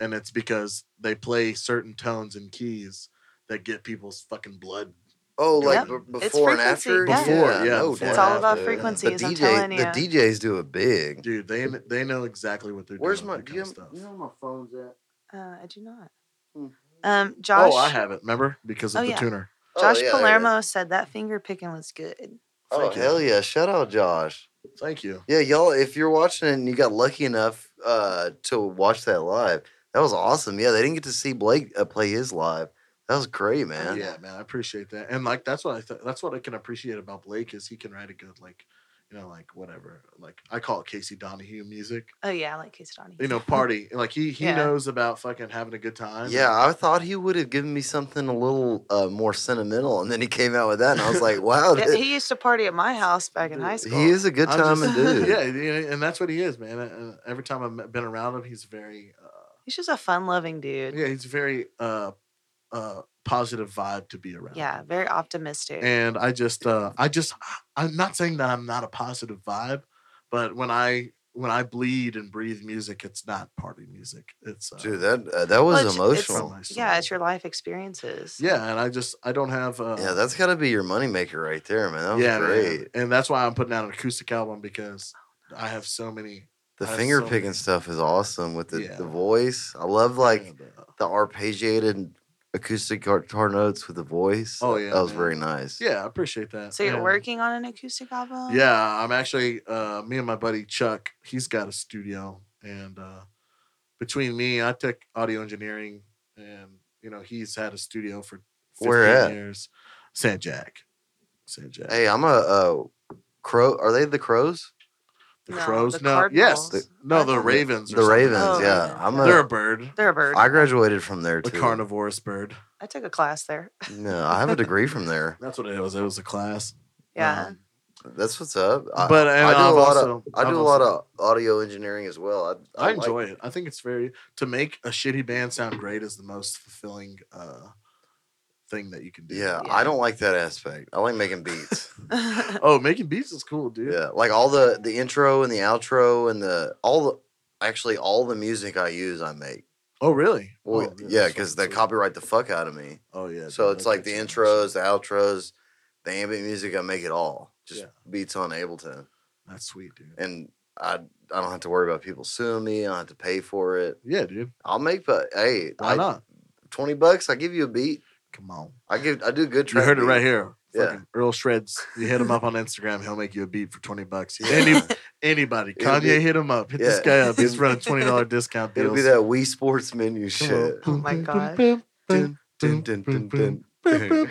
D: and it's because they play certain tones and keys that get people's fucking blood
B: Oh, like
D: Yep.
B: b-
E: It's
B: before and
E: frequency,
B: after.
E: yeah.
D: Before, yeah,
B: no
D: before.
E: It's
B: doubt.
E: all about
B: The-
E: frequency,
B: The
E: as I'm
B: DJ,
E: telling
B: the
E: ya.
B: DJs do it big.
D: dude they they know exactly what they're
B: Where's
D: doing
B: my?
D: with
B: Do
D: that kind
B: you
D: of
B: have, you
D: stuff.
B: know where my phone's at?
E: Uh, I do not.
B: Hmm.
E: Um, Josh.
D: oh i have it remember because of
E: Oh,
D: the
E: yeah.
D: tuner
B: Oh,
E: Josh
B: yeah, there it is.
E: Palermo said that finger picking was good.
B: Oh
D: Thank you.
B: hell yeah! Shout out Josh.
D: thank you
B: Yeah, y'all. If you're watching it and you got lucky enough uh, to watch that live, that was awesome. Yeah, they didn't get to see Blake uh, play his live. That was great, man.
D: Oh, Yeah, man, I appreciate that, and like that's what I th- that's what I can appreciate about Blake is he can write a good like, you know, like whatever, like I call it Casey Donahue music,
E: Oh yeah, I like Case Donahue.
D: you know, party. Like he he
E: Yeah.
D: knows about fucking having a good time.
B: Yeah, I thought he would have given me something a little uh, more sentimental, and then he came out with that, and I was
D: [LAUGHS]
B: like, "Wow,
E: Yeah,
B: th-
E: he used to party at my house back in high
D: He
E: school.
B: he is a good
D: I'm
B: time and
D: just- [LAUGHS]
B: dude."
D: yeah, yeah, and that's what he is, man. Uh, every time I've met- been around him, he's very, uh,
E: He's just a fun-loving dude. Yeah,
D: yeah, he's very uh, uh, positive vibe to be around.
E: very optimistic.
D: and I just uh I just I'm not saying that I'm not a positive vibe, but when I when I bleed and breathe music, it's not party music. It's uh,
B: Dude, that uh, that was
E: Well, it's- it's-
D: from
B: emotional.
D: Oh, my soul.
E: yeah, it's your life experiences.
D: yeah, and I just I don't have uh,
B: yeah, that's got to be your moneymaker right there, man. That was
D: yeah, man.
B: great.
D: and that's why I'm putting out an acoustic album because I have so many
B: The
D: I have
B: finger
D: so
B: picking
D: many-
B: stuff is awesome with the,
D: Yeah.
B: the voice. I love like
D: and, uh,
B: the arpeggiated acoustic guitar notes with the voice.
D: Oh, yeah,
B: that was
D: man.
B: very nice.
D: yeah, I appreciate that.
E: So you're
D: and-
E: working on an acoustic album?
D: Yeah, I'm actually uh me and my buddy Chuck, he's got a studio and uh between me, I took audio engineering and you know, he's had a studio for 15
B: Where at?
D: years. San Jack. San Jack.
B: Hey, I'm a uh, crow. Are they the crows?
D: the
E: No,
D: Crows
E: the
D: no. Yes.
E: Cardinals.
D: the- no,
E: I
D: the
E: thought-
D: Ravens or
B: the
D: something.
B: Ravens.
E: Oh,
B: yeah,
E: yeah.
B: I'm
D: They're
B: a.
D: a bird.
E: They're a bird.
B: I
E: I,
B: graduated from there
D: A
B: too.
D: carnivorous bird.
E: took a class there. [LAUGHS]
B: No, I have a degree from there.
D: That's what it was. It was a class.
E: Yeah.
D: Um,
B: That's what's up. I,
D: but and
B: I do
D: I've
B: a lot
D: also-
B: of I
D: I've
B: do a
D: also-
B: lot of audio engineering as well. I,
D: I
B: like-
D: enjoy it. I think it's very to make a shitty band sound great is the most fulfilling uh thing that you can do.
B: yeah,
E: Yeah.
B: I don't like that aspect. I like making
D: [LAUGHS]
B: beats.
E: [LAUGHS]
D: Oh, making beats is cool, dude.
B: Yeah, like all the the intro and the outro and the all the actually all the music I use I make.
D: Oh, really?
B: Well,
D: Oh,
B: yeah,
D: that's
B: because
D: fucking
B: they
D: sweet.
B: copyright the fuck out of me.
D: Oh yeah.
B: so
D: dude,
B: it's
D: that
B: like the
D: takes so
B: intros,
D: much.
B: the outros, the ambient music. I make it all. Just
D: Yeah.
B: beats on Ableton,
D: That's sweet, dude.
B: and I I don't have to worry about people suing me. I don't have to pay for it.
D: Yeah, dude.
B: I'll make, but hey,
D: Why
B: I,
D: not?
B: Twenty bucks, I give you a beat.
D: Come on.
B: I give I do good.
D: You
B: track
D: heard it
B: beats. [LAUGHS]
D: right here.
B: Yeah.
D: Fucking Earl Shreds. You hit him up on Instagram. He'll make you a beat for
B: [LAUGHS]
D: twenty bucks. Any, anybody.
B: It'll
D: Kanye,
B: be-
D: hit him up. Hit this
B: yeah.
D: guy up. He's running twenty dollar discount deals.
B: It'll be that Wii Sports menu
D: Come on.
B: shit.
E: Oh my gosh.
B: Dun, dun, dun, dun, dun.
E: oh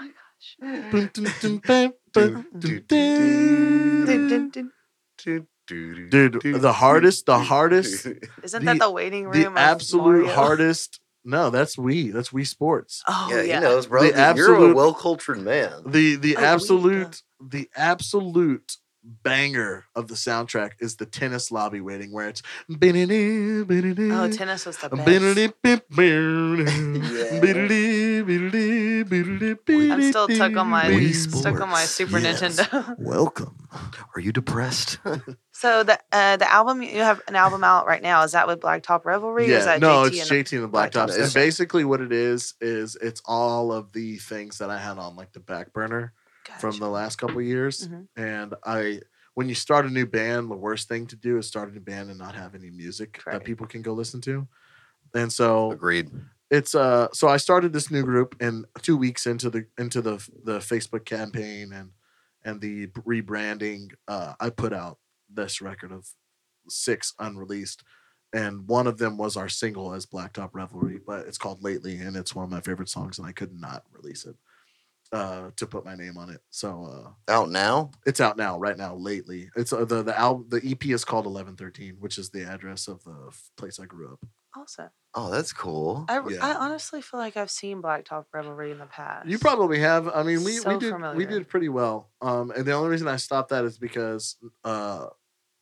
E: my gosh. Dun,
D: Dude,
E: dun, dun.
D: the hardest,
B: [LAUGHS]
E: [LAUGHS]
D: the hardest,
E: Isn't
D: The-
E: that the waiting room?
D: the
E: of
D: absolute
E: Mario?
D: hardest. No, that's we. That's we sports.
E: [LAUGHS] Oh
B: yeah,
E: yeah.
B: he knows, bro.
D: The
B: You're a
D: absolute-
B: well cultured man.
D: the the
E: Oh, we-
D: absolute the absolute banger of the soundtrack is the tennis lobby waiting where it's
E: Oh,
D: oh
E: tennis was the best. [LAUGHS] I'm
D: I'm
E: still stuck on my
F: Wii
E: stuck on my
F: Sports,
E: Super
F: yes.
E: Nintendo. [LAUGHS]
F: Welcome.
B: Are you depressed?
D: Oh.
E: so the uh, the album you have an album out right now is that with Blacktop Revelry? or is
D: Yeah,
E: that
D: no,
E: JT
D: it's
E: and
D: JT and the Black
E: Blacktops?
D: Tops. And
E: Okay.
D: basically, what it is is it's all of the things that I had on like the back burner from the last couple years.
E: Mhm.
D: And I, when you start a new band, the worst thing to do is start a new band and not have any music that
E: Correct.
D: people can go listen to. And so
B: Agreed.
D: it's uh, so I started this new group, and two weeks into the into the the Facebook campaign and and the rebranding, uh, I put out this record of six unreleased. And one of them was our single as Blacktop Revelry, but it's called Lately, and it's one of my favorite songs, and I could not release it. uh, to put my name on it. So uh,
B: Out now?
D: it's out now, right now, lately. It's uh, the the album. The EP is called Eleven Thirteen, which is the address of the f- place I grew up.
E: Also,
B: Oh, that's cool.
E: I,
D: Yeah.
E: I honestly feel like I've seen Blacktop Revelry in the past.
D: You probably have. I mean, we, we
E: So
D: did we
E: familiar.
D: did pretty well. Um, and the only reason I stopped that is because uh,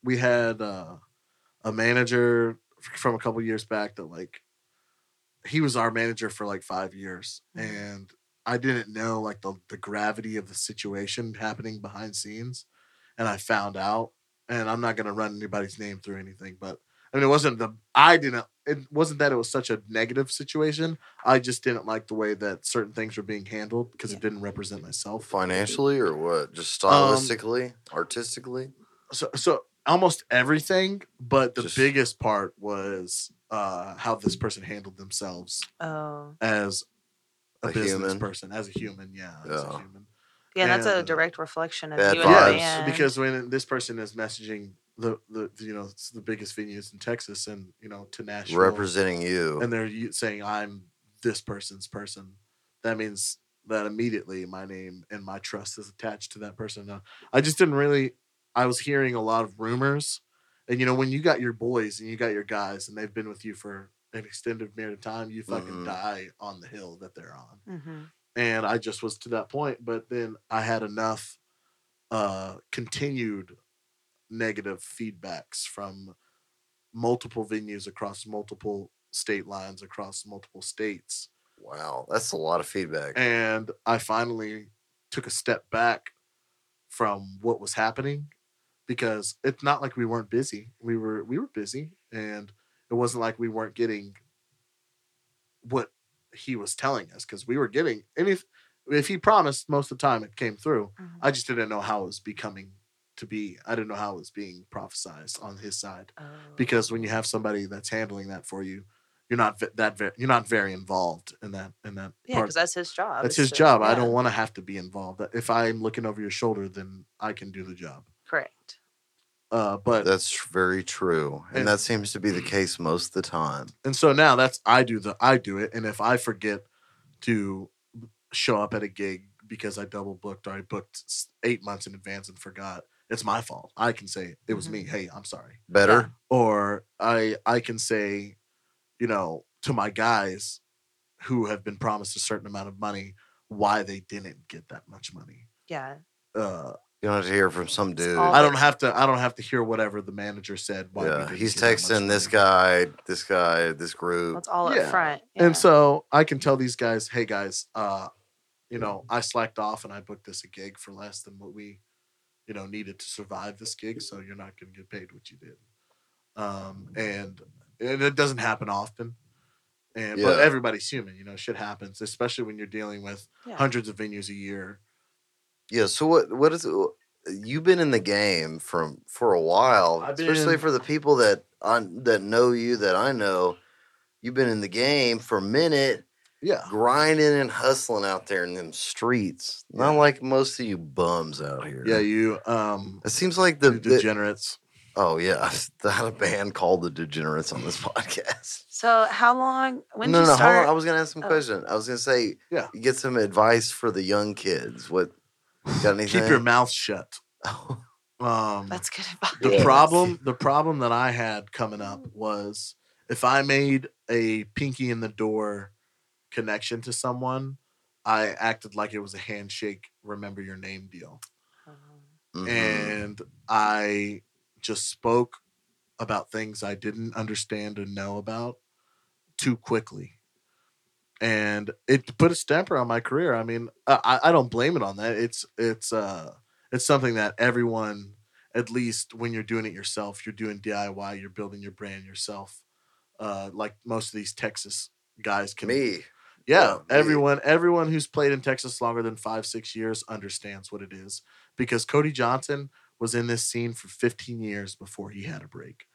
D: we had uh, a manager f- from a couple years back that like he was our manager for like five years,
E: Mhm.
D: and I didn't know like the the gravity of the situation happening behind scenes, and I found out. And I'm not gonna run anybody's name through anything, but I mean, it wasn't the I didn't. It wasn't that it was such a negative situation. I just didn't like the way that certain things were being handled because it
E: Yeah.
D: didn't represent myself.
B: Financially or what? Just
D: Um,
B: stylistically, artistically?
D: So, so almost everything, but the
B: Just-
D: biggest part was uh, how this person handled themselves
E: Oh,
D: as a,
B: A
D: business
B: human.
D: person, as a human. Yeah, as a
B: Yeah.
D: human.
E: yeah. That's
D: Yeah.
E: a direct reflection of
B: Bad
E: you
D: Yeah,
E: and
B: vibes.
E: the
D: it's
E: band.
D: because when this person is messaging the, the you know it's the biggest venues in Texas and you know to Nashville,
B: Representing you.
D: and they're u- saying I'm this person's person, that means that immediately my name and my trust is attached to that person. Now, I just didn't really. I was hearing a lot of rumors, and you know when you got your boys and you got your guys, and they've been with you for an extended period of time, you fucking
B: Mhm.
D: die on the hill that they're on
E: Mhm.
D: and I just was to that point. But then I had enough uh, continued negative feedbacks from multiple venues across multiple state lines, across multiple states,
B: wow, that's a lot of feedback.
D: and I finally took a step back from what was happening because it's not like we weren't busy. We were we were busy, and it wasn't like we weren't getting what he was telling us because we were getting and if if he promised most of the time it came through.
E: Mhm.
D: I just didn't know how it was becoming to be. I didn't know how it was being prophesized on his side
E: Oh.
D: because when you have somebody that's handling that for you, you're not ve- that ve- you're not very involved in that in that
E: yeah, because that's his job.
D: that's
E: is
D: his
E: to-
D: job. I
E: yeah,
D: don't want to have to be involved. uh, If I'm looking over your shoulder, then I can do the job.
E: Correct.
D: Uh, but
B: That's tr- very true. And
D: And-
B: that seems to be
D: [CLEARS THROAT]
B: the case most of the time.
D: and so now that's I do the I do it, and if I forget to show up at a gig because I double booked or I booked s- eight months in advance and forgot, it's my fault. I can say it was me. Hey, I'm sorry.
B: Better?
D: Or I I can say, you know, to my guys who have been promised a certain amount of money, why they didn't get that much money.
E: Yeah.
D: Uh,
B: You don't have to hear from some dude.
E: all
D: I don't have to. I don't have to hear whatever the manager said. we
B: yeah,
D: didn't
B: he's
D: get that much
B: texting this
D: money.
B: guy, this guy, this
E: Well,
B: group.
E: it's all
D: Yeah.
E: up front. yeah.
D: And so I can tell these guys, hey guys, uh, you know, I slacked off and I booked this a gig for less than what we, you know, needed to survive this gig. So you're not going to get paid what you did. Um, and, and it doesn't happen often. And but
B: Yeah.
D: everybody's human, you know, shit happens, especially when you're dealing with
E: Yeah.
D: hundreds of venues a year.
B: Yeah. So what? What is? uh, You've been in the game from for a while,
D: I've
B: especially
D: been-
B: for the people that I, that know you that I know. You've been in the game for a minute,
D: Yeah.
B: grinding and hustling out there in them streets. Not like most of you bums out here.
D: Yeah, you um
B: It seems like the,
D: you
B: the-
D: degenerates.
B: oh yeah, [LAUGHS] I had a band called the Degenerates on this [LAUGHS] podcast.
E: So how long? When
B: no,
E: did you
B: no, hold on.
E: start?
B: I was gonna ask some
E: Oh.
B: question. I was gonna say,
D: Yeah.
B: get some advice for the young kids. What got anything? Oh,
D: Keep
B: [LAUGHS]
D: your mouth shut. Um
E: That's good advice.
D: the
B: Yes.
D: problem the problem that i had coming up was if i made a pinky in the door connection to someone i acted like it was a handshake remember your name deal
E: Um,
B: Mhm.
D: and i just spoke about things i didn't understand and know about too quickly and it put a stamper on my career i mean i, I don't blame it on that it's it's uh it's something that everyone at least when you're doing it yourself you're doing diy you're building your brand yourself uh like most of these texas guys can
B: me.
D: yeah,
B: Yeah, me.
D: everyone, everyone who's played in Texas longer than five, six years understands what it is because Cody Johnson was in this scene for 15 years before he had a break.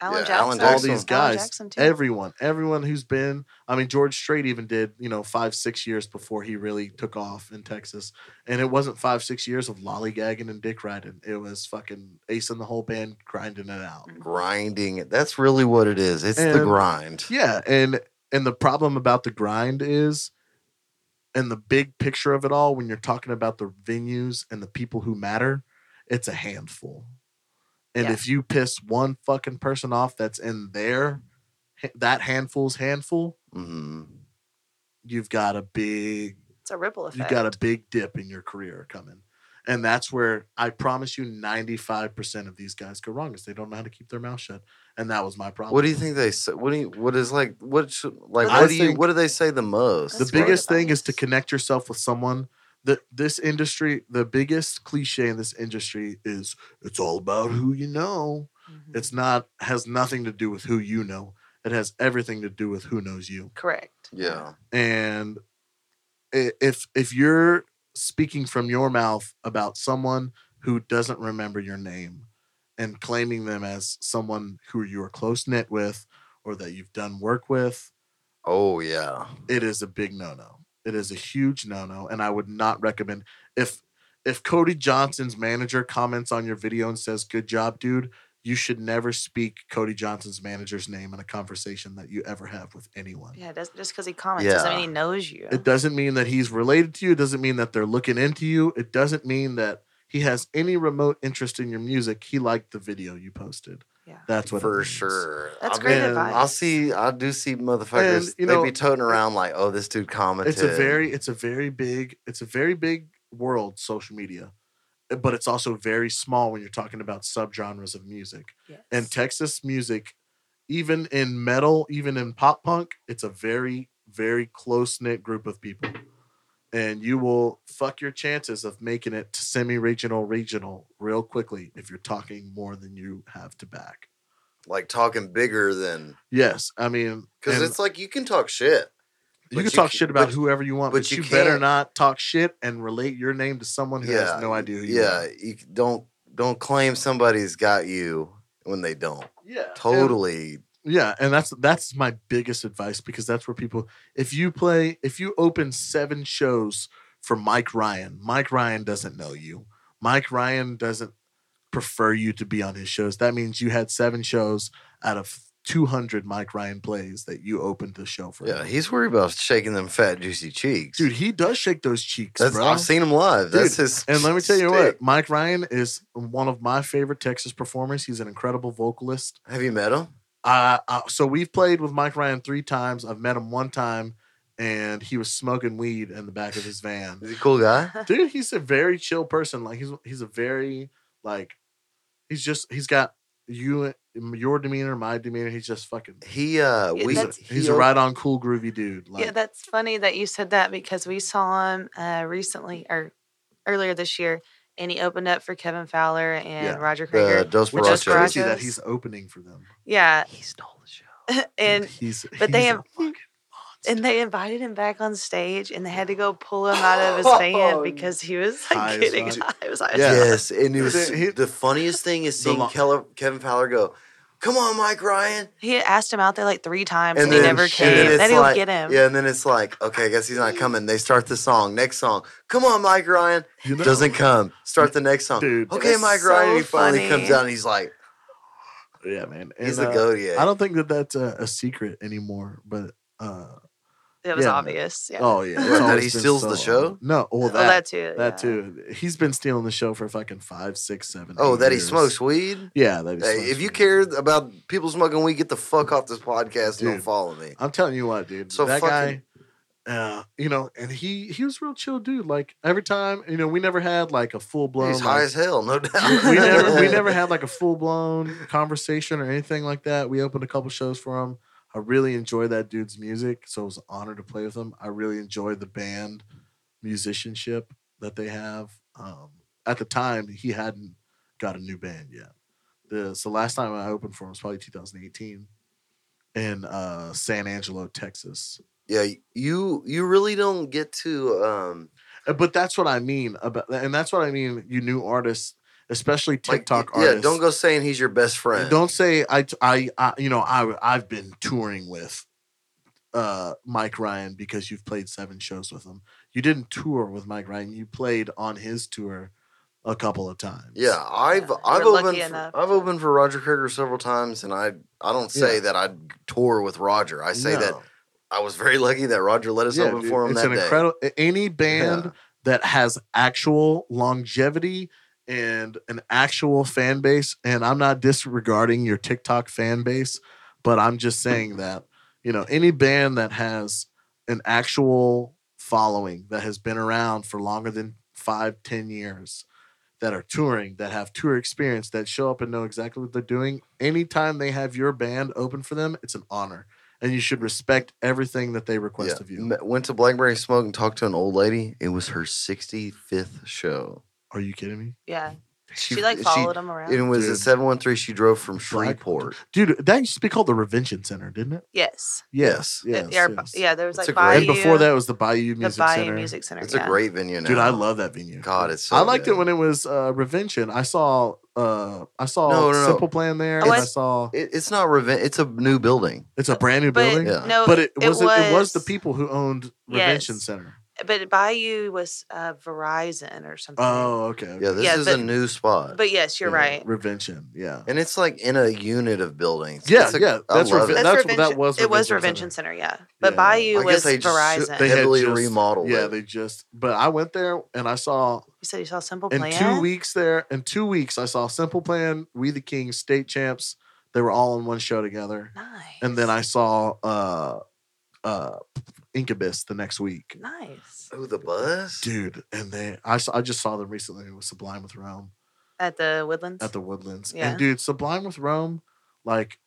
E: Alan
B: Yeah, Alan
E: Jackson.
D: All
B: Jackson.
D: these
E: Alan
D: guys,
E: Jackson, too.
D: everyone, everyone who's been, I mean, George Strait even did, you know, five, six years before he really took off in Texas. And it wasn't five, six years of lollygagging and dick riding. It was fucking ace and the whole band grinding it out.
B: grinding it. That's really what it is. It's the
D: And-
B: grind.
D: Yeah, and and the problem about the grind is and the big picture of it all, when you're talking about the venues and the people who matter, it's a handful. And
E: Yeah.
D: if you piss one fucking person off that's in their that handful's handful,
B: hmm
D: you've got a big
E: It's a ripple effect.
D: you got a big dip in your career coming. And that's where I promise you 95% of these guys go wrong is they don't know how to keep their mouth shut. And that was my problem.
B: What do you think they say? What do you? What is like? What should, like?
D: Um, I
B: What do you?
D: think-
B: What do they say the most?
D: the
E: That's right.
D: biggest thing is to connect yourself with someone. The, this industry, the biggest cliche in this industry is it's all about who you know.
E: Mhm.
D: It's not has nothing to do with who you know. It has everything to do with who knows
E: Mm-hmm.
D: you.
E: correct.
B: Yeah.
D: and i- if if you're speaking from your mouth about someone who doesn't remember your name and claiming them as someone who you are close knit with or that you've done work with
B: Oh yeah.
D: it is a big no no it is a huge no no and i would not recommend if if cody johnson's manager comments on your video and says good job dude you should never speak cody johnson's manager's name in a conversation that you ever have with anyone
E: Yeah, it doesn't, just because he comments doesn't mean
B: Yeah.
E: he knows you.
D: it doesn't mean that he's related to you. It doesn't mean that they're looking into you. It doesn't mean that he has any remote interest in your music. He liked the video you posted.
E: Yeah.
D: That's what it
B: for
D: means.
B: sure.
E: That's
B: I
E: great
D: mean,
E: advice.
B: I'll see. I do see motherfuckers.
D: And, you know,
B: they be toting around like, oh, this dude commented.
D: It's a very, it's a very big, it's a very big world, social media, eh, but it's also very small when you're talking about subgenres of music.
E: Yes. [LAUGHS]
D: And Texas music, even in metal, even in pop punk, it's a very, very close knit group of people. And you will fuck your chances of making it to semi regional, regional real quickly if you're talking more than you have to back.
B: like talking bigger than
D: Yes. I mean,
B: because
D: and
B: it's like you can talk shit.
D: you
B: but
D: can
B: you
D: talk
B: ca-
D: shit about
B: but-
D: whoever you want,
B: but
D: but,
B: you
D: you, better
B: can't.
D: not talk shit and relate your name to someone who has no idea who you
B: yeah,
D: are.
B: you c- don't don't claim somebody's got you when they don't.
D: Yeah. And-
B: Totally.
D: Yeah, and that's that's my biggest advice because that's where people if you play if you open 7 shows for Mike Ryan, Mike Ryan doesn't know you. Mike Ryan doesn't prefer you to be on his shows. That means you had 7 shows out of 200 Mike Ryan plays that you opened the show for.
B: yeah,
D: him.
B: he's worried about shaking them fat juicy cheeks.
D: Dude, he does shake those cheeks,
B: That's,
D: bro.
B: I've seen him live.
D: Dude,
B: That's his.
D: And let me tell you
B: shtick.
D: what, Mike Ryan is one of my favorite Texas performers. He's an incredible vocalist.
B: Have you met him?
D: I, I so we've played with Mike Ryan three times. I've met him one time, and he was smoking weed in the back of his van.
B: Is he a cool guy?
D: Dude, he's a very chill person. Like he's he's a very like he's just he's got you your demeanor, my demeanor. He's just fucking.
B: He uh,
E: Yeah,
B: we
D: He's a,
E: that's-
D: he's a
B: op-
D: right on cool groovy dude. Like
E: yeah, that's funny that you said that because we saw him uh, recently or earlier this year, and he opened up for Kevin Fowler and
D: Yeah.
E: Roger Krieger.
B: The Dos
E: Which is
D: it's
E: Barachos.
D: crazy
B: Barachos.
D: that he's opening for them.
E: yeah,
B: He stole the show.
D: Dude,
E: and
D: he's
E: but they
D: he's a
E: have-
D: fucking
E: and they invited him back on stage, and they had to go pull him out of his van because he was like
D: High as
E: getting
D: fuck.
E: high. [LAUGHS] It was high as
D: Yeah.
E: fuck.
B: Yes, and it was
D: He-
B: the funniest thing is
D: The
B: seeing
D: lo-
B: Kele- Kevin Fowler go, "Come on, Mike Ryan,"
E: He had asked him out there like three times, and, he never
B: and then
E: came.
B: it's
E: Then he'll
B: like-
E: get him.
B: Yeah, and then it's like, okay, I guess he's not coming. They start the song, next song, "Come on, Mike Ryan,"
D: You know-
B: doesn't come. Start the next song.
D: dude.
B: Okay,
E: was
B: Mike Ryan.
E: so
B: He finally comes
E: funny.
B: out and he's like,
D: Yeah, man. And,
B: he's
D: uh,
B: a goatee.
D: I don't think that that's a, a secret anymore, but. uh
E: It was
D: yeah.
E: obvious. Yeah.
D: Oh yeah,
B: What,
D: it's
B: that
D: always
B: he
D: been
B: steals the show? Oh,
D: No, well
E: well,
D: that
E: that,
D: that,
E: too. yeah.
D: too. He's been stealing the show for fucking five, six, seven.
B: Oh,
D: eight
B: that he
D: years.
B: smokes weed.
D: Yeah, that he
B: Hey,
D: smokes
B: if you
D: weed.
B: care about people smoking weed, get the fuck off this podcast. and Don't
D: Dude.
B: follow me.
D: I'm telling you what, dude.
B: So
D: So that
B: fucking-
D: guy, uh, you know, and he he was a real chill dude. Like every time, you know, we never had like a full blown.
B: He's high as hell, no doubt. [LAUGHS]
D: we never we never had like a full blown conversation or anything like that. We opened a couple shows for him. I really enjoy that dude's music, so it was an honor to play with him. I really enjoyed the band musicianship that they have. Um, at the time, he hadn't got a new band yet. The so last time I opened for him was probably 2018 in uh, San Angelo, Texas.
B: Yeah, you you really don't get to um
D: Uh, But that's what I mean about, and that's what I mean. You new artists, especially
B: like, y-
D: TikTok artists.
B: Yeah, don't go saying he's your best friend.
D: Don't say I, t- I, I- you know, I, I've been touring with uh, Mike Ryan because you've played seven shows with him. You didn't tour with Mike Ryan. You played on his tour a couple of times.
B: Yeah, I've
E: Yeah,
B: I've
E: we're lucky
B: opened for,
E: enough
B: I've
E: to-
B: opened for Roger Krieger several times, and I I don't say
D: Yeah.
B: that I tour with Roger. I say that
D: No.
B: I was very lucky that Roger let us
D: Yeah,
B: open
D: dude,
B: for him
D: it's
B: that
D: an
B: day.
D: incredible
B: [LAUGHS]
D: any band
B: Yeah.
D: that has actual longevity and an actual fan base and i'm not disregarding your tiktok fan base but i'm
B: [LAUGHS]
D: just saying that you know any band that has an actual following that has been around for longer than five ten years that are touring that have tour experience that show up and know exactly what they're doing anytime they have your band open for them it's an honor and you should respect everything that they request
B: Yeah.
D: of you
B: Met- Went to Blackberry Smoke and talked to an old lady. It was her 65th show.
D: Are you kidding me?
E: Yeah. She, like followed him around.
B: It was at
D: Dude.
B: 713. She drove from Shreveport.
D: Dude, that used to be called the Revention Center, didn't it?
E: yes.
B: Yes.
D: Yes.
E: yeah,
D: yes.
E: yeah, there was
B: It's
E: like
B: a great-
E: Bayou,
D: And before that was the Bayou
E: the
D: Music
E: Bayou
D: Center.
E: Music Center.
B: It's
E: yeah.
B: a great venue now.
D: Dude, I love that venue.
B: God, it's so
D: I liked
B: good.
D: it when it was uh, Revention. I saw uh, I saw
B: No, no, no.
D: Simple Plan there.
E: Oh, I
D: and I
E: was-
D: saw
B: It- it's not revenge. It's a new building.
D: it's a brand new
E: But
D: building.
B: Yeah.
E: no,
D: But it was, it, was the
E: people.
D: people who owned Revention
E: Yes.
D: Center.
E: But Bayou was uh, Verizon or something.
D: Oh, okay. okay.
B: Yeah, this
E: Yeah,
B: is a
E: but-
B: new spot.
E: But yes, you're
D: Yeah,
E: right.
D: Revention. Yeah.
B: and it's like in a unit of buildings.
D: Yeah,
B: It's a-
D: yeah,
B: I
D: that's
B: love
D: reven-
B: it.
D: that's what- that
E: Revention-
D: was
E: it was
D: Revention
E: Revention
D: Center.
E: Center, yeah. But
D: Yeah.
E: Bayou
B: I guess
E: was
B: they just-
E: Verizon.
B: They
D: had
B: heavily
D: just-
B: remodeled.
D: Yeah,
B: it.
D: they just but I went there and I saw
E: you said you saw Simple
D: in
E: Plan.
D: two weeks there in two weeks i saw simple plan we the kings state champs they were all in one show together
E: Nice.
D: and then i saw uh uh incubus the next week
E: nice
B: oh, the bus.
D: dude and they i, saw, I just saw them recently with sublime with rome
E: at the Woodlands.
D: at the woodlands
E: Yeah.
D: and dude sublime with rome like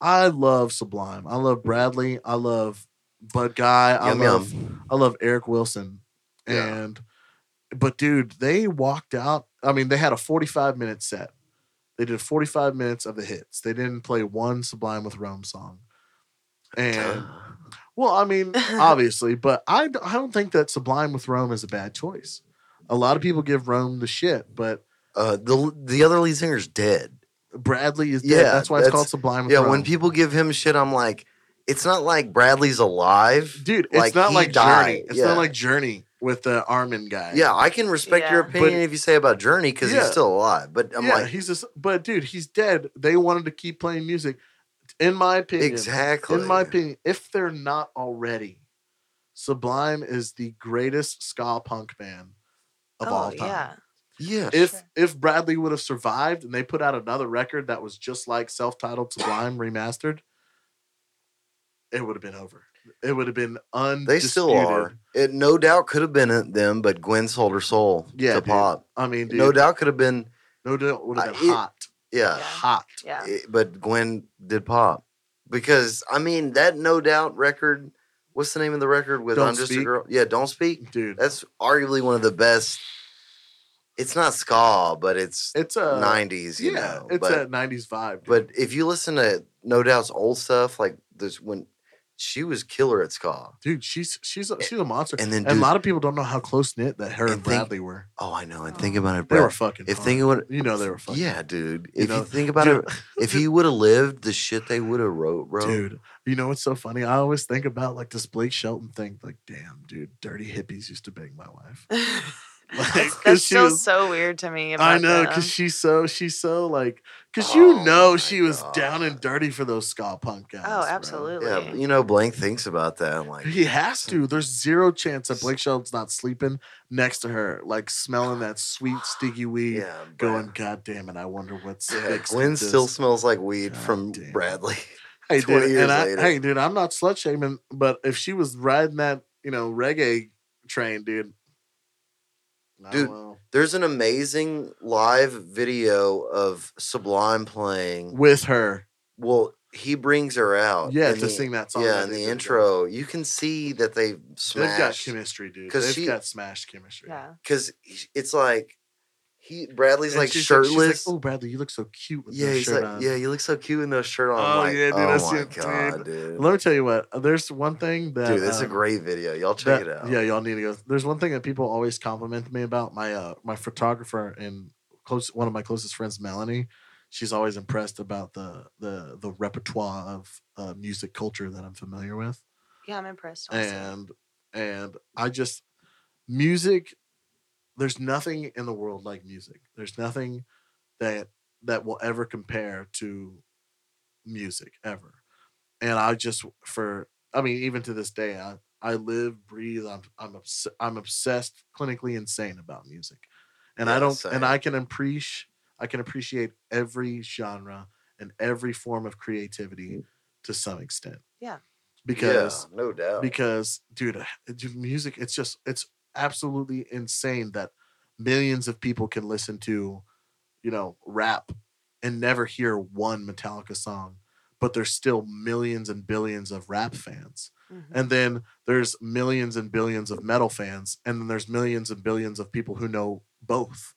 D: i love sublime i love bradley i love bud guy i
B: Yum
D: love
B: yum.
D: I love Eric Wilson.
B: Yeah.
D: And but dude, they walked out. I mean, they had a 45 minute set. They did 45 minutes of the hits. They didn't play one Sublime with Rome song. And well,
B: [LAUGHS]
D: I mean, obviously, but I, d- I don't think that Sublime with Rome is a bad choice. A lot of people give Rome the shit, but
B: Uh, the the other lead singer's dead.
D: Bradley is dead.
B: Yeah,
D: that's why it's
B: that's-
D: called Sublime with
B: Yeah,
D: Rome.
B: when people give him shit, I'm like, it's not like Bradley's alive.
D: dude, it's
B: like,
D: not
B: he
D: like
B: died,
D: Journey. It's
B: yeah.
D: not like Journey with the Armin guy.
B: Yeah, I can respect your
E: Yeah.
B: opinion
D: But-
B: if you say about Journey because
D: Yeah.
B: he's still alive. But I'm
D: yeah,
B: like,
D: he's just, but dude, he's dead. They wanted to keep playing music. In my opinion,
B: exactly.
D: in my opinion, if they're not already, Sublime is the greatest ska punk band of all time.
E: Oh, yeah.
B: yeah,
D: If
E: Sure.
D: if Bradley would have survived and they put out another record that was just like self-titled Sublime remastered, it would have been over. It would have been undisputed.
B: they still are. It no doubt could have been it- them, but Gwen sold her soul
D: Yeah,
B: to
D: dude.
B: pop.
D: I mean, dude,
B: No doubt could have been.
D: no doubt would have
B: Uh,
D: been
B: it-
D: hot,
B: Yeah,
E: Yeah.
D: hot.
E: Yeah.
B: it- eh, but Gwen did pop because I mean that no doubt record. What's the name of the record with
D: Don't
B: I'm just a
D: Speak?
B: girl? Yeah, don't speak.
D: Dude,
B: That's arguably one of the best. It's not ska, but it's
D: it's a
B: 90s. You
D: yeah,
B: know,
D: it's
B: but,
D: a '90s vibe. dude.
B: But if you listen to No Doubt's old stuff, like this when she was killer at ska.
D: dude, she's she's a, she's a monster.
B: And then
D: and
B: dude-
D: a lot of people don't know how close knit that her
B: And
D: and,
B: think-
D: Bradley were.
B: Oh, I know. And think about it,
D: They
B: bro.
D: were fucking.
B: If
D: hot.
B: think about it,
D: you know they were fucking.
B: yeah, dude.
D: You
B: If you
D: know,
B: think about
D: dude-
B: it, if he would have lived, the shit they would have wrote, bro.
D: dude. You know what's so funny? I always think about like this Blake Shelton thing. Like, damn, dude, dirty hippies used to bang my
B: [LAUGHS]
D: wife. [LAUGHS] Like, 'cause
E: [LAUGHS] That's
D: she
E: still
D: was-
E: so weird to me. About
D: I know,
E: them.
D: cause she's so she's so like, cause
B: Oh
D: you know
B: my
D: she was down
B: God.
D: and dirty for those ska punk guys.
E: oh,
D: bro.
E: absolutely.
B: Yeah, you know, Blank thinks about that. I'm like,
D: [LAUGHS] He has to. There's zero chance that Blake Shelton's not sleeping next to her, like smelling that sweet
B: [SIGHS]
D: sticky weed.
B: yeah, bro.
D: Going, God damn it! I wonder
B: [LAUGHS]
D: what's
B: Yeah,
D: fixed
B: Gwen
D: with this."
B: still smells like weed
D: God
B: from
D: damn.
B: Bradley. [LAUGHS]
D: Hey,
B: 20
D: dude,
B: years
D: and I,
B: later.
D: hey, dude, I'm not slut shaming, but if she was riding that, you know, reggae train, dude, I
B: Dude.
D: don't know.
B: There's an amazing live video of Sublime playing.
D: with her,
B: Well, he brings her out.
D: yeah,
B: and
D: to
B: he-
D: sing that song.
B: Yeah,
D: that
B: Oh, in
D: they
B: the
D: did.
B: intro, you can see that they
D: they've got
B: smashed
D: chemistry, dude.
B: 'Cause
D: They've
B: she-
D: got smashed chemistry.
E: Yeah.
B: because it's like he Bradley's
D: And
B: like
D: she's she's
B: shirtless.
D: oh, Bradley, you look so cute with
B: yeah,
D: that
B: he's
D: shirt
B: like,
D: on.
B: yeah, you look so cute in those shirt on. I'm
D: Oh,
B: like,
D: yeah, dude,
B: oh
D: that's
B: my
D: it, dude.
B: god, dude.
D: Let me tell you what. There's one thing that
B: dude, this is a
D: um,
B: great video. Y'all check
D: that-
B: it out.
D: Yeah, y'all need to go. There's one thing that people always compliment me about my uh my photographer and close one of my closest friends, Melanie. She's always impressed about the the the repertoire of uh, music culture that I'm familiar with,
E: Yeah, I'm impressed. Also.
D: and and I just music. There's nothing in the world like music. There's nothing that that will ever compare to music ever. And I just for I mean, even to this day, I, I live, breathe. I'm I'm obs- I'm obsessed, clinically insane about music, and I
B: Yeah,
D: don't.
B: same.
D: And I can appreciate I can appreciate every genre and every form of creativity to some extent.
E: Yeah.
D: Because
B: Mm. yeah, no doubt.
D: because dude, [SIGHS] uh, dude, music it's just it's absolutely insane that millions of people can listen to you know rap and never hear one metallica song but there's still millions and billions of rap fans
E: Mhm.
D: and then there's millions and billions of metal fans and then there's millions and billions of people who know both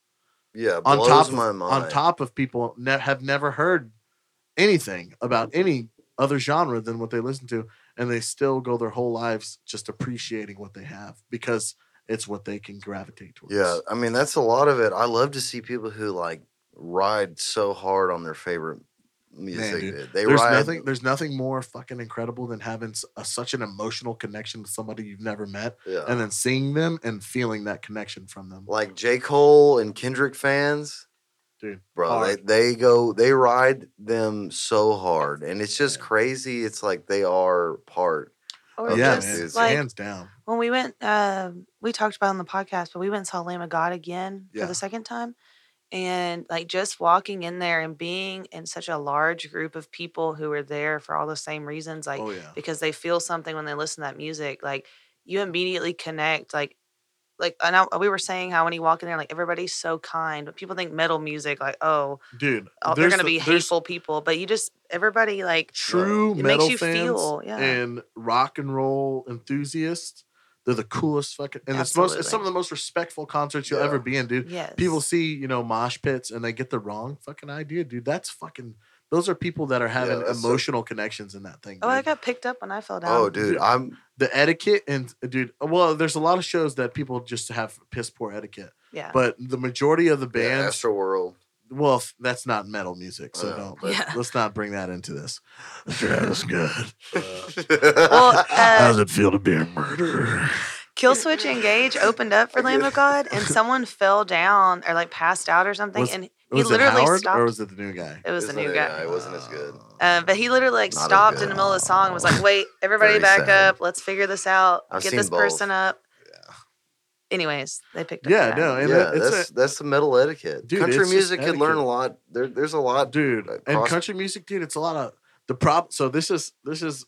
B: yeah,
D: on
B: blows
D: top of,
B: my mind.
D: on top of people ne- have never heard anything about any other genre than what they listen to and they still go their whole lives just appreciating what they have because it's what they can gravitate towards
B: Yeah, I mean that's a lot of it. I love to see people who like ride so hard on their favorite music.
D: dude.
B: dude. They
D: there's
B: ride.
D: nothing there's nothing more fucking incredible than having s- a, such an emotional connection with somebody you've never met
B: yeah.
D: and then seeing them and feeling that connection from them
B: like J. Cole and Kendrick fans,
D: Dude,
B: bro, they,
D: hard.
B: they go they ride them so hard, and it's just
D: Yeah.
B: crazy. It's like they are part.
E: Or
B: Okay,
D: yeah
E: just
D: man,
B: it's
E: like
D: hands down
E: when we went, uh, we talked about it on the podcast, but we went and saw Lamb of God again
D: Yeah.
E: for the second time. And like just walking in there and being in such a large group of people who are there for all the same reasons, like
D: oh yeah
E: because they feel something when they listen to that music. Like you immediately connect. Like, like and I, we were saying how when you walk in there, like everybody's so kind. But people think metal music, like oh,
D: dude
E: oh they're
D: there's
E: gonna
D: the-
E: be
D: there's-
E: hateful people. But you just everybody like
D: true
E: it
D: metal
E: makes you
D: fans
E: feel yeah.
D: and rock and roll enthusiasts. They're the coolest fucking, and it's most it's
E: Absolutely.
D: some of the most respectful concerts you'll
B: Yeah.
D: ever be in, dude.
E: yes.
D: People see you know mosh pits and they get the wrong fucking idea, dude. That's fucking. Those are people that are having
B: that's so-
D: emotional connections in that thing.
E: Oh, I
D: dude.
E: got picked up when I fell down.
B: Oh, dude, I'm
D: the etiquette and uh, dude. Well, there's a lot of shows that people just have piss poor etiquette,
E: Yeah.
D: but the majority of the
B: yeah,
D: bands,
B: Astro World.
D: well, f- that's not metal music, so
B: Yeah,
D: don't.
B: but-
E: Yeah.
D: Let's not bring that into
E: [LAUGHS]
D: this. Travis [LAUGHS] Scott.
B: [LAUGHS]
E: well, uh,
D: it feel to be a murderer?
E: [LAUGHS] Kill Switch Engage opened
D: [LAUGHS]
E: up for Lamb of God, and someone fell down or like passed out or something,
D: Was-
E: and he
D: was
E: literally
D: it Howard
E: stopped.
D: or was it the new guy?
E: it was the
B: Isn't
E: new
B: it?
E: guy.
B: Yeah, it wasn't as good.
E: Um, but he literally like
B: Not as
E: stopped in
B: good.
E: the middle of the song and was like, "Wait,
B: [LAUGHS] Very
E: everybody back
B: sad.
E: up. Let's figure this out.
B: I've
E: Get
B: seen
E: this
B: both.
E: person up." Anyways, they picked up.
D: Yeah,
E: for that.
D: no, and
B: yeah,
D: that- it's
B: that's that's the metal etiquette.
D: Dude,
B: Country
D: it's just
B: music could learn
D: etiquette.
B: a lot. There, there's a lot.
D: dude,
B: uh,
D: and
B: cross-
D: country music, dude, it's a lot of the prop. So this is this is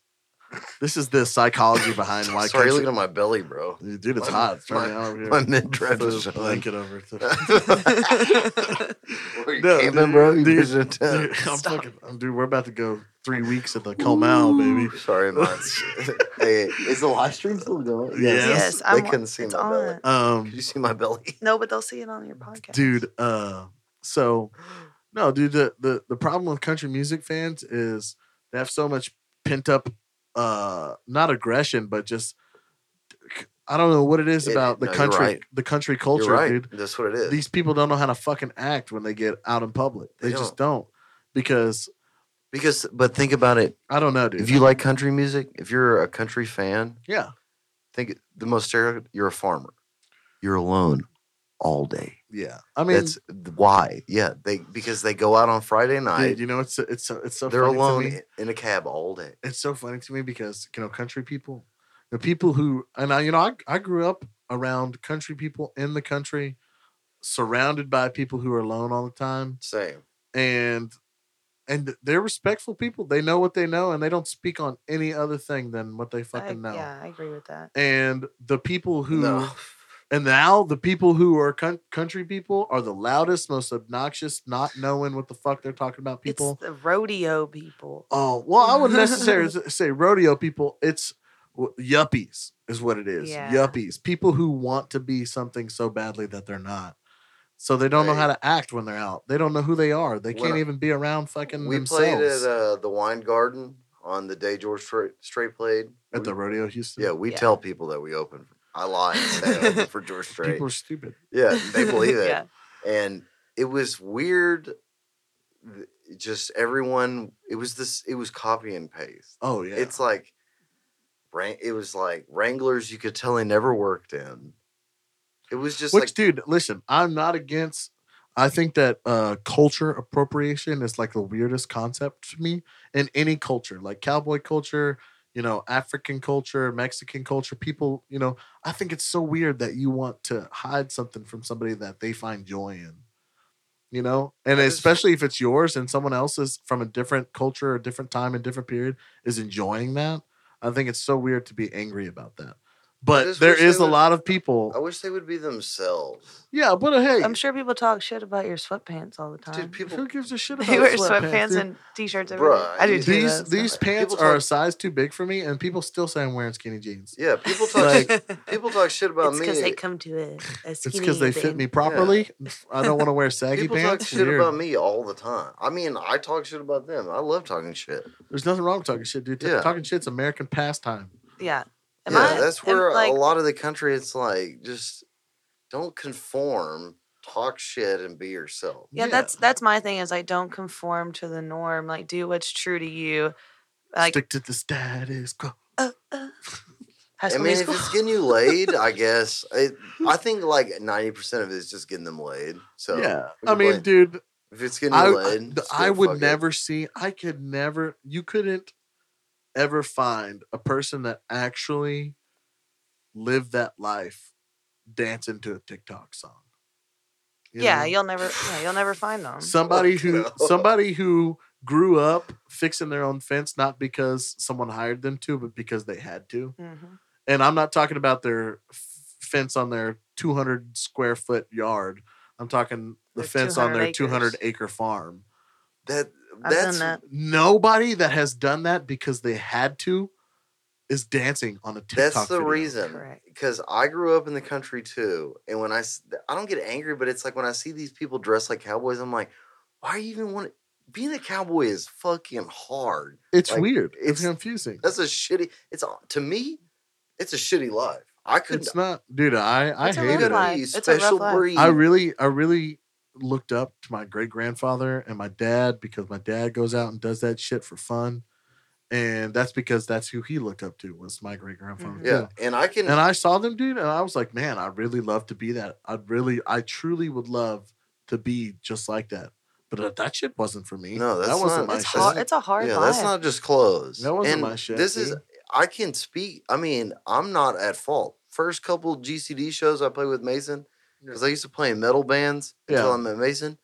D: this is the psychology behind why
B: Sorry, you're
D: country.
B: looking at my belly, [LAUGHS] bro.
D: dude, it's hot. It's
B: my-
D: turning on over here.
B: My midriff
D: Put
B: is
D: a
B: showing.
D: blanket over.
B: [LAUGHS]
D: it.
B: Where you
D: No,
B: came
D: dude,
B: in,
D: [LAUGHS]
B: bro. Oh, You
D: dude,
B: did your
D: Dude,
B: time.
D: I'm
E: Stop.
D: fucking, I'm- dude, we're about to go three weeks at the Comau, [LAUGHS] baby.
B: Sorry, man. [LAUGHS] hey, is the live stream still going?
D: Yes.
E: Yes,
B: I
E: I'm-
B: couldn't see
E: it's
B: my belly.
E: on.
B: Could
D: Um,
B: you see my belly? [LAUGHS]
E: No, but they'll see it on your podcast,
D: dude, uh, so no, dude, the, the the problem with country music fans is they have so much pent up, uh, not aggression, but just I don't know what it is
B: It-
D: about
B: no,
D: the
B: you're
D: country,
B: right.
D: the country culture,
B: You're right.
D: dude.
B: That's what it is.
D: These people don't know how to fucking act when they get out in public. They,
B: They
D: just don't because
B: because, but think about it.
D: I don't know, dude.
B: If you like country music, if you're a country fan,
D: yeah,
B: think the most stereotype. You're a farmer. You're alone all day.
D: yeah. I mean,
B: That's why. Yeah, they because they go out on Friday night.
D: dude, you know, it's it's so it's so
B: they're
D: funny to
B: alone
D: me.
B: in- in a cab all day.
D: it's so funny to me because you know country people the people who and i you know I, I grew up around country people in the country surrounded by people who are alone all the time
B: Same.
D: and and they're respectful people they know what they know and they don't speak on any other thing than what they
E: I,
D: fucking know
E: Yeah, I agree with that.
D: and the people who
B: No.
D: and now the people who are coun- country people are the loudest most obnoxious not knowing what the fuck they're talking about people
E: It's the rodeo people.
D: Oh well, I wouldn't necessarily say rodeo people. It's w- yuppies, is what it is.
E: Yeah.
D: Yuppies, people who want to be something so badly that they're not. So they don't know how
B: Right.
D: to act when they're out. They don't know who they are. They
B: When
D: can't
B: I-
D: even be around fucking
B: We
D: themselves
B: played at uh, the Wine Garden on the day George Strait, Strait played.
D: at the
B: We-
D: rodeo, Houston.
B: uh, yeah, we
E: Yeah.
B: tell people that we open. I lie and say I
D: [LAUGHS]
B: open for George Strait.
D: people are stupid.
B: Yeah, they believe it.
E: [LAUGHS] yeah.
B: And it was weird. th- Just everyone. It was this. It was copy and paste.
D: Oh yeah,
B: It's like, Wran- it was like Wranglers. You could tell they never worked in. It was just
D: which
B: like
D: dude? Listen, I'm not against. I think that uh, culture appropriation is like the weirdest concept to me in any culture, like cowboy culture, you you know, African culture, Mexican culture, people, you know, I think it's so weird that you want to hide something from somebody that they find joy in. You know, and
B: That is-
D: especially if it's yours and someone else's from a different culture or different time and different period is enjoying that, I think it's so weird to be angry about that. But
B: just
D: there
B: wish they
D: is a
B: would-
D: lot of
B: I
D: people.
B: wish they would be themselves.
D: Yeah, but uh, hey,
E: I'm sure people talk shit about your sweatpants all the time. [LAUGHS]
B: Dude, people
D: who gives a shit about
E: you wear sweatpants,
D: sweatpants dude?
E: and t-shirts.
B: Bruh,
E: every day. I do
B: you-
E: too. though.
D: these
E: It's [LAUGHS]
D: these
E: not like-
D: pants
B: People
D: are a
B: talk-
D: size too big for me, and people still say I'm wearing skinny jeans.
B: Yeah, people talk people talk shit about
E: it's
B: me.
E: because they come to a, a
D: It's
E: skinny
D: because they fit
E: thing.
D: me properly. I don't want
B: [LAUGHS]
D: to wear saggy
B: people talk
D: pants.
B: shit
D: Weird.
B: about me all the time. I mean, I talk shit about them. I love talking shit.
D: There's nothing wrong with talking shit, dude.
B: Yeah.
D: Talking shit's American pastime.
E: Yeah. Am
B: yeah,
E: I-
B: that's
E: am-
B: where
E: like,
B: a lot of the country. It's like just don't conform, talk shit, and be yourself.
E: yeah,
D: Yeah.
E: that's that's my thing is like don't conform to the norm. Like do what's true to you. Like
D: Stick to the status quo.
E: high
B: I
E: school
B: mean, if
E: musical. [LAUGHS]
B: it's getting you laid, I guess it, I think like ninety percent of it is just getting them laid. So
D: yeah.
B: we
D: I
B: can
D: mean,
B: blame-
D: dude,
B: if it's getting you
D: I,
B: laid,
D: I,
B: just
D: I
B: go fuck
D: would
B: it.
D: never see, I could never, you couldn't ever find a person that actually lived that life dancing to a TikTok song. You
E: yeah,
D: know?
E: you'll never
B: [LAUGHS]
E: yeah, you'll never find them.
D: somebody
B: Fuck
D: who
B: no.
D: somebody who grew up fixing their own fence not because someone hired them to but because they had to
E: Mhm.
D: and i'm not talking about their f- fence on their 200 square foot yard i'm talking the
E: Their
D: fence on their
E: 200 acres.
D: 200 acre farm
B: That
E: I've
B: that's
E: done that.
D: nobody that has done that because they had to is dancing on a tiktok
B: That's the
D: video.
B: reason.
E: Correct.
B: Because I grew up in the country too, and when I s- I don't get angry, but it's like when I see these people dressed like cowboys, I'm like, why you even want being a cowboy is fucking hard.
D: it's
B: Like,
D: weird
B: it's-
D: it's, confusing
B: That's a shitty. It's to me, it's a shitty life. I could.
D: it's not dude i i
E: It's a
D: hate
E: rough
D: it
E: life.
B: be
E: It's a rough life.
B: breed.
D: I really, I really looked up to my great grandfather and my dad because my dad goes out and does that shit for fun, and that's because that's who he looked up to was my great grandfather.
B: Mm-hmm.
E: Mhm.
B: yeah, and I can.
D: and I saw them, dude, and I was like, man, I really love to be that. I really, I truly would love to be just like that. But uh, that shit wasn't for me.
B: No,
D: that
B: that's
D: wasn't
B: not-
D: my
E: It's
D: shit.
E: hard it's a hard
B: yeah,
E: life.
B: that's not just clothes.
D: That wasn't
B: And
D: my shit,
B: This is
D: dude.
B: I can speak. I mean, I'm not at fault. First couple GCD shows I played with Mason because I used to play in metal bands until
D: Yeah.
B: I met Mason.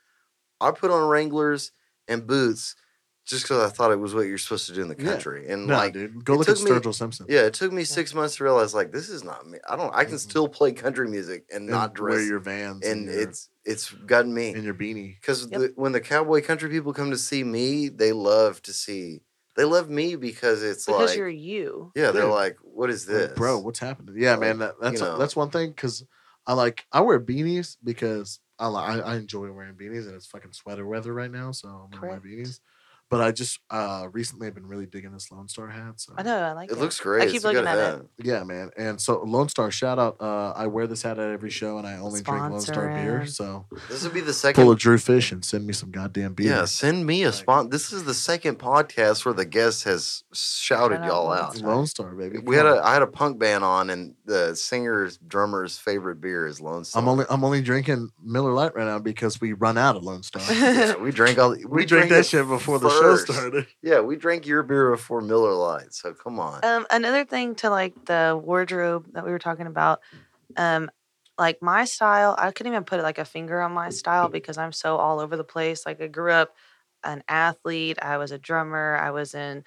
B: I put on Wranglers and boots just because I thought it was what you're supposed to do in the
D: Yeah.
B: country. And
D: no,
B: like,
D: dude, go
B: it
D: look at
B: took me-
D: Sturgill Simpson.
B: yeah, it took me six months to realize like this is not me. I don't. I can
D: Mhm.
B: still play country music and,
D: and
B: not
D: wear
B: dress.
D: your vans
B: And
D: your-
B: it's it's gotten me
D: and your beanie.
B: because
E: Yep.
B: when the cowboy country people come to see me, they love to see. They love me because it's
E: because
B: like
E: you're you.
B: yeah, they're
D: Dude.
B: like, what is
D: Like,
B: this,
D: bro, what's happening? Yeah,
B: Like,
D: man, that, that's
B: you know.
D: that's one thing because I like I wear beanies because I li- I, I enjoy wearing beanies and it's fucking sweater weather right now, so I'm gonna
E: Correct.
D: wear beanies. But I just uh recently have been really digging this Lone Star hat. So
E: I know, I like
B: It looks great.
E: I keep looking at it.
D: yeah, man. And so Lone Star shout out. Uh, I wear this hat at every show, and I only drink Lone Star beer.
E: Sponsoring.
D: So
B: This would be the
D: pull a
B: second.
D: Drew Fish and send me some goddamn beer.
B: Yeah, send me a
D: Like-
B: spot. This is the second podcast where the guest has shouted
E: Shout out
B: y'all
E: Lone
B: out.
D: Lone Star, baby.
B: We had a I had a punk band on, and the singer's drummer's favorite beer is Lone Star. [LAUGHS]
D: I'm only I'm only drinking Miller Light right now because we run out of
E: [LAUGHS]
D: Lone Star.
B: Yeah, we drank all. We,
D: we, drank that
B: it
D: shit before the show
B: first.
D: started.
B: Yeah, we drank your beer before Miller Lite. So come on.
E: Um, another thing to like the wardrobe that we were talking about, um, like my style, I couldn't even put like a finger on my style because I'm so all over the place. Like I grew up an athlete, I was a drummer, I was in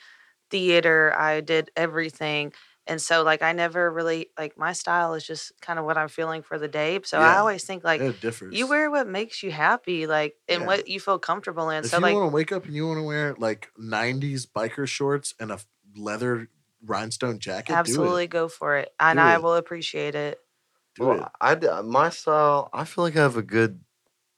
E: theater, I did everything. And so like I never really like my style is just kind of what I'm feeling for the day. So I
D: Yeah.
E: always think like
D: it differs.
E: you wear what makes you happy, like and
D: Yeah.
E: what you feel comfortable in.
D: If
E: so
D: you
E: like
D: want to wake up and you want to wear like '90s biker shorts and a f- leather rhinestone jacket,
E: absolutely go for it. And
D: Do
E: I
D: it.
E: will appreciate it.
D: do it. Do
B: well,
D: it.
B: I d- uh, my style. I feel like I have a good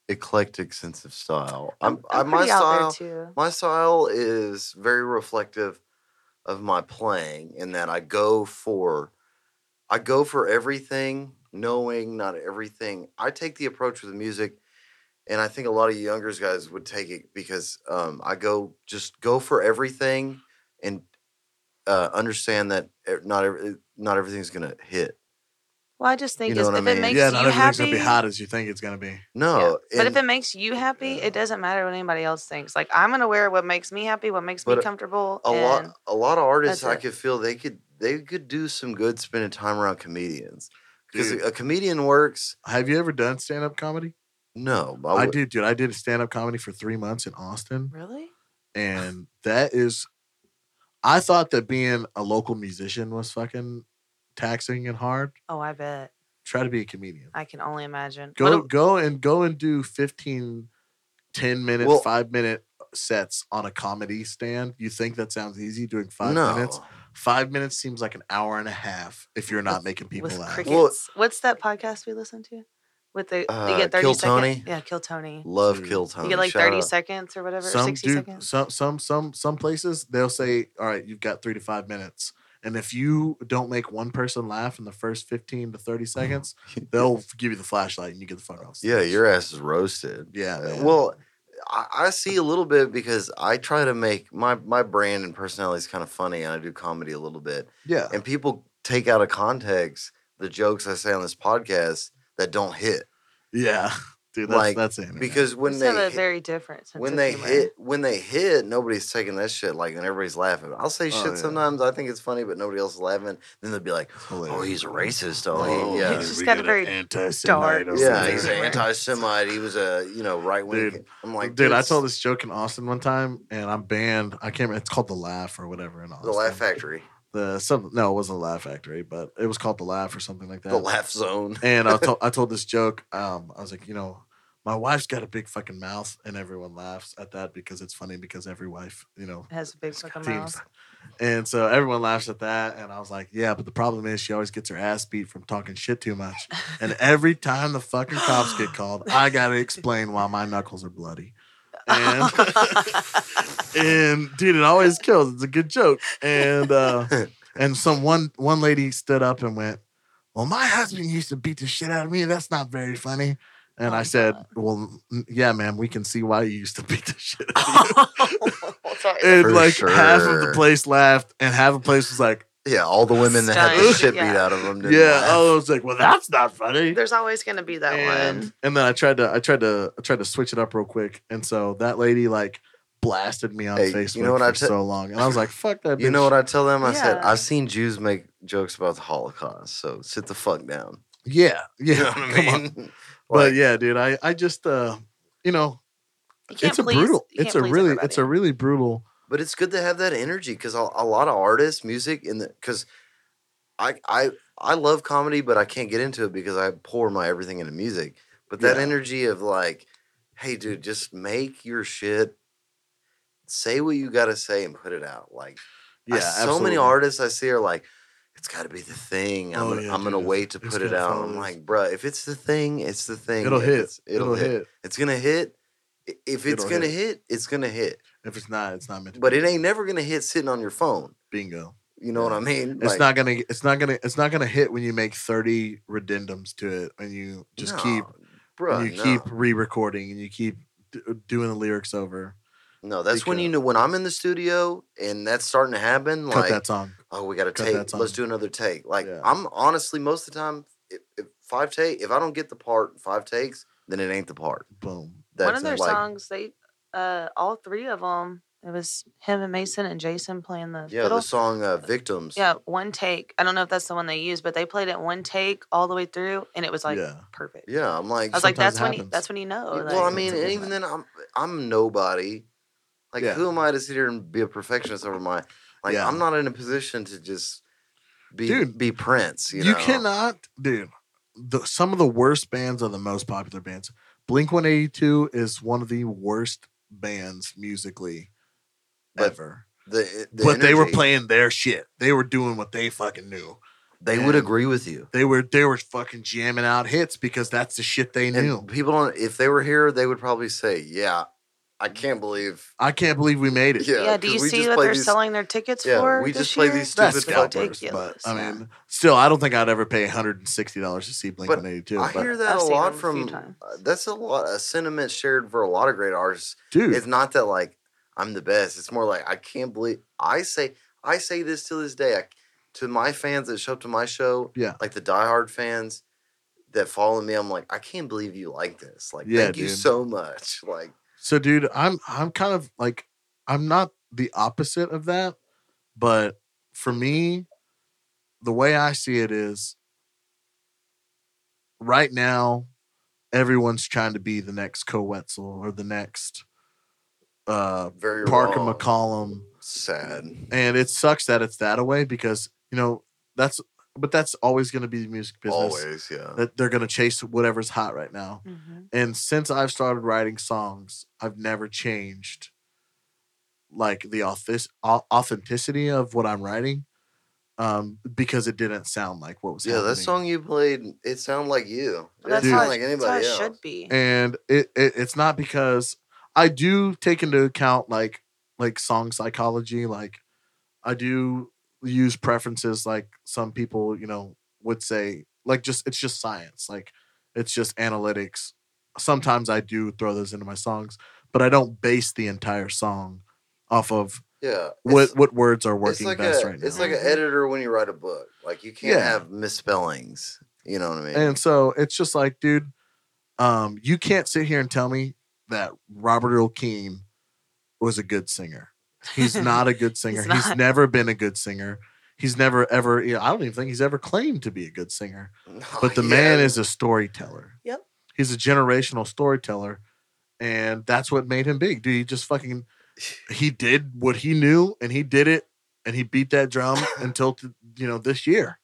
B: eclectic sense of style. I'm, I, my
E: pretty out
B: style.
E: there too.
B: My style is very reflective of my playing in that I go for I go for everything, knowing not everything. I take the approach with music, and I think a lot of younger guys would take it because um, I go just go for everything and uh, understand that e- not every, not everything's gonna hit.
E: Well, I just think
B: know
E: it's,
B: what I
E: if
B: mean?
E: it makes
D: yeah,
E: you
D: not everything's
E: happy,
D: gonna be hot as you think it's gonna be.
E: yeah.
B: No,
E: but
B: and-
E: if it makes you happy, it doesn't matter what anybody else thinks. Like I'm gonna wear what makes me happy, what makes me
B: But
E: comfortable.
B: a lot
E: and-
B: a lot of artists
E: that's
B: I
E: it.
B: could feel they could they could do some good spending time around comedians because
D: Dude.
B: a comedian works.
D: Have you ever done stand up comedy?
B: No, but
D: I
B: would-
D: did, dude. I did stand up comedy for three months in Austin,
E: Really?
D: and that is, I thought that being a local musician was fucking taxing and hard.
E: Oh, I bet.
D: Try to be a comedian.
E: I can only imagine. What
D: Go
E: a-
D: go and go and do 15, 10 minute,
B: Well-
D: five minute uh, sets on a comedy stand. You think that sounds easy doing five
B: no.
D: minutes? Five minutes seems like an hour and a half if you're not
E: With-
D: making people
E: with
D: laugh.
E: crickets. What's that podcast we listen to? With the
B: Uh,
E: they get thirty
B: Kill
E: seconds.
B: Tony?
E: Yeah, kill Tony.
B: Love
D: Dude.
B: Kill Tony.
E: You get like
B: shout
E: thirty
B: out.
E: seconds or whatever,
D: some
E: sixty
D: dude,
E: seconds.
D: some some some some places they'll say, "All right, you've got three to five minutes," and if you don't make one person laugh in the first fifteen
B: [LAUGHS]
D: to thirty seconds, they'll f- give you the flashlight and you get the fuck off.
B: Yeah,
D: stage.
B: your ass is roasted.
D: Yeah,
B: Uh,
D: man.
B: Well, I, I see a little bit because I try to make my my brand and personality is kind of funny, and I do comedy a little bit.
D: yeah,
B: And people take out of context the jokes I say on this podcast that don't hit
D: yeah, [LAUGHS] dude. That's
B: Like,
D: that's it.
B: because when
E: It's
B: they
E: have a
B: hit-
E: very different sense
B: when
E: of
B: they
E: humor.
B: hit when they hit nobody's taking that shit like and everybody's laughing i'll say
D: Oh,
B: shit
D: yeah.
B: sometimes i think it's funny but nobody else is laughing then they'll be like oh he's a racist oh, he- yeah
E: He's just got a very dark-
D: anti-Semite.
B: yeah
E: he's
B: he's
E: a
B: an
E: racist.
B: anti-semite he was a you know right wing
D: Dude.
B: i'm like
D: dude, I
B: "That's
D: told this joke in Austin one time, and I'm banned. I can't. remember. It's called the Laugh or whatever in Austin.
B: the laugh factory
D: The some no, it wasn't the Laugh Factory, but it was called the Laugh or something like that.
B: the laugh zone [LAUGHS]
D: And I told I told this joke. Um, I was like, you know, my wife's got a big fucking mouth, and everyone laughs at that because it's funny because every wife, you know,
E: has a big fucking
D: teams.
E: mouth.
D: And so everyone laughs at that. And I was like, yeah, but the problem is she always gets her ass beat from talking shit too much. And every time the fucking cops get called, I gotta explain why my knuckles are bloody.
E: [LAUGHS]
D: And
B: [LAUGHS]
D: and dude, it always kills. It's a good joke. And uh and some one one lady stood up and went, Well, my husband used to beat the shit out of me. That's not very funny. And
E: Oh,
D: I said, Well, n- yeah, ma'am, we can see why you used to beat the shit out of me
E: Sorry.
D: and
B: For
D: like half of the
B: sure.
D: place laughed, and half of the place was like,
B: yeah all the women that had the
E: Stunned,
B: shit beat
E: yeah.
B: out of them didn't
D: "Yeah."
B: laugh.
D: Oh, I was like, "Well, that's not funny."
E: There's always gonna be that
D: And,
E: one.
D: and then I tried to, I tried to, I tried to switch it up real quick, and so that lady like blasted me on
B: Hey, you
D: Facebook
B: know what
D: for
B: I te-
D: so long, and I
B: [LAUGHS]
D: was like, "Fuck that."
B: you know what
D: I-
B: i tell them i said
E: Yeah.
B: i've seen jews make jokes about the holocaust so sit the fuck down [LAUGHS]
D: yeah, [LAUGHS]
B: you
D: yeah.
B: know what i
D: come on.
B: mean [LAUGHS]
D: But
B: Like-
D: yeah, dude, I, I just, uh, you know,
E: You can't
D: it's a
E: please-
D: brutal,
E: you
D: it's a
E: can't please
D: really, it's a
E: everybody.
D: really brutal.
B: but it's good to have that energy because a, a lot of artists music in the because i i i love comedy but i can't get into it because i pour my everything into music but that
D: Yeah.
B: energy of like hey dude just make your shit say what you gotta say and put it out like I-
D: Yeah,
B: so
D: absolutely.
B: many artists i see are like it's got to be the thing. I'm,
D: Oh,
B: gonna,
D: yeah,
B: I'm gonna
D: dude,
B: wait to
D: it's
B: put it
D: gotta
B: out.
D: follow
B: I'm
D: this.
B: like, bruh, if it's the thing, it's the thing.
D: It'll
B: If
D: hit.
B: it's- It'll, hit. It's gonna hit. I- If it's
D: It'll
B: gonna
D: hit.
B: hit, it's gonna hit
D: If it's not, it's not meant to.
B: but
D: be.
B: it ain't never gonna hit sitting on your phone.
D: bingo.
B: You know what I mean?
D: It's
B: Like,
D: not gonna. It's not gonna. It's not gonna hit when you make thirty redendums to it, and you just
B: no,
D: keep.
B: bruh,
D: and you
B: no.
D: keep re-recording, and you keep d- uh, doing the lyrics over.
B: No, that's when
D: because-
B: you know when I'm in the studio and that's starting to happen.
D: Cut
B: Like,
D: that song.
B: oh, we got a
D: cut
B: take.
D: that
B: Let's
D: song.
B: do another take. Like,
D: Yeah.
B: I'm honestly most of the time, if, if five take, if I don't get the part in five takes, then it ain't the part.
D: Boom.
B: That's
E: one of their
B: like,
E: songs, they uh, all three of them. It was him and Mason and Jason playing the
B: Yeah,
E: fiddle.
B: the song uh, "Victims."
E: Yeah, one take. I don't know if that's the one they used, but they played it one take all the way through, and it was like
D: yeah.
E: perfect.
B: yeah. I'm like,
E: I was like,
D: Sometimes
E: that's
D: it
E: when you,
D: happens.
E: Oh, that's when you know.
B: y-
E: like-
B: well, I mean,
D: Something
B: and
D: like
B: even then, I'm I'm nobody. Like,
D: Yeah.
B: who am I to sit here and be a perfectionist over my? Like,
D: Yeah.
B: I'm not in a position to just be
D: Dude,
B: be Prince.
D: You,
B: You, know?
D: cannot, dude. The, some of the worst bands are the most popular bands. Blink One Eighty Two is one of the worst bands musically
B: But
D: ever.
B: The, eh, the
D: but they were
B: energy,
D: playing their shit. They were doing what they fucking knew.
B: They would
D: and-
B: agree with you.
D: They were they were fucking jamming out hits because that's the shit they
B: And
D: knew.
B: people don't. If they were here, they would probably say, "Yeah, I can't believe."
D: I can't believe we made it.
B: Yeah.
E: yeah, do
B: 'cause
E: you
B: we
E: see
B: just
E: what
B: play
E: they're
B: these-
E: selling their tickets
B: yeah,
E: for?
B: we
E: this
B: just play
E: year?
B: these
D: That's
B: stupid
D: scalpers,
B: fuckers.
D: but
E: Ridiculous,
D: I
E: yeah.
D: mean, still, I don't think I'd ever pay 160 dollars to see Blink
B: But
D: 182.
B: I
D: but
B: hear that
E: I've
B: a
E: seen
B: lot
E: them a few
B: from.
E: times.
B: uh, that's a lot. A sentiment shared for a lot of great artists.
D: dude, [LAUGHS]
B: It's not that like I'm the best. It's more like I can't believe. I say I say this to this day. I, to my fans that show up to my show,
D: Yeah.
B: like the diehard fans that follow me, I'm like, I can't believe you like this. Like,
D: Yeah,
B: thank you
D: dude.
B: so much. [LAUGHS] Like,
D: So, dude, I'm I'm kind of like I'm not the opposite of that, but for me, the way I see it is, right now, everyone's trying to be the next Co Wetzel or the next uh,
B: very
D: Parker
B: wrong.
D: McCollum,
B: Sad.
D: [LAUGHS] and it sucks that it's that away because you know that's but that's always going to be the music business.
B: Always, yeah.
D: That they're going to chase whatever's hot right now.
E: Mhm.
D: And since I've started writing songs, I've never changed like the authis- au- authenticity of what I'm writing um, because it didn't sound like what was
B: yeah, that
D: happening.
B: song you played, it sounded like you. It
E: Well, that's,
D: Dude.
E: how
B: sound like
E: it, that's how
B: anybody
E: it
B: else.
E: should be.
D: And it, it it's not because I do take into account like like song psychology. Like I do use preferences. Like some people, you know, would say like just it's just science. Like it's just analytics. Sometimes I do throw those into my songs, but I don't base the entire song off of
B: Yeah.
D: what
B: it's-
D: what words are
B: it's
D: working
B: like
D: best
B: a,
D: right now.
B: It's like an editor when you write a book. Like you can't
D: Yeah.
B: have misspellings. You know what I mean?
D: And so it's just like, dude, um, you can't sit here and tell me that Robert Earl Keen was a good singer. He's not a good singer. he's,
E: not.
D: never been a good singer. He's never ever. You know, I don't even think he's ever claimed to be a good singer.
B: Oh, [LAUGHS]
D: But the man is a storyteller.
E: Yep.
D: He's a generational storyteller, and that's what made him big, dude. He just fucking he did what he knew, and he did it, and he beat that drum until you know this year,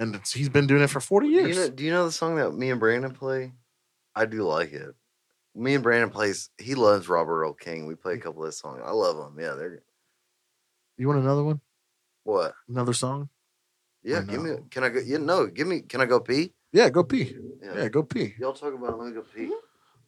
D: and it's, he's been doing it for forty
B: Do you,
D: years.
B: know, do you know the song that me and Brandon play? I do like it. Me and Brandon plays. He loves Robert Earl King. We
D: Mm.
B: play a couple of his songs. I love him. Yeah, they're
D: You want another one?
B: what?
D: Another song?
B: Yeah,
D: I
B: give me.
D: know.
B: Can I go? Yeah, no, give me. Can I go pee?
D: Yeah, go pee.
B: Yeah.
D: Yeah, Mm-hmm. go pee.
B: Y'all talk about. it, Let me go pee.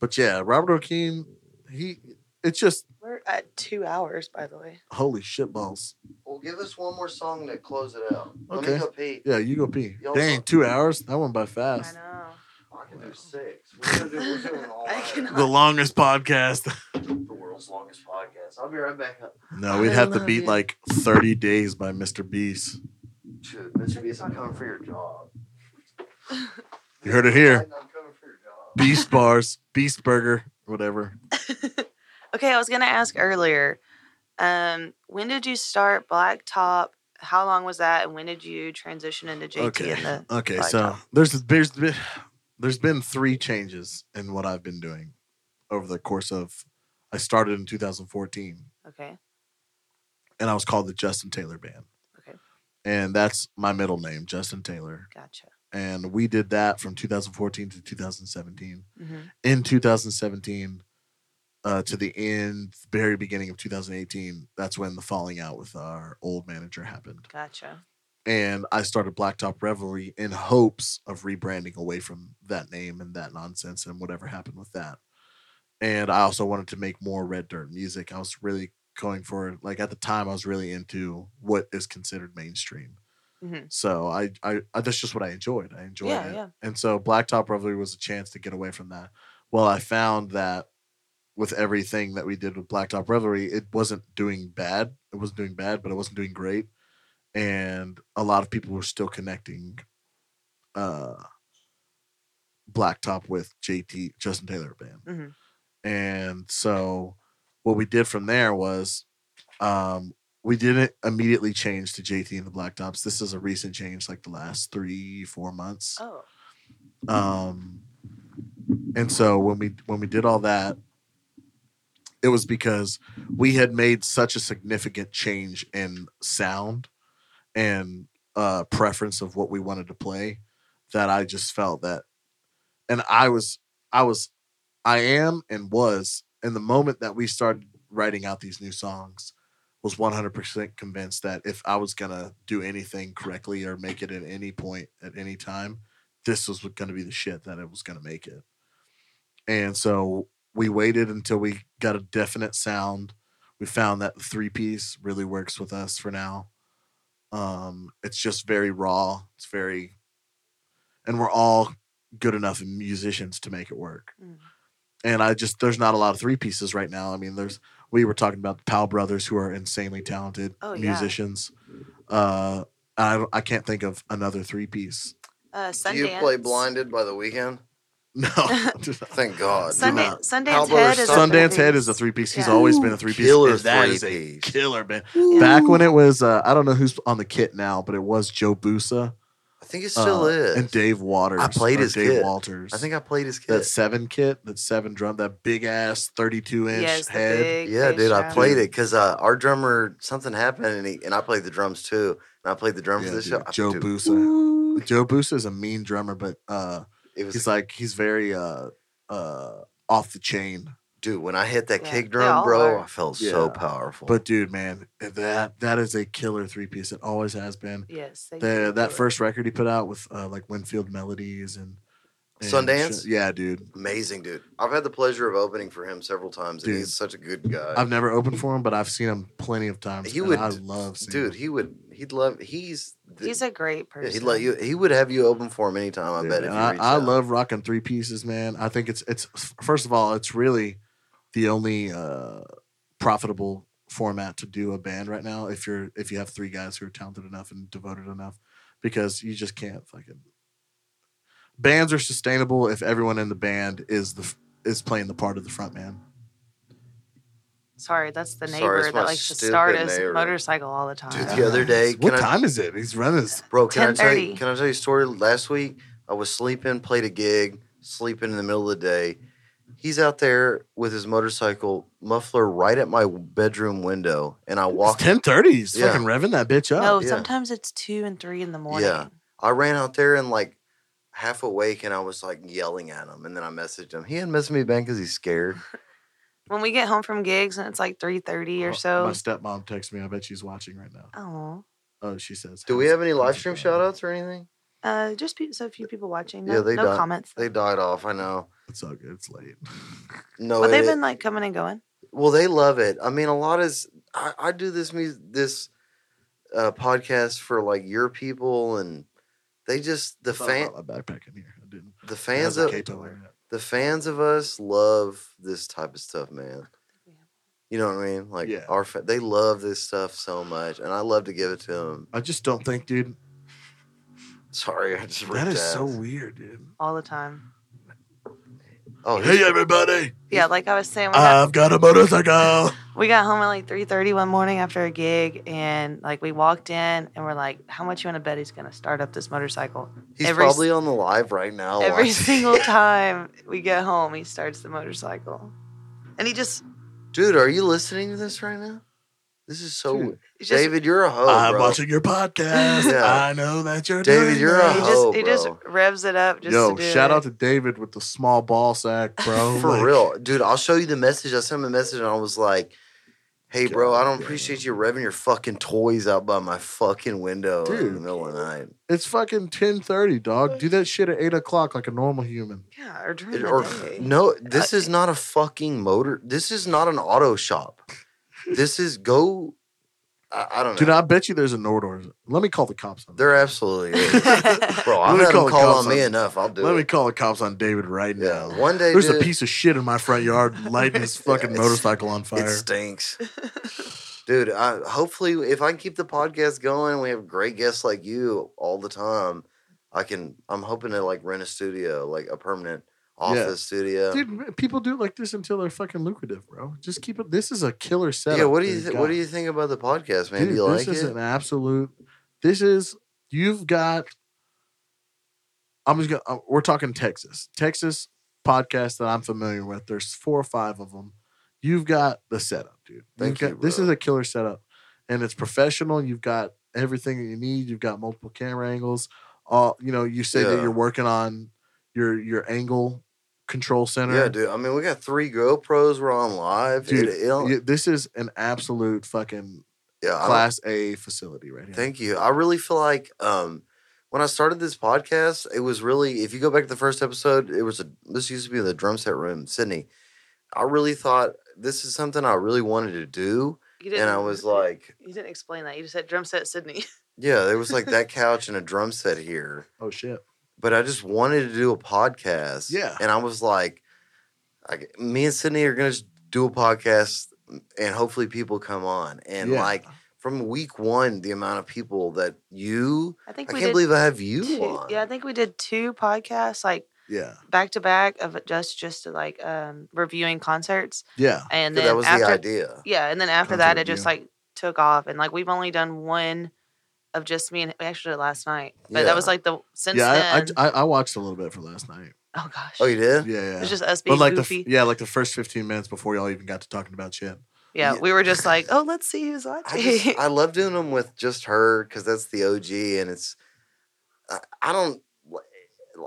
D: But yeah, Robert O'Keefe, he it's just
E: We're at two hours, by the way.
D: holy shit balls.
B: Well, give us one more song to close it out. Let
D: Okay.
B: me go pee.
D: Yeah, you go pee.
B: Y'all
D: Dang,
B: fuck.
D: two hours? That went by
E: I
D: fast.
E: know.
B: I can do six. We're gonna do. We're doing
D: [LAUGHS]
B: all
E: I
B: night.
E: cannot-
D: The longest podcast. [LAUGHS]
B: the world's longest podcast. I'll be right back up.
D: No, we'd have to
E: love
D: beat
E: you.
D: like 30 days by Mr. Beast.
B: Dude, Mr. Beast, I'm coming for your job.
D: You heard it here.
B: I'm coming for your job.
D: Beast bars, Beast Burger, whatever.
E: Okay, I was gonna ask earlier. Um, when did you start Black Top? How long was that, and when did you transition into JT?
D: okay.
E: And the
D: okay,
E: Black
D: so
E: Top?
D: there's there's been there's been three changes in what I've been doing over the course of I started in 2014.
E: okay,
D: and I was called the Justin Taylor Band.
E: Okay.
D: And that's my middle name, Justin Taylor.
E: gotcha.
D: And we did that from 2014 to 2017.
E: hmm
D: In 2017, uh, to the end, very beginning of 2018, that's when the falling out with our old manager happened.
E: Gotcha.
D: And I started Blacktop Revelry in hopes of rebranding away from that name and that nonsense and whatever happened with that. And I also wanted to make more red dirt music. I was really going for like at the time I was really into what is considered mainstream.
E: Mhm.
D: So I, I, I that's just what I enjoyed. I enjoyed
E: Yeah,
D: it.
E: yeah.
D: And so Blacktop Revelry was a chance to get away from that. Well, I found that with everything that we did with Blacktop Revelry, it wasn't doing bad. It wasn't doing bad, but it wasn't doing great. And a lot of people were still connecting uh Blacktop with JT Justin Taylor band.
E: Mhm.
D: And so what we did from there was um we didn't immediately change to JT and the Blacktops. This is a recent change, like the last three, four months
E: Oh,
D: um and so when we when we did all that it was because we had made such a significant change in sound and uh preference of what we wanted to play that i just felt that and i was i was i am and was in the moment that we started writing out these new songs was 100% convinced that if i was going to do anything correctly or make it at any point at any time this was going to be the shit that it was going to make it. And so we waited until we got a definite sound. We found that the three piece really works with us for now. Um, it's just very raw. It's very, and we're all good enough musicians to make it work.
E: Mm.
D: And I just, there's not a lot of three pieces right now. I mean, there's, we were talking about the Powell brothers who are insanely talented
E: Oh, yeah.
D: musicians. Uh, I I can't think of another three piece.
E: Uh, Sundance.
B: Do you play Blinded by the weekend?
D: [LAUGHS] No,
B: Thank God.
E: Sunday,
D: not.
E: Sundance
B: Halberd
E: Head is a
D: Sundance
E: three-piece.
D: Head is a three piece. He's
E: Yeah.
D: always been a three piece.
B: Killer
D: that is a
B: three-piece.
D: killer man.
E: Yeah.
D: Back when it was, uh, I don't know who's on the kit now, but it was Joe Busa,
B: I think it still
D: uh,
B: is.
D: and Dave Waters.
B: I played
D: or
B: his
D: Dave
B: kit.
D: Walters.
B: I think I played his kid.
D: that seven kit, that seven drum, that big ass thirty two inch
E: Yes, the
D: head.
E: big
B: Yeah,
E: bass
B: dude, I
E: drum.
B: played it because uh, our drummer something happened and he and I played the drums too. And I played the drum
D: Yeah,
B: for this
D: dude,
B: show. I-
D: Joe
B: dude,
D: Busa. Joe Busa is a mean drummer, but uh,
B: It was
D: he's like he's very uh, uh, off the chain.
B: dude when I hit that
E: Yeah,
B: kick
E: they
B: drum,
E: all
B: bro,
E: are.
B: I felt so
D: Yeah.
B: powerful.
D: But dude, man, that that is a killer three piece. It always has been.
E: Yes, they
D: The,
E: did do
D: that
E: it.
D: first record he put out with uh, like Winfield Melodies and, and
B: Sundance?
D: shit. Yeah, dude.
B: amazing, dude. I've had the pleasure of opening for him several times, and
D: Dude.
B: he's such a good guy.
D: I've never opened for him, but I've seen him plenty of times.
B: he Uh,
D: and
B: would,
D: I love seeing
B: dude.
D: him.
B: He would, he'd love. He's, the-
E: He's a great
B: yeah,
E: person.
B: he'd let you. He would have you open for him anytime. I
D: Dude,
B: bet. If you
D: I,
B: reached
D: I
B: out.
D: love rocking three pieces, man. I think it's it's first of all, it's really the only uh, profitable format to do a band right now. If you're if you have three guys who are talented enough and devoted enough, because you just can't fucking bands are sustainable if everyone in the band is the f- is playing the part of the front man.
E: Sorry, that's the
B: Sorry,
E: neighbor
B: it's my
E: that likes to
B: stupid
E: start his
B: neighbor.
E: motorcycle all the time.
B: Dude, the other day, can
D: what
B: I-
D: time is it? He's running. His,
B: Bro, can I tell you?
E: 10:30.
B: Can I tell you a story? Last week, I was sleeping, played a gig, sleeping in the middle of the day. He's out there with his motorcycle muffler right at my bedroom window, and I
D: it's
B: walked.
D: ten thirty. He's
B: Yeah.
D: fucking revving that bitch up.
E: no,
B: yeah.
E: sometimes it's two and three in the morning.
B: I ran out there and like half awake, and I was like yelling at him, and then I messaged him. He hadn't messaged me back because he's scared.
E: When we get home from gigs and it's like three thirty or
D: Oh,
E: so.
D: My stepmom texts me. I bet she's watching right now.
E: Oh,
D: Oh, she says.
B: Do we
D: "How's-
B: have any
D: how's
B: live
D: it
B: stream
D: going?"
B: shout outs or anything?
E: uh, just pe- so a few people watching. No,
B: Yeah, they
E: no
B: don't-
E: comments.
B: They died off. I know.
D: It's all good. It's late. [LAUGHS]
B: No,
E: but they've
B: it-
E: been like coming and going.
B: Well, they love it. I mean, a lot is I, I do this music this uh, podcast for like your people, and they just the
D: I thought I
B: fan
D: brought my backpack in here. I didn't.
B: the
D: I
B: fans
D: have
B: of
D: a cape over it.
B: the fans of us love this type of stuff, man. You know what I mean? Like
D: Yeah.
B: our fa- they love this stuff so much, and I love to give it to them.
D: I just don't think, dude.
B: [LAUGHS] Sorry, I just
D: That
B: ripped
D: is so
B: ass.
D: weird, dude.
E: all the time.
B: Oh,
D: Hey
B: he's-
D: everybody!
E: Yeah, like I was saying, we got,
B: Uh,
D: I've got a motorcycle.
E: we got home at like three thirty one morning after a gig, and like we walked in and we're like, "How much you want to bet he's going to start up this motorcycle?"
B: he's
E: every s-
B: probably on the live right now.
E: Every
B: watching. [LAUGHS]
E: single time we get home, he starts the motorcycle, and he just,
B: dude, are you listening to this right now? This is so
D: Dude,
E: he just
B: David. You're a hoe,
D: I'm
B: bro.
D: watching your podcast.
B: Yeah.
D: I know that you're
B: David,
D: doing
B: you're
D: that.
E: he
B: a
E: just
B: hoe,
E: he just
B: bro.
E: revs it up. Just
D: Yo,
E: to do
D: shout
E: it.
D: out to David with the small ball sack, bro.
B: [LAUGHS] For
D: Like,
B: real, Oh dude. I'll show you the message. I sent him a message and I was like, "Hey, bro, I don't
D: God
B: appreciate you revving your fucking toys out by my fucking window in the
D: Dude.
B: middle of the night,
D: It's fucking ten thirty, dog. Do that shit at eight o'clock like a normal human.
E: yeah, or during the
B: or
E: day.
B: no, this is not a fucking motor. This is not an auto shop.
D: [LAUGHS]
B: This is go. I, I don't know.
D: Dude, I bet you there's a Nordor. Let me call the cops on. that.
B: They're
D: [LAUGHS]
B: absolutely, is. bro. I've
D: Let me
B: had them
D: call the
B: call
D: cops
B: on me
D: on-
B: enough. I'll do
D: Let
B: it.
D: me call the cops on David right now.
B: yeah, one day.
D: There's
B: dude,
D: a piece of shit in my
B: [LAUGHS]
D: front yard lighting his fucking
B: It's-
D: motorcycle on
B: It
D: fire.
B: stinks. Dude, I, hopefully, if I can keep the podcast going, we have great guests like you all the time. I can. I'm hoping to like rent a studio, like a permanent office studio.
D: Dude, man, people do it like this until they're fucking lucrative, bro. Just keep it. This is a killer setup.
B: yeah. What do you
D: dude.
B: th-
D: God.
B: What do you think about the podcast, man?
D: Dude,
B: do you
D: this
B: like
D: is
B: it?
D: an absolute. This is you've got. I'm just gonna. uh, We're talking Texas, Texas podcast that I'm familiar with. There's four or five of them. You've got the setup, dude.
B: Thank
D: You've
B: you,
D: got- This
B: bro.
D: is a killer setup, and it's professional. You've got everything that you need. You've got multiple camera angles. All you know. You say that
B: Yeah.
D: you're working on your your angle control center.
B: yeah, dude. I mean, we got three GoPros. We're on live.
D: Dude,
B: It- it don't-
D: y- this is an absolute fucking
B: yeah, I don't-
D: class A facility right here.
B: Thank you. I really feel like um when I started this podcast, it was really if you go back to the first episode, it was a this used to be the drum set room, Sydney. I really thought this is something I really wanted to do.
E: You
B: And I was like,
E: you didn't explain that. You just said drum set Sydney. [LAUGHS]
B: yeah, there was like that couch and a drum set here.
D: oh shit.
B: But I just wanted to do a podcast.
D: Yeah.
B: And I was like, I, me and Sydney are gonna just do a podcast and hopefully people come on. And
D: Yeah.
B: like from week one the amount of people that you
E: I think
B: I
E: we
B: can't
E: did
B: believe I have you
E: two,
B: on.
E: Yeah, I think we did two podcasts like
D: Yeah.
E: back to back of it just just like um reviewing concerts
D: Yeah.
E: and
B: So
E: then
B: that was
E: after
B: the idea.
E: yeah and then after
D: Concert
E: that it
D: review.
E: just like took off and like we've only done one of just me and we actually did it last night but
B: Yeah.
E: that was like the since
D: yeah.
E: then
D: I, I, I watched a little bit for last
E: [LAUGHS]
D: night.
E: oh gosh
B: Oh, you did?
D: Yeah.
E: it's
D: Yeah.
E: just us being
D: But like the
E: goofy
D: f- yeah, like the first fifteen minutes before y'all even got to talking about shit.
E: yeah,
B: yeah.
E: we were
B: [LAUGHS]
E: just like oh let's see who's
B: [LAUGHS]
E: watching
B: I, just, I love doing them with just her because that's the OG, and it's I, I don't.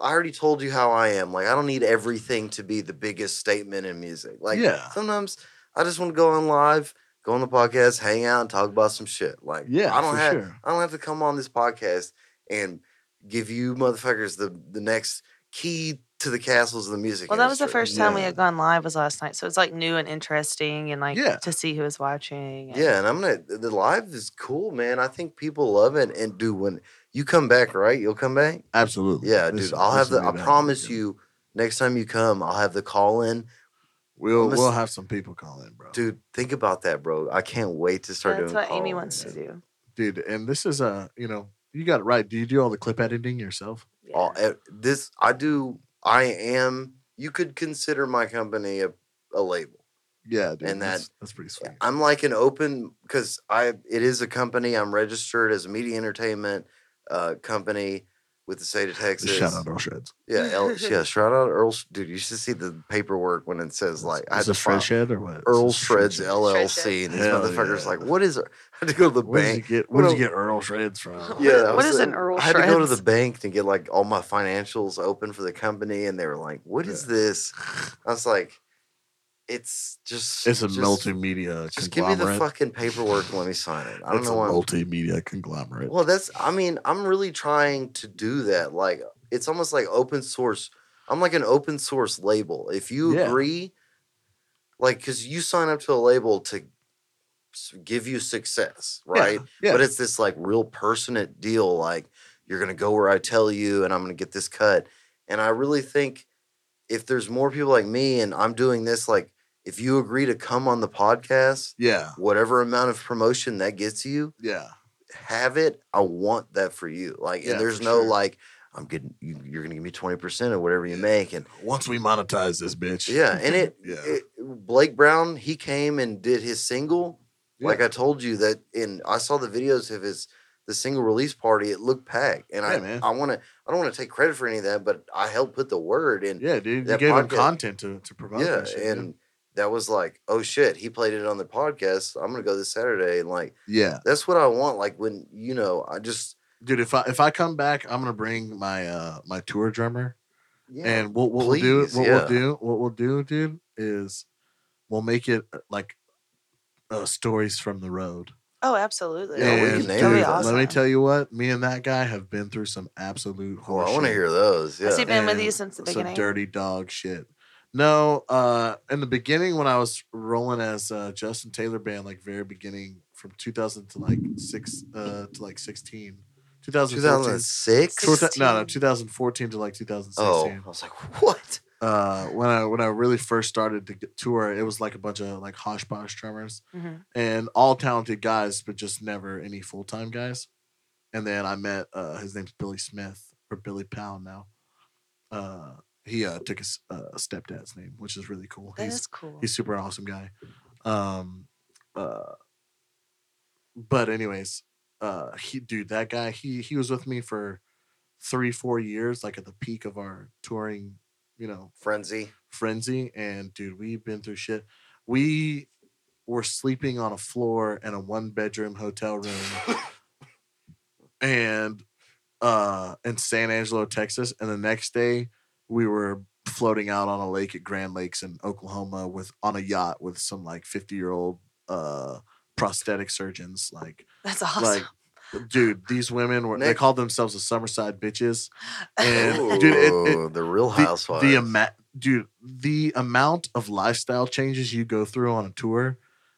B: I already told you how I am. Like I don't need everything to be the biggest statement in music. Like
D: Yeah.
B: sometimes I just want to go on live, go on the podcast, hang out, and talk about some shit. Like
D: Yeah,
B: I don't
D: for
B: have
D: sure.
B: I don't have to come on this podcast and give you motherfuckers the the next key to the castles of the music.
E: [LAUGHS] well that was the
B: industry.
E: first time we
D: Yeah.
E: had gone live was last night so it's like new and interesting and like
D: Yeah.
E: to see who was watching and-
B: Yeah, and I'm gonna the live is cool, man. I think people love it. And dude, when you come back, right? You'll come back.
D: Absolutely.
B: Yeah,
D: This-
B: dude. I'll
D: this
B: have
D: is
B: the.
D: gonna
B: I
D: be bad.
B: promise you, next time you come, I'll have the call in.
D: We'll
B: Almost-
D: we'll have some people call in, bro.
B: Dude, think about that, bro. I can't wait to start
E: that's
B: doing.
E: what amy
B: call-ins.
E: wants to do
D: dude, and this is a you know you got it right. Do you do all the clip editing yourself?
E: yeah.
B: All, eh, this I do. I am. You could consider my company a, a label.
D: Yeah, dude,
B: And
D: that's, that's pretty sweet.
B: I'm like an open because I it is a company. I'm registered as a media entertainment uh, company with the state of Texas.
D: Shout out all shreds.
B: Yeah, El,
D: [LAUGHS]
B: yeah. Shout out Earl. Sh- Dude, you should see the paperwork when it says like I had
D: is
B: to
D: it
B: file
D: shred shed or what?
B: Earl
D: Is it shred
B: Shreds
D: shed?
B: LLC, and this
D: Hell
B: motherfucker's
D: yeah.
B: like, "What is?" Ear-" [LAUGHS] I had to go to the
D: Where did you
B: bank.
D: get where did you
B: What
D: get Earl Shreds from?
B: [LAUGHS]
E: What-
B: Yeah, I
E: what
B: was
E: is an
B: like-
E: Earl
B: I had to go to
E: Shreds?
B: the bank to get like all my financials open for the company, and they were like, "What is
D: Yeah.
B: this?" I was like, "It's just
D: It's a
B: just-
D: multimedia
B: Just give me
D: conglomerate.
B: the fucking paperwork and let me sign it. I don't
D: it's
B: know
D: a
B: why. I'm-
D: multimedia conglomerate.
B: Well, that's. I mean, I'm really trying to do that. Like, it's almost like open source. I'm like an open source label. If you
D: Yeah.
B: agree, like, because you sign up to a label to s- give you success,
D: Yeah,
B: right?
D: Yeah.
B: But it's this like real personate deal. Like, you're gonna go where I tell you, and I'm gonna get this cut. And I really think if there's more people like me, and I'm doing this, like, if you agree to come on the podcast,
D: yeah.
B: whatever amount of promotion that gets you,
D: Yeah.
B: have it, I want that for you. Like,
D: Yeah,
B: and there's
D: for
B: no
D: sure.
B: like, I'm getting you, you're gonna give me twenty percent of whatever you make, and
D: Once we monetize this bitch.
B: yeah,
D: [LAUGHS]
B: and it,
D: Yeah.
B: it- Blake Brown, he came and did his single. Like I told you that, and I saw the videos of his the single release party. It looked packed, and
D: Yeah,
B: I
D: man.
B: I want to I don't want to take credit for any of that, but I helped put the word and
D: Yeah, dude. You
B: that
D: gave him
B: podcast-
D: content to, to promote.
B: yeah,
D: that shit, dude.
B: and that was like, oh shit, he played it on the podcast. I'm gonna go this Saturday, and like
D: yeah.
B: that's what I want. Like when you know, I just
D: Dude, if I if I come back, I'm gonna bring my uh my tour drummer.
B: yeah,
D: And what, what we'll do,
B: please,
D: what
B: yeah.
D: we'll do, what we'll do, dude, is we'll make it uh, like uh, stories from the road.
E: oh absolutely
B: Yeah, we
D: And,
B: can name
D: dude,
B: it
E: That'd be
D: Let me
E: awesome.
D: tell you what, me and that guy have been through some absolute.
B: Oh, I
D: horseshit.
B: want to hear those. Yeah.
E: Has he been with you
D: And
E: since the
D: some
E: beginning?
D: dirty dog shit. No, uh, in the beginning when I was rolling as uh, Justin Taylor band, like very beginning from 2000 to like six uh, to like 16, 2014.
B: 2006.
D: Two- No, no, 2014 to like
B: Oh,
D: 2016.
B: I was like, what?
D: uh when I when I really first started to get tour, it was like a bunch of like hodgepodge drummers
E: Mhm.
D: and all talented guys, but just never any full time guys. And then I met uh his name's Billy Smith or Billy Pound now. Uh he uh took his uh, stepdad's name, which is really cool.
E: That
D: he's
E: is cool.
D: he's super awesome guy. Um uh but anyways, uh he dude, that guy, he he was with me for three, four years, like at the peak of our touring, you know,
B: Frenzy.
D: frenzy and dude we've been through shit we were sleeping on a floor in a one bedroom hotel room and uh in san angelo texas and the next day we were floating out on a lake at grand lakes in oklahoma with on a yacht with some like 50 year old uh prosthetic surgeons like
E: That's awesome. [LAUGHS]
D: like dude these women were they
B: Nick.
D: called themselves the summerside bitches and
B: Ooh,
D: dude it, it,
B: the Real
D: the-
B: Housewives.
D: The amount, dude, the amount of lifestyle changes you go through on a tour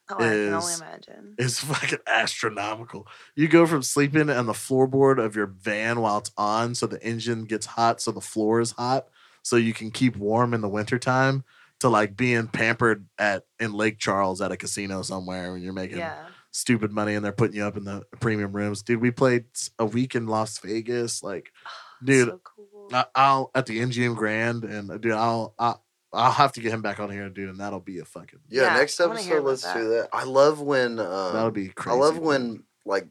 E: oh, I can only
D: is-
E: imagine.
D: is [LAUGHS] fucking astronomical. You go from sleeping on the floorboard of your van while it's on, so the engine gets hot, so the floor is hot, so you can keep warm in the wintertime. To like being pampered at in Lake Charles at a casino somewhere when you're making
E: Yeah.
D: stupid money and they're putting you up in the premium rooms. Dude, we played s- a week in Las Vegas. Like, dude,
E: So cool.
D: I, I'll at the MGM Grand and dude, I'll I, I'll have to get him back on here, dude, and that'll be a fucking
B: Yeah,
E: Yeah,
B: next
E: I wanna
B: episode,
E: hear about
B: let's do
E: that.
B: that. I love when um,
D: that'll be crazy.
B: I love
D: dude.
B: when like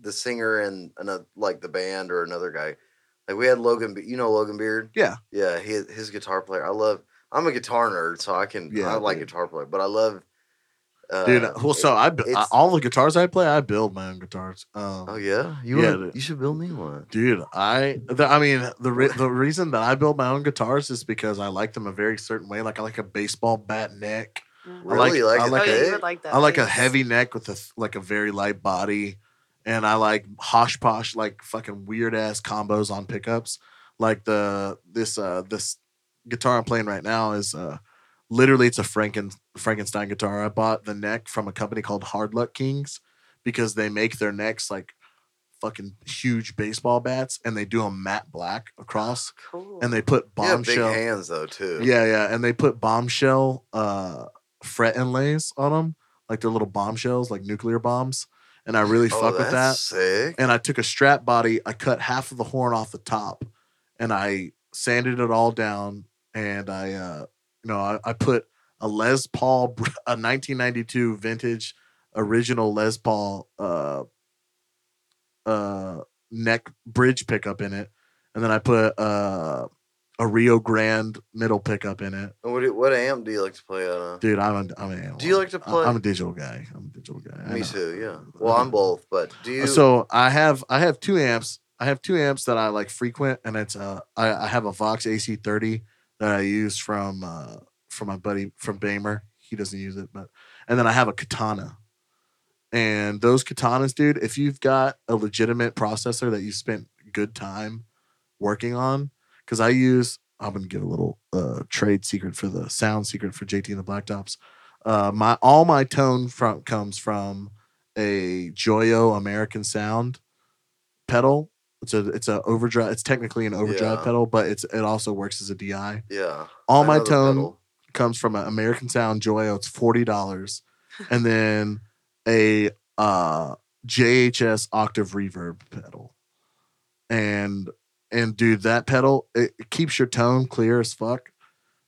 B: the singer and another like the band or another guy. Like we had Logan, Be- you know Logan Beard.
D: Yeah.
B: yeah, he, his guitar player. I love. I'm a guitar nerd, so I can. I
D: Yeah,
B: like
D: dude.
B: guitar player, but I love. Uh,
D: dude. Well, so I, bu- I
B: it's-
D: all the guitars I play, I build my own guitars. Um,
B: Oh yeah, you
D: Yeah,
B: wanna,
D: dude.
B: you should build me one.
D: Dude, I the, I mean the re- the reason that I build my own guitars is because I like them a very certain way. Like I like a baseball bat neck.
E: Mm.
D: I like-
B: Really like,
D: I
B: it
D: like
E: oh, yeah,
B: big?
E: you would like that.
D: I like a
E: face.
D: heavy neck with a th- like a very light body, and I like hosh posh like fucking weird ass combos on pickups. Like the this uh this guitar I'm playing right now is uh literally it's a Franken Frankenstein guitar. I bought the neck from a company called Hard Luck Kings because they make their necks like fucking huge baseball bats and they do them matte black across
E: Cool.
D: and they put
B: You have big
D: bombshell
B: hands though too.
D: yeah, yeah, and they put bombshell uh fret inlays on them, like they're little bombshells, like nuclear bombs. And I really
B: Oh,
D: fuck with that.
B: that's Sick.
D: And I took a strap body, I cut half of the horn off the top, and I sanded it all down. And I, uh, you know, I, I put a Les Paul, br- a 1992 vintage original Les Paul uh, uh, neck bridge pickup in it, and then I put uh, a Rio Grande middle pickup in it.
B: And what, do- what amp do you like to play out of?
D: Dude, I'm a, I'm an analog.
B: Do you like to
D: I-
B: play-
D: I'm a digital guy. I'm a digital guy. I
B: Me
D: know.
B: too. Yeah. Well, I'm both, but do you?
D: So I have I have two amps. I have two amps that I like frequent, and it's uh I, I have a Vox AC30 that I use from uh from my buddy from Bamer. He doesn't use it, but and then I have a Katana. And those katanas, dude, if you've got a legitimate processor that you spent good time working on, because I use I'm gonna give a little uh trade secret for the sound secret for JT and the Blacktops. Uh, my all my tone from comes from a Joyo American Sound pedal. It's a it's a overdrive. It's technically an overdrive
B: Yeah.
D: pedal, but it's it also works as a DI.
B: yeah.
D: All
B: I
D: my
B: know the
D: tone
B: pedal.
D: comes from an American Sound Joyo. It's forty dollars, and then a uh, JHS octave reverb pedal, and and dude, that pedal it, it keeps your tone clear as fuck,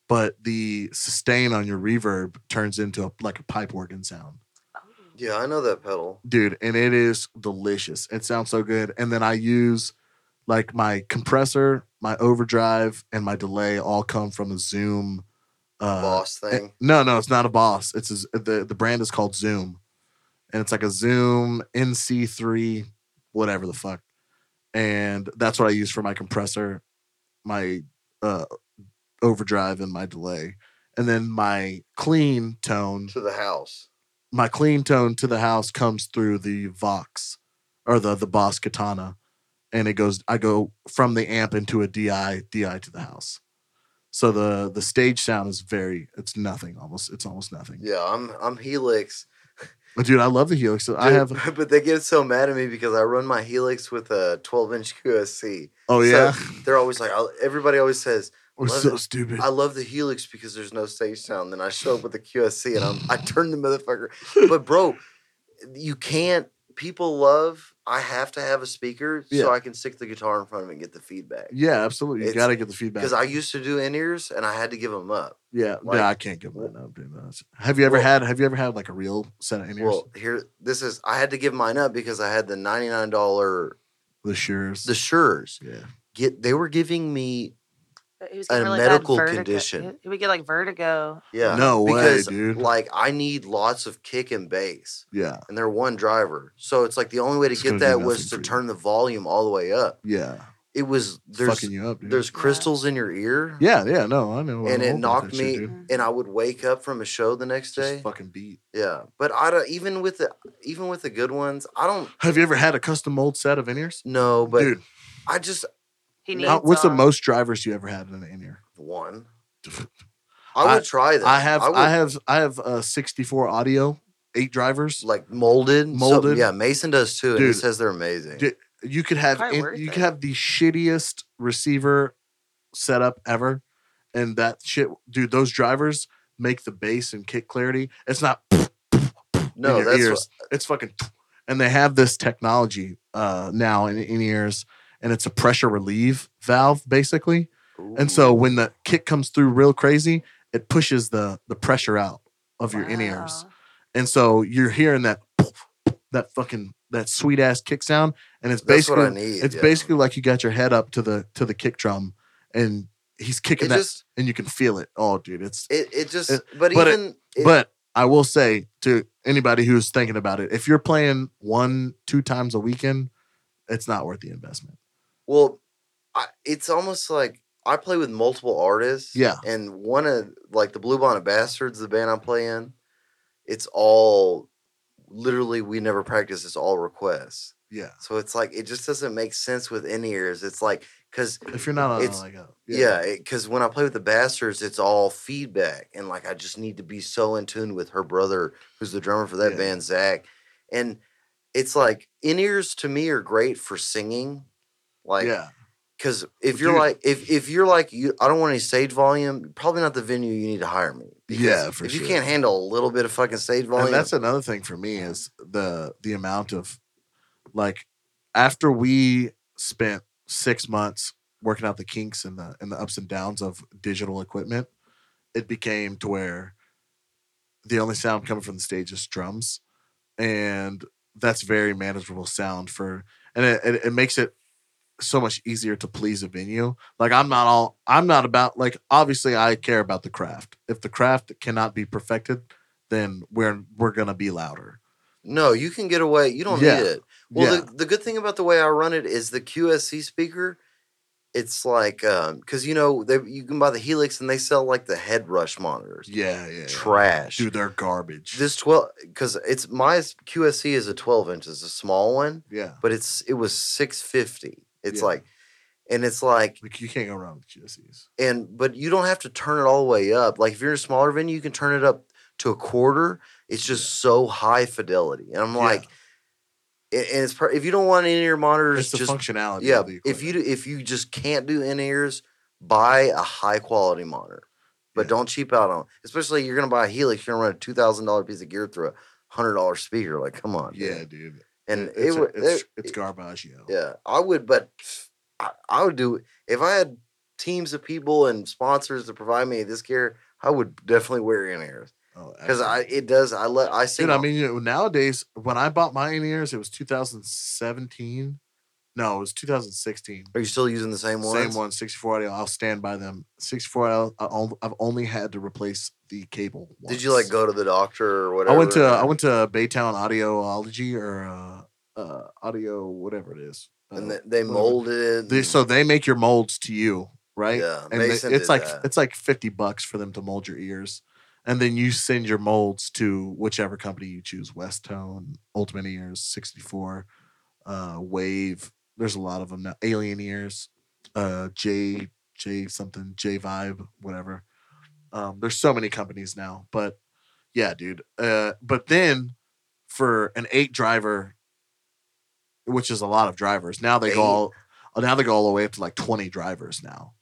D: but the sustain on your reverb turns into a, like a pipe organ sound
E: Oh.
B: Yeah, I know that pedal.
D: dude and it is delicious it sounds so good and then i use like my compressor my overdrive and my delay all come from a zoom uh
B: Boss
D: eh,
B: thing.
D: no no it's not a boss it's a, z- the the brand is called zoom and it's like a zoom nc3 whatever the fuck and that's what i use for my compressor my uh overdrive and my delay and then my clean tone
B: to the house.
D: my clean tone to the house comes through the Vox or the the Boss Katana, and it goes. I go from the amp into a DI DI to the house. So the the stage sound is very. It's nothing. Almost. It's almost nothing.
B: Yeah, I'm I'm Helix.
D: But dude, I love the Helix. So I
B: Dude,
D: have.
B: [LAUGHS] but they get so mad at me because I run my Helix with a 12 inch QSC.
D: Oh
B: So
D: yeah.
B: they're always like, I'll- everybody always says,
D: We're
B: love
D: so
B: it.
D: stupid.
B: I love the Helix because there's no stage sound. Then I show up with the QSC and I'm
D: [LAUGHS]
B: I turn the motherfucker. But bro, you can't. People love. I have to have a speaker
D: Yeah.
B: so I can stick the guitar in front of it and get the feedback.
D: yeah, absolutely. You
B: It's-
D: gotta get the feedback.
B: Because I used to do in ears and I had to give them up.
D: yeah,
B: like-
D: yeah, I can't give mine up. Dude. That's- Have you ever
B: Well-
D: had? Have you ever had like a real set of in ears?
B: Well, here this is. I had to give mine up because I had the ninety nine dollar
D: the shears.
B: the Sures.
D: yeah.
B: get they were giving me
E: But he was
B: a
E: getting really bad
B: medical
E: vertigo.
B: condition.
E: He would get like vertigo.
B: yeah
D: No way,
B: because,
D: dude.
B: like i need lots of kick and bass
D: Yeah.
B: and they're one driver so it's like the only way to
D: It's
B: get
D: gonna do
B: that
D: nothing
B: was
D: for
B: to
D: you.
B: turn the volume all the way up
D: Yeah.
B: it was
D: It's
B: there's
D: fucking you up, dude.
B: there's crystals in your ear
D: Yeah, yeah, no, I know.
B: and
D: I'm
B: it
D: old with
B: knocked
D: that shit,
B: me
D: dude.
E: Mm-hmm.
B: and i would wake up from a show the next day
D: Just fucking beat.
B: yeah but i don't even with the even with the good ones i don't
D: Have you ever had a custom mold set of in ears?
B: know but
D: dude,
B: i just
E: He needs.
D: how- what's the
E: um,
D: most drivers you ever had in an in ear? [LAUGHS]
B: one i would try that
D: I have, I,
B: would,
D: have, I have uh, 64 audio, eight drivers.
B: like molded so-
D: Molded.
B: yeah mason does too and he
D: Dude.
B: says they're amazing
D: Dude, You could have,
E: Probably
D: in-
E: worth
D: you
E: it.
D: could have the shittiest receiver setup ever, and that shit, dude. Those drivers make the bass and kick clarity. It's not.
B: No,
D: in your
B: that's
D: ears. it's fucking, and they have this technology uh, now in in ears, and it's a pressure relieve valve basically.
B: what-
D: And so when the kick comes through real crazy, it pushes the the pressure out of your in ears,
E: Wow.
D: and so you're hearing that that fucking that sweet ass kick sound, and it's
B: that's
D: basically
B: what I need.
D: it's
B: yeah.
D: basically like you got your head up to the to the kick drum, and he's kicking
B: it
D: that,
B: just
D: and you can feel it. Oh, dude, it's.
B: it, it just
D: It-
B: but,
D: but it-
B: even it-
D: but I will say to anybody who's thinking about it, if you're playing one two times a weekend, it's not worth the investment.
B: well, I, it's almost like I play with multiple artists.
D: Yeah.
B: and one of like the Blue Bonnet Bastards, the band I play in, it's all literally we never practice. It's all requests.
D: Yeah,
B: So it's like it just doesn't make sense with in ears. It's like because
D: if you're not on
B: It's-
D: like uh, a
B: yeah, because when I play with the Bastards, it's all feedback, and like I just need to be so in tune with her brother, who's the drummer for that
D: Yeah.
B: band, Zach. And it's like in ears to me are great for singing, like
D: yeah,
B: because if
D: But
B: you're
D: dude-
B: like if if you're like you, I don't want any stage volume. Probably not the venue you need to hire me. because
D: Yeah, for
B: if
D: sure.
B: you can't handle a little bit of fucking stage volume,
D: and that's another thing for me is the the amount of like after we spent six months working out the kinks and the and the ups and downs of digital equipment, it became to where the only sound coming from the stage is drums, and that's very manageable sound for and it, it, it makes it so much easier to please a venue like i'm not all i'm not about like obviously i care about the craft if the craft cannot be perfected then we're we're gonna be louder
B: no, you can get away. You don't
D: Yeah.
B: need it. Well,
D: yeah
B: the, the good thing about the way I run it is the QSC speaker. It's like because you know they, you can buy the Helix and they sell like the head rush monitors.
D: yeah yeah
B: Trash.
D: dude they're garbage
B: This twelve because it's my QSC is a twelve inch, it's a small one,
D: yeah
B: but it's it was six fifty. It's
D: Yeah.
B: like, and it's like
D: like you can't go wrong with GSEs.
B: and but you don't have to turn it all the way up. Like if you're in a smaller venue, you can turn it up to a quarter. It's just so high fidelity, and I'm
D: Yeah.
B: like, a- and it's per- if you don't want any of your monitors,
D: it's the
B: just
D: functionality
B: yeah.
D: of the
B: If you do- if you just can't do in ears, buy a high quality monitor, but
D: Yeah.
B: don't cheap out on. it. Especially you're gonna buy a Helix, you're gonna run a two thousand dollar piece of gear through a hundred dollar speaker. Like come on,
D: equipment.
B: dude.
D: yeah dude
B: and
D: it's,
B: it,
D: a-
B: would
D: it's,
B: it-
D: it's garbaggio
B: yeah, I would, but I, I would do if I had teams of people and sponsors to provide me this gear. I would definitely wear in ears
D: Oh,
B: because I
D: absolutely.
B: it does. I let I sing.
D: dude i
B: all-
D: mean you know, nowadays when i bought my in ears it was 2017 no it was 2016
B: are you still using the same one?
D: Same one, 64 audio. I'll stand by them. 64 audio. I on- I've only had to replace the cable.
B: Did you
D: once.
B: like go to the doctor or whatever?
D: I went to I went to Baytown Audiology or uh, uh, audio whatever it is. Uh,
B: and mm. they, they
D: whatever.
B: molded it.
D: They-
B: and-
D: so they make your molds to you, right?
B: Yeah,
D: and they-
B: Mason
D: it's
B: did
D: like
B: that.
D: it's like fifty bucks for them to mold your ears, and then you send your molds to whichever company you choose: Westone, Ultimate Ears, sixty four, uh, Wave. There's a lot of them now. Alien Ears, uh, J J something J Vibe, whatever. Um, there's so many companies now, but yeah, dude. Uh, but then for an eight driver, which is a lot of drivers now, they
B: Eight?
D: go all now they go all the way up to like twenty drivers now,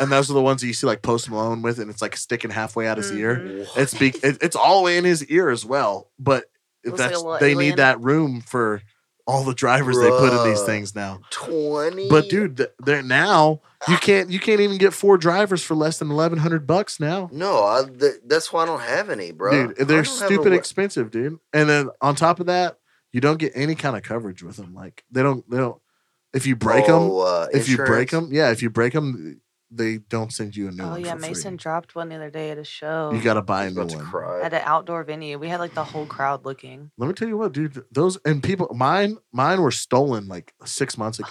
D: and those are the ones that you see like Post Malone with, and it's like sticking halfway out his ear.
E: Mm-hmm.
B: What?
D: It's be it, it's all the way in his ear as well, but
E: Looks like a
D: that's
E: little
D: they
E: alien.
D: need that room for all the drivers they put in these
B: Bruh.
D: things now.
B: twenty.
D: But dude, th- they're now you can't you can't even get four drivers for less than eleven hundred bucks now.
B: no, I, th- that's why I don't have any, bro. I
D: Dude, they're
B: don't have a
D: stupid
B: we-
D: expensive, dude. And then on top of that, you don't get any kind of coverage with them. Like they don't, they don't. If you break them,
B: Oh, uh,
D: if you break
B: insurance?
D: them, yeah, if you break them, they don't send you a new one.
E: Oh yeah,
D: for free.
E: Mason dropped one the other day at a show
D: You gotta buy a
B: I'm
D: new
B: about to
D: one.
B: cry.
E: at an outdoor venue. We had like the whole crowd looking.
D: Let me tell you what, dude. Those and people, mine, mine were stolen like six
E: [SIGHS]
D: months ago,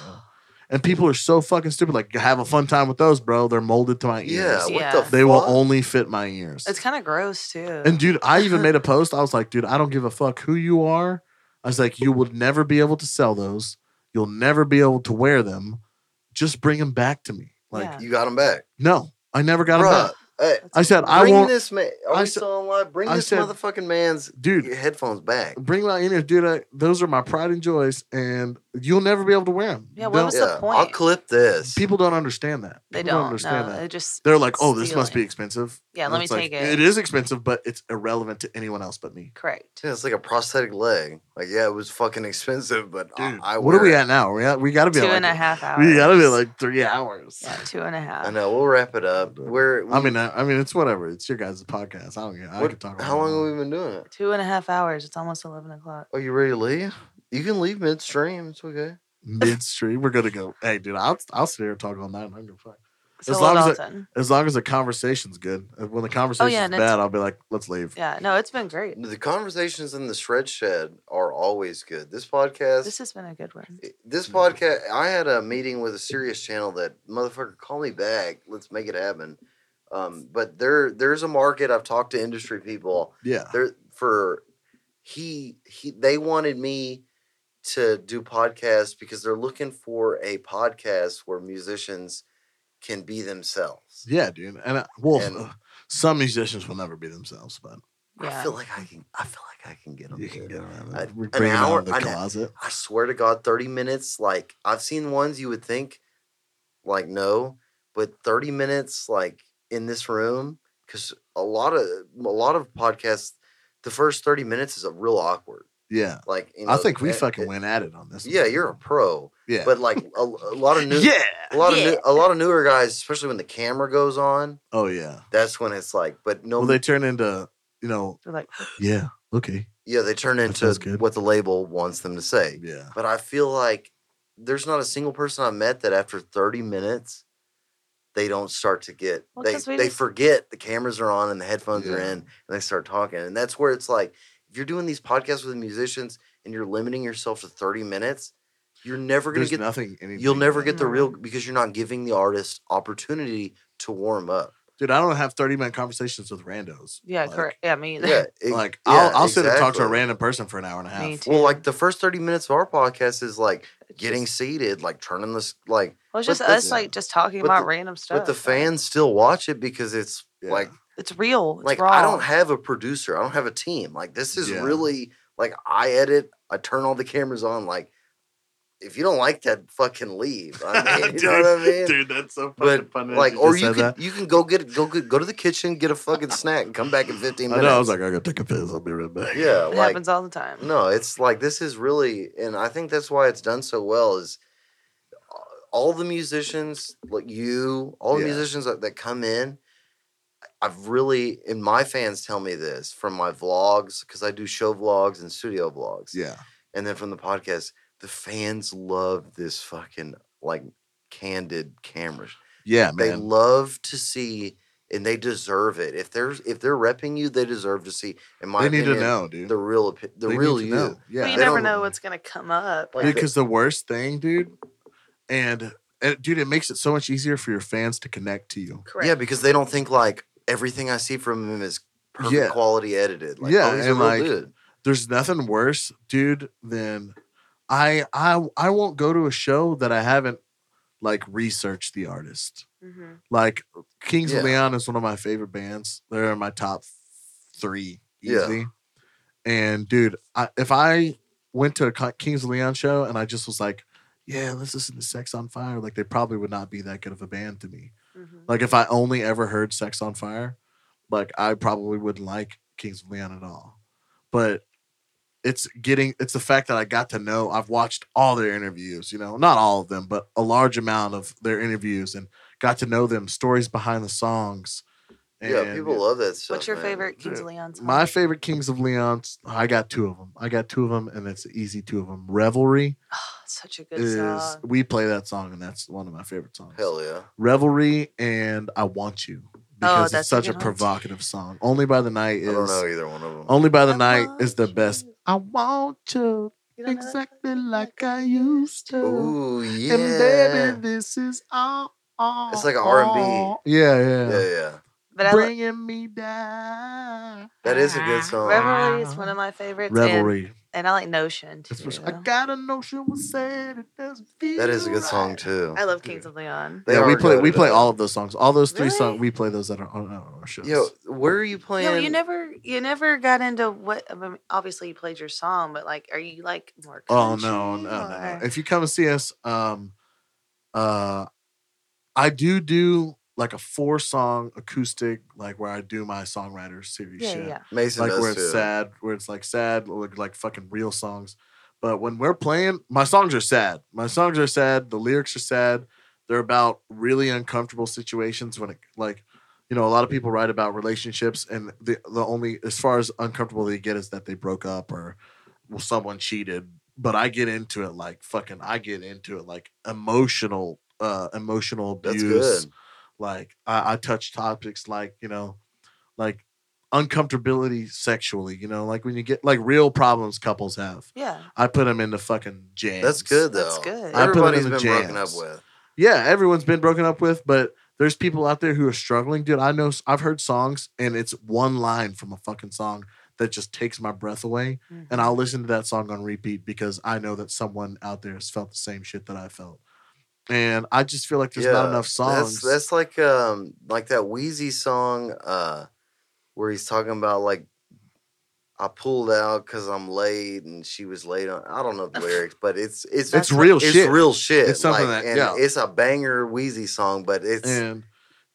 D: and people are so fucking stupid. Like, have a fun time with those, bro. They're molded to my ears.
B: Yeah, what
E: Yeah.
B: the
D: They will
B: fuck?
D: only fit my ears.
E: It's kind of gross too.
D: And dude, I even made a post. I was like, dude, I don't give a fuck who you are. I was like, you would never be able to sell those. You'll never be able to wear them. Just bring them back to me. Like,
E: Yeah.
B: You got them back,
D: no, I never got
B: Bruh,
D: them back.
B: Hey,
D: I said I
B: bring
D: won't,
B: this man. Are
D: I
B: we
D: said-
B: still on live? Bring
D: I
B: this
D: said-
B: motherfucking man's
D: dude.
B: headphones back.
D: Bring my inner dude. I, those are my pride and joys, and you'll never be able to wear them.
E: Yeah, what was- What's the
B: I'll
E: point?
B: clip this.
D: people don't understand that.
E: They
D: People
E: don't.
D: understand
E: no,
D: that.
E: It just
D: They're like, oh, this must be
E: stealing.
D: expensive.
E: Yeah,
D: And
E: let me
D: it's like,
E: take it.
D: It is expensive, but it's irrelevant to anyone else but me. [LAUGHS]
E: correct.
B: Yeah, it's like a prosthetic leg. Like, yeah, it was fucking expensive, but
D: Dude,
B: I, I
D: what are
B: wear
D: we
B: it.
D: at now? We we gotta be
E: Two
D: like,
E: and a half hours.
D: We gotta be like three hours.
E: Yeah, two and a half.
B: I know. We'll wrap it up. We're.
D: I mean, I, I mean, it's whatever. It's your guys' podcast. I don't get. I
B: what-
D: could talk.
B: how long have we been doing it?
E: Two and a half hours. It's almost eleven o'clock.
B: Are you ready to leave? You can leave midstream. It's okay.
D: midstream? We're gonna go. Hey, dude, I'll I'll sit here and talk all night. I'm gonna fuck.
E: So
D: As
E: well,
D: long as it-
E: Dalton.
D: As long as the conversation's good. Uh, When the conversation's
E: Oh, and it's-
D: bad, I'll be like, let's leave.
E: yeah, no, it's been great.
B: The conversations in the shred shed are always good. This podcast.
E: This has been a good one.
B: this podcast i had a meeting with a serious channel that motherfucker call me back let's make it happen um, but there there's a market i've talked to industry people
D: Yeah.
B: there for he he they wanted me to do podcasts because they're looking for a podcast where musicians can be themselves
D: Yeah, dude. And I, well,
B: And-
D: uh, some musicians will never be themselves, but
B: i
E: Yeah.
B: feel like i can i feel like i can get them
D: you can
B: there.
D: get around
B: I-
D: it. We
B: an
D: bring 'em out
B: hour-
D: of the
B: an-
D: closet.
B: I swear to God, 30 minutes. Like, I've seen ones you would think, like, no, but 30 minutes, like, in this room, because a lot of a lot of podcasts, the first 30 minutes is a real awkward.
D: Yeah.
B: Like, you
D: I
B: know,
D: think we
B: it-
D: fucking
B: it-
D: went at it on this.
B: eh, Yeah,
D: one.
B: you're a pro,
D: Yeah.
B: but like a, a lot
D: [LAUGHS]
B: of new,
D: yeah.
B: a lot
E: Yeah.
B: of new, a lot of newer guys, especially when the camera goes on,
D: Oh yeah.
B: that's when it's like. But no,
D: Well, they turn into you know.
E: We're like, [GASPS]
D: Yeah. Okay.
B: yeah, they turn into
D: sounds good.
B: what the label wants them to say.
D: Yeah.
B: but I feel like there's not a single person I met that after 30 minutes they don't start to get
E: Well,
B: they
E: 'cause we
B: they
E: just-
B: forget the cameras are on and the headphones are
D: Yeah.
B: in and they start talking and that's where it's like if you're doing these podcasts with musicians and you're limiting yourself to 30 minutes you're never going
D: There's
B: to get
D: nothing.
B: you'll
D: anything
B: never
D: like-
B: get the real
E: Mm.
B: because you're not giving the artist opportunity to warm up
D: Dude, I don't have 30 minute conversations with randos.
E: yeah,
D: Like-
E: correct. Yeah, me either. [LAUGHS]
B: yeah it-
D: Like,
B: yeah,
D: I'll, I'll sit and talk to a
B: exactly.
D: random person for an hour and a half.
E: Me too.
B: well like the first 30 minutes of our podcast is like
E: It's
B: getting
E: just-
B: seated like turning this like
E: well, it's
B: but
E: just
B: the-
E: us like just talking
B: but
E: about
B: the-
E: random stuff.
B: But the
E: like,
B: fans still watch it because it's
D: Yeah.
B: like
E: it's real. It's
B: like
E: raw.
B: I don't have a producer. I don't have a team. Like this is
D: Yeah.
B: really like I edit. I turn all the cameras on. Like if you don't like that, fucking leave. I mean, [LAUGHS] you know what I mean?
D: Dude, that's so fucking
B: But
D: funny.
B: like, or you
D: said
B: can
D: that.
B: you can go get go get, go to the kitchen, get a fucking snack, and come back in fifteen
D: I
B: minutes.
D: know. I was like, I gotta take a piss. I'll be right back.
B: yeah,
E: It
B: like
E: happens all the time.
B: no, it's like this is really, and I think that's why it's done so well. Is all the musicians like you, all the
D: Yeah.
B: musicians that, that come in. I've really, and my fans tell me this from my vlogs because I do show vlogs and studio vlogs,
D: Yeah.
B: and then from the podcast. The fans love this fucking like candid camera. sh-
D: Yeah,
B: They
D: man.
B: love to see, and they deserve it. If they're if they're repping you, they deserve to see. In my
D: They, need to
B: opinion,
D: know, dude.
B: the real opi- the
D: They need
B: real
D: to
B: you.
D: know. Yeah.
E: Well, you
B: they
E: never
B: don't-
E: know what's gonna come up.
B: Like,
E: Like,
D: because the worst thing, dude, and, and dude, it makes it so much easier for your fans to connect to you.
E: correct.
B: Yeah, because they don't think like everything I see from him is perfect
D: Yeah.
B: quality edited. Like,
D: Yeah,
B: oh, he's a
D: and,
B: real
D: like,
B: dude.
D: There's nothing worse, dude, than I I I won't go to a show that I haven't like researched the artist.
E: Mhm.
D: Like Kings
B: Yeah.
D: of Leon is one of my favorite bands. They're in my top three
B: Yeah.
D: easily. And dude, I, if I went to a Ki- Kings of Leon show and I just was like, yeah, let's listen to Sex on Fire, like they probably would not be that good of a band to me.
E: Mhm.
D: Like if I only ever heard Sex on Fire, like I probably wouldn't like Kings of Leon at all. But it's getting it's the fact that I got to know I've watched all their interviews, you know, not all of them, but a large amount of their interviews and got to know them, stories behind the songs.
B: yeah, people love that stuff.
E: What's your
B: man.
E: favorite Kings of Leon song?
D: my favorite Kings of Leon. I got two of them. I got two of them, and it's an easy two of them. Revelry
E: Oh, it's such a good
D: is
E: song.
D: we play that song, and that's one of my favorite songs.
B: Hell yeah.
D: Revelry and I Want You because it's
E: Oh, that's a
D: such a
E: good one, too.
D: provocative song. Only by the Night
B: I don't know
D: is
B: either one of them.
D: Only by the
E: I
D: Night
E: want
D: is the best.
E: you.
D: I want you
E: You don't know that
D: exactly
E: song?
D: like I used to.
B: Ooh yeah.
D: And baby, this is all. all
B: It's like a R&B.
D: all- Yeah, yeah.
B: yeah, yeah.
E: But I lo-
D: bringing me down.
B: That is a
E: Ah,
B: good song.
E: Revelry is one of my favorites. and-
D: Revelry.
E: And, I like Notion too.
D: That's what- I got a notion we'll say it doesn't feel
B: That is a good song
D: right.
B: too.
E: I love Kings of Leon.
B: They
D: yeah, we
B: are
D: play
B: good
D: we
B: at
D: play
B: that.
D: all of those songs. All those three
E: Really?
D: songs we play those that are on, on our shows.
B: Yo, where are you playing?
E: No, you never, you never got into what. I mean, obviously, you played your song, but like, are you like more?
D: oh no,
E: country
D: no, no, no.
E: or-
D: If you come and see us, um, uh, I do do like a four song acoustic, like where I do my songwriter series
E: Yeah,
D: shit.
E: yeah.
B: Mason
D: like
B: does
D: where it's
B: too.
D: sad, where it's like sad, like, like fucking real songs. But when we're playing, my songs are sad. My songs are sad. The lyrics are sad. They're about really uncomfortable situations when it like, you know, a lot of people write about relationships, and the the only as far as uncomfortable they get is that they broke up or well, someone cheated. But I get into it like fucking. I get into it like emotional, uh, emotional
B: That's
D: abuse
B: good.
D: like I, I touch topics like you know like uncomfortability sexually you know like when you get like real problems couples have
E: Yeah.
D: i put them into fucking jams
B: That's good though.
E: That's good.
D: I put it
B: Everybody's
D: in
B: been
D: the
B: broken up
D: jams.
B: with.
D: yeah everyone's been broken up with but there's people out there who are struggling dude i know s- i've heard songs and it's one line from a fucking song that just takes my breath away and
B: Mm-hmm.
D: i'll listen to that song on repeat because i know that someone out there has felt the same shit that i felt and i just feel like there's not
B: Yeah,
D: enough songs
B: That's that's like um like that Wheezy song uh where he's talking about like I pulled out because I'm late and she was late on I don't know the lyrics, but it's it's
D: it's real
B: it's
D: shit
B: real shit.
D: It's something that-
B: and
D: yeah.
B: it's a banger Wheezy song, but it's
D: and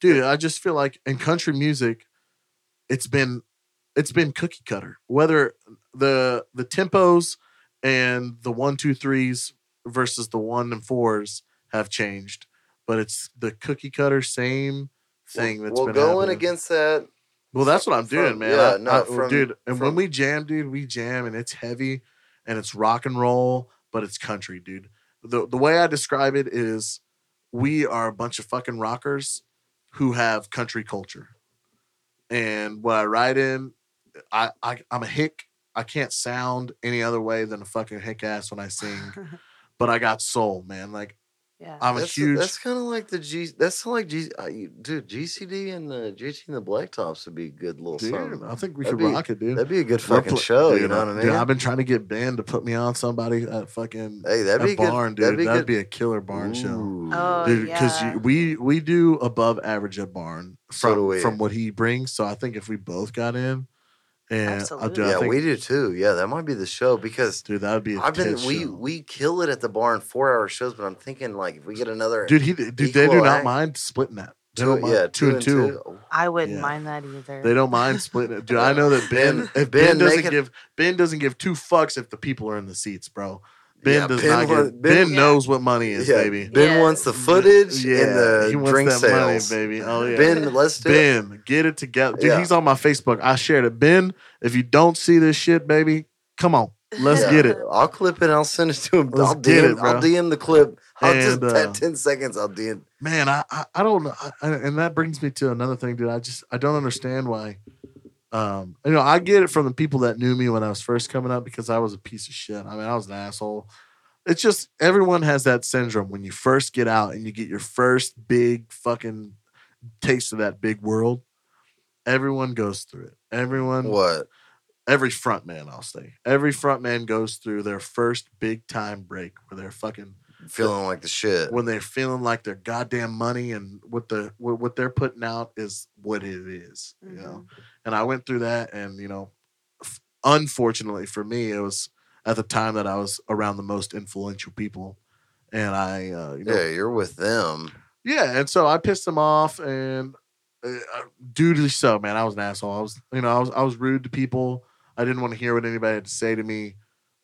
D: dude i just feel like in country music it's been it's been cookie cutter whether the the tempos and the one two threes versus the one and fours have changed but it's the cookie cutter same thing that's
B: well
D: been
B: going
D: happening.
B: against that.
D: well that's what i'm
B: from-
D: doing man
B: yeah,
D: I-
B: no,
D: I-
B: from-
D: dude and when
B: from-
D: we jam dude we jam and it's heavy and it's rock and roll but it's country dude the, the way i describe it is we are a bunch of fucking rockers who have country culture. And what I write in, I, I I'm a hick. I can't sound any other way than a fucking hick ass when I sing. but I got soul, man. Like
E: [LAUGHS] yeah.
D: I'm
B: that's
D: a huge
B: that's kind of like the G. That's like G. Uh, you, dude, GCD and the GT and the Blacktops would be a good little
D: dude.
B: song.
D: I think we
B: That'd
D: could
B: be-
D: rock it, dude.
B: That'd be a good
D: We're
B: fucking
D: pl-
B: show. you
D: dude,
B: know
D: I-
B: what I mean?
D: Dude, I've been trying to get Ben to put me on somebody at fucking
B: Hey, that'd
D: at
B: be good.
D: barn, dude.
B: That'd be good.
D: a killer barn show.
B: Ooh.
E: Oh,
D: Dude, because
E: yeah.
D: we we do above average at barn
B: So
D: from
B: do we.
D: from what he brings. So I think if we both got in, and I,
E: Absolutely.
D: dude, I
B: yeah,
D: think-
B: we do too. Yeah, that might be the show because
D: dude, that would be. a
B: I've been
D: tit
B: we
D: show.
B: we kill it at the bar in four hour shows, but I'm thinking like if we get another
D: dude. He dude, they do
B: equal
D: not
B: act.
D: mind splitting that. They
B: two, oh,
D: don't mind,
B: yeah,
D: two and two.
E: I wouldn't
D: Yeah.
E: mind that either.
D: They don't mind splitting it, dude. I know that Ben.
B: Ben- Ben
D: If Ben doesn't
B: making-
D: give Ben doesn't give two fucks if the people are in the seats, bro. Ben
B: Yeah,
D: does
B: Ben
D: not
B: was-
D: give.
B: Ben-
D: Ben
E: Yeah.
D: knows what money is,
B: yeah,
D: baby.
B: Ben
E: Yeah.
B: wants the footage and the
D: he wants
B: drink
D: that
B: sales.
D: money, baby. Oh yeah,
B: Ben, let's do it.
D: Ben, get it together. Dude,
B: Yeah.
D: he's on my Facebook. I shared it. Ben, if you don't see this shit, baby, come on. Let's
B: Yeah,
D: get it.
B: I'll clip it. I'll send it to him.
D: Let's
B: I'll
D: get
B: DM,
D: it, bro.
B: I'll DM the clip. I'll just
D: And, uh,
B: that ten seconds. I'll DM.
D: Man, I, I, I don't know. I, I- and that brings me to another thing, dude. I just I don't understand why. Um, you know, I get it from the people that knew me when I was first coming up because I was a piece of shit. I mean, I was an asshole. It's just everyone has that syndrome when you first get out and you get your first big fucking taste of that big world. Everyone goes through it. Everyone
B: What?
D: every front man, I'll say. Every front man goes through their first big time break where they're fucking
B: Feeling like the shit.
D: when they're feeling like their goddamn money and what the what, what they're putting out is what it is,
E: Mm-hmm.
D: you know. And I went through that and you know f- unfortunately for me it was at the time that I was around the most influential people and I uh, you know
B: Yeah, you're with them.
D: yeah, and so I pissed them off, and uh, uh, duly so, man. I was an asshole. I was, you know, I was, I was rude to people. I didn't want to hear what anybody had to say to me.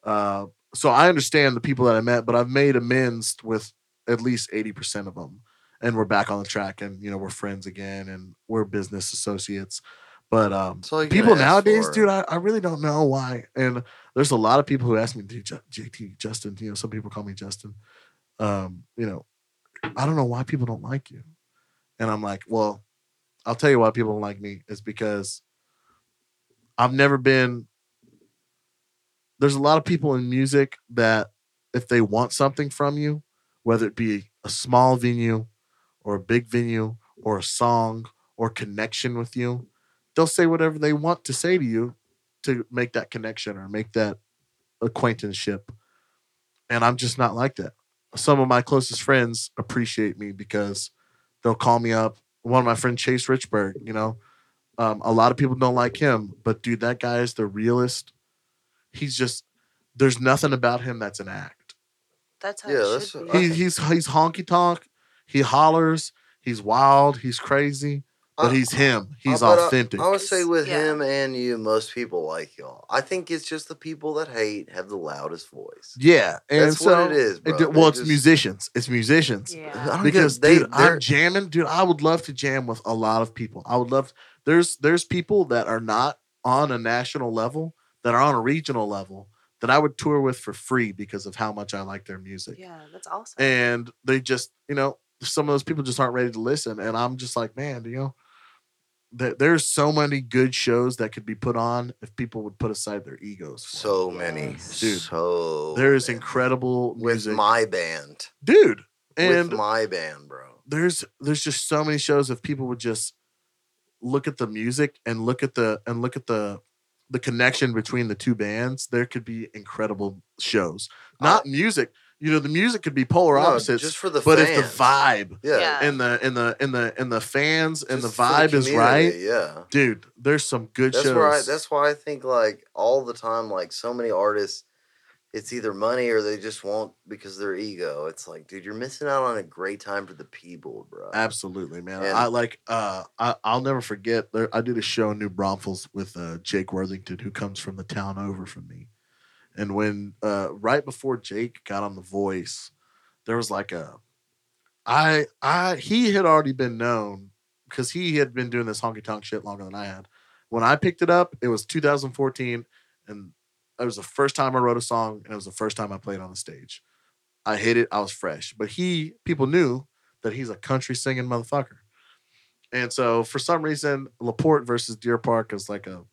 D: Uh, so I understand the people that I met, but I've made amends with at least eighty percent of them, and we're back on the track, and you know, we're friends again, and we're business associates. But um,
B: That's all you can
D: people
B: ask
D: nowadays,
B: for.
D: dude, I, I really don't know why. And there's a lot of people who ask me, dude, Ju- JT, Justin, you know, some people call me Justin. Um, you know, I don't know why people don't like you. And I'm like, well, I'll tell you why people don't like me is because I've never been. There's a lot of people in music that if they want something from you, whether it be a small venue or a big venue or a song or connection with you, they'll say whatever they want to say to you to make that connection or make that acquaintanceship. And I'm just not like that. Some of my closest friends appreciate me because they'll call me up. One of my friends, Chase Richburg, you know, um, a lot of people don't like him, but dude, that guy is the realest. He's just, there's nothing about him that's an act
E: That's how
B: Yeah,
E: it
B: that's
E: should
B: what
E: be.
B: I-
D: he, he's he's honky tonk. He hollers. He's wild. He's crazy. But
B: I-
D: he's him. He's
B: I- but I-
D: authentic.
B: I, would say with
E: Yeah.
B: him and you, most people like y'all. I think it's just the people that hate have the loudest voice.
D: yeah, and
B: That's
D: so
B: what it is, bro.
D: it-
B: They
D: well, it's
B: just-
D: musicians. It's musicians.
B: I
E: yeah.
B: don't give-
D: Because
B: they,
D: dude, I'm
B: they're-
D: jamming, dude. I would love to jam with a lot of people. I would love. There's there's people that are not on a national level that are on a regional level that I would tour with for free because of how much I like their music.
E: Yeah, that's awesome.
D: and they just you know some of those people just aren't ready to listen and i'm just like man you know th- there's so many good shows that could be put on if people would put aside their egos for
B: so many,
E: Yes.
D: Dude,
B: so
D: it. there is
B: many.
D: incredible
B: with
D: music
B: my band,
D: dude and
B: with my band, bro.
D: there's there's just so many shows if people would just look at the music and look at the and look at the the connection between the two bands there could be incredible shows not music you know the music could be polar
B: No,
D: opposites
B: just for the
D: but
B: fans.
D: if the vibe
B: yeah,
E: Yeah.
D: and the and the and the and the fans and the
B: just for
D: vibe is
B: community,
D: right,
B: Yeah,
D: dude. There's some good
B: that's
D: shows.
B: where I, that's why I think like all the time, like so many artists, it's either money or they just won't because their ego. It's like, dude, you're missing out on a great time for the people, bro.
D: Absolutely, man.
B: And-
D: I like. Uh, I I'll never forget. There, I did a show in New Braunfels with uh, Jake Worthington, who comes from the town over from me. And when uh, right before Jake got on The Voice, there was like a, I I he had already been known because he had been doing this honky tonk shit longer than I had. When I picked it up, it was 2014, and it was the first time I wrote a song, and it was the first time I played on the stage. I hit it. I was fresh, but he people knew that he's a country singing motherfucker. And so for some reason, Laporte versus Deer Park is like a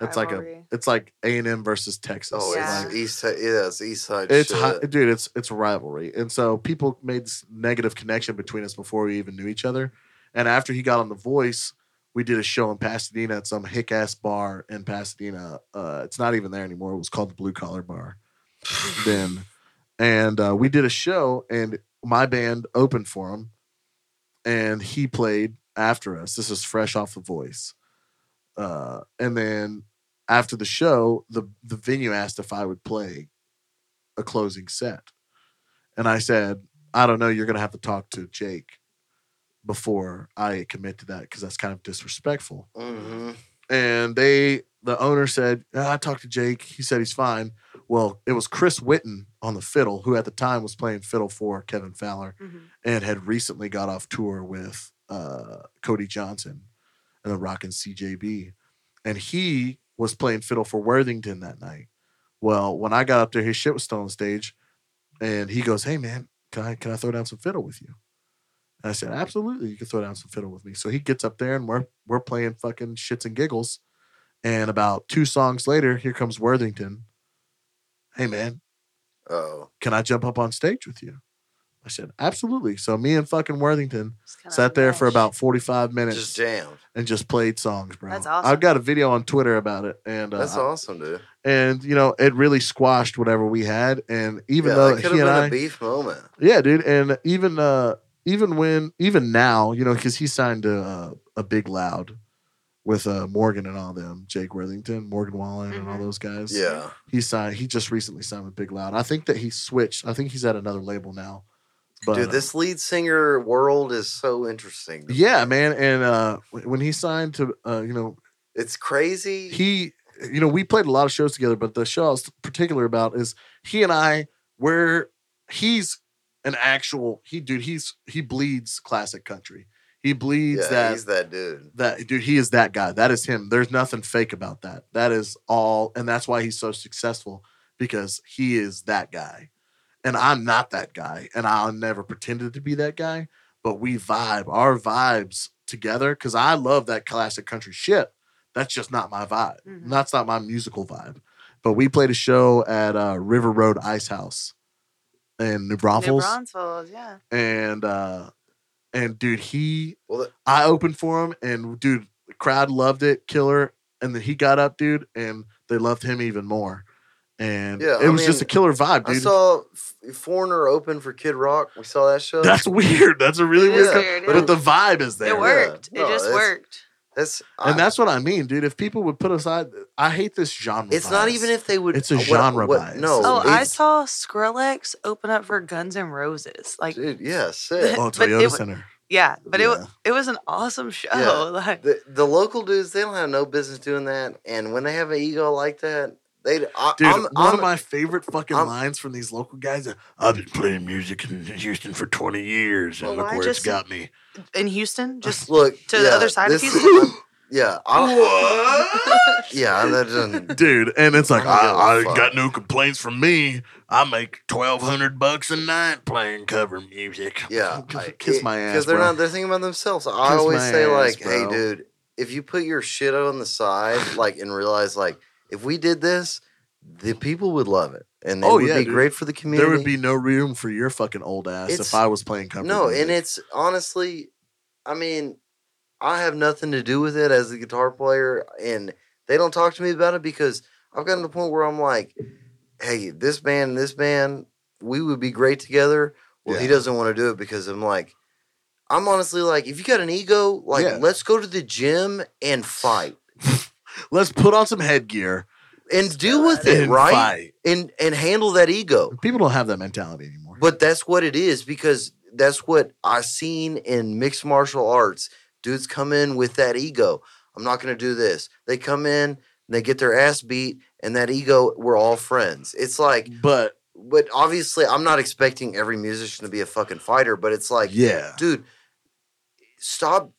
D: it's like a
E: Rivalry.
D: it's like A and M versus Texas.
B: Oh,
E: Yeah.
B: it's east side. Yeah, it's east side.
D: It's
B: shit.
D: hi- dude, it's it's a rivalry, and so people made this negative connection between us before we even knew each other. And after he got on The Voice, we did a show in Pasadena at some hick ass bar in Pasadena. Uh, it's not even there anymore. It was called the Blue Collar Bar
B: [LAUGHS]
D: then, and uh, we did a show, and my band opened for him, and he played after us. This is fresh off The Voice, uh, and then after the show, the the venue asked if I would play a closing set. And I said, I don't know, you're going to have to talk to Jake before I commit to that because that's kind of disrespectful.
B: Mhm.
D: And they, the owner said, "Ah, I talked to Jake. He said he's fine. Well, it was Chris Whitten on the fiddle, who at the time was playing fiddle for Kevin Fowler
E: Mhm.
D: and had recently got off tour with uh, Cody Johnson and the Rockin' CJB. And he was playing fiddle for Worthington that night. Well, when I got up there, his shit was still on stage. And he goes, Hey man, can I can I throw down some fiddle with you? And I said, Absolutely, you can throw down some fiddle with me. So he gets up there and we're we're playing fucking shits and giggles. And about two songs later, here comes Worthington. Hey man,
B: Oh,
D: can I jump up on stage with you? I said, Absolutely. So me and fucking Worthington
E: It's kinda
D: sat there for
E: mesh.
D: about 45 minutes
B: just jammed.
D: and just played songs, bro.
E: That's awesome.
D: I've got a video on Twitter about it, and uh,
B: That's awesome, dude.
D: and you know it really squashed whatever we had, and even
B: yeah,
D: though
B: that
D: he
B: could have
D: and
B: been a
D: I,
B: beef moment.
D: yeah, dude, and even uh even when even now, you know, because he signed to uh, a big loud with uh Morgan and all them, Jake Worthington, Morgan Wallen, and all
E: Mhm.
D: those guys.
B: Yeah,
D: he signed. He just recently signed with Big Loud. I think that he switched. I think he's at another label now. But
B: dude,
D: uh,
B: this lead singer world is so interesting. to me.
D: yeah, man, and uh when when he signed to uh you know
B: it's crazy.
D: he you know we played a lot of shows together but the show i was particular about is he and i where he's an actual he dude he's he bleeds classic country he bleeds
B: yeah,
D: that
B: he's that dude.
D: that dude he is that guy that is him there's nothing fake about that that is all and that's why he's so successful because he is that guy and i'm not that guy and i never pretended to be that guy but we vibe our vibes together because i love that classic country shit that's just not my vibe
E: Mhm.
D: that's not my musical vibe but we played a show at uh, river road ice house in new
E: New
D: braunfels
E: Braunfels, yeah.
D: and uh and dude, he
B: Well, that-
D: I opened for him, and dude, the crowd loved it, killer. And then he got up, dude, and they loved him even more. And
B: Yeah,
D: it
B: I
D: was just a
B: mean,
D: killer vibe,
B: I
D: dude. [LAUGHS]
B: saw F- Foreigner open for Kid Rock. We saw that show.
D: That's weird. That's a really
E: It
D: weird,
E: is
D: co-
E: weird,
D: but
E: yeah.
D: the vibe is there.
E: It worked.
B: No,
E: it just
B: it's-
E: worked.
B: that's
D: And
B: I-
D: that's what I mean, dude. If people would put aside, I hate this genre.
B: It's not
D: bias.
B: even if they would. uh,
D: It's a
B: what-
D: genre
B: what-
D: bias.
B: No.
E: Oh, I
B: it's-
E: saw Skrillex open up for Guns N' Roses. Like,
B: Dude, yeah, [LAUGHS] sick.
D: Oh,
E: but it
D: Toyota
E: w-
D: Center.
E: yeah, but it
D: Yeah.
E: it it was an awesome show.
B: Yeah.
E: [LAUGHS] Like,
B: The, the local dudes, they don't have no business doing that. And when they have an ego like that, they. Dude,
D: Dude,
B: I'm,
D: one
B: I'm,
D: of my favorite fucking
B: I'm-
D: lines from these local guys. Is, I've been playing music in Houston for 20 years, and
E: Well,
D: look
E: I
D: where it's
E: just-
D: got me. [COUGHS]
E: in Houston, just
B: look
E: to the
B: yeah,
E: other side of
B: this-
E: Houston.
B: yeah, [COUGHS] I, [LAUGHS]
D: What?
B: yeah, that doesn't.
D: dude. And it's like
B: I don't
D: I, I
B: give a fuck.
D: got no complaints from me. I make twelve hundred bucks a night playing cover music.
B: Yeah,
D: [LAUGHS] kiss my ass.
B: they're
D: bro.
B: not. They're thinking about themselves. I
D: Kiss
B: always
D: my
B: say
D: ass,
B: like, "Hey,
D: bro."
B: dude, if you put your shit on the
D: [SIGHS]
B: side, like, and realize like, if we did this, the people would love it, and it
D: Oh,
B: would
D: yeah,
B: be
D: dude.
B: great for the community.
D: there would be no room for your fucking old ass
B: It's-
D: if I was playing cover.
B: no,
D: music.
B: and it's honestly, I mean, I have nothing to do with it as a guitar player, and they don't talk to me about it because I've gotten to the point where I'm like, hey, this band, and this band, we would be great together. Well, he
D: Yeah.
B: doesn't want to do it because I'm like, I'm honestly like, if you got an ego, like,
D: Yeah.
B: let's go to the gym and fight
D: let's put on some headgear
B: and deal with it,
D: and
B: right?
D: fight.
B: And and handle that ego.
D: People don't have that mentality anymore.
B: But that's what it is because that's what I seen in mixed martial arts. Dudes come in with that ego. I'm not going to do this. They come in, and they get their ass beat, and that ego. We're all friends. It's like,
D: but
B: but obviously, I'm not expecting every musician to be a fucking fighter. But it's like,
D: yeah,
B: dude, stop.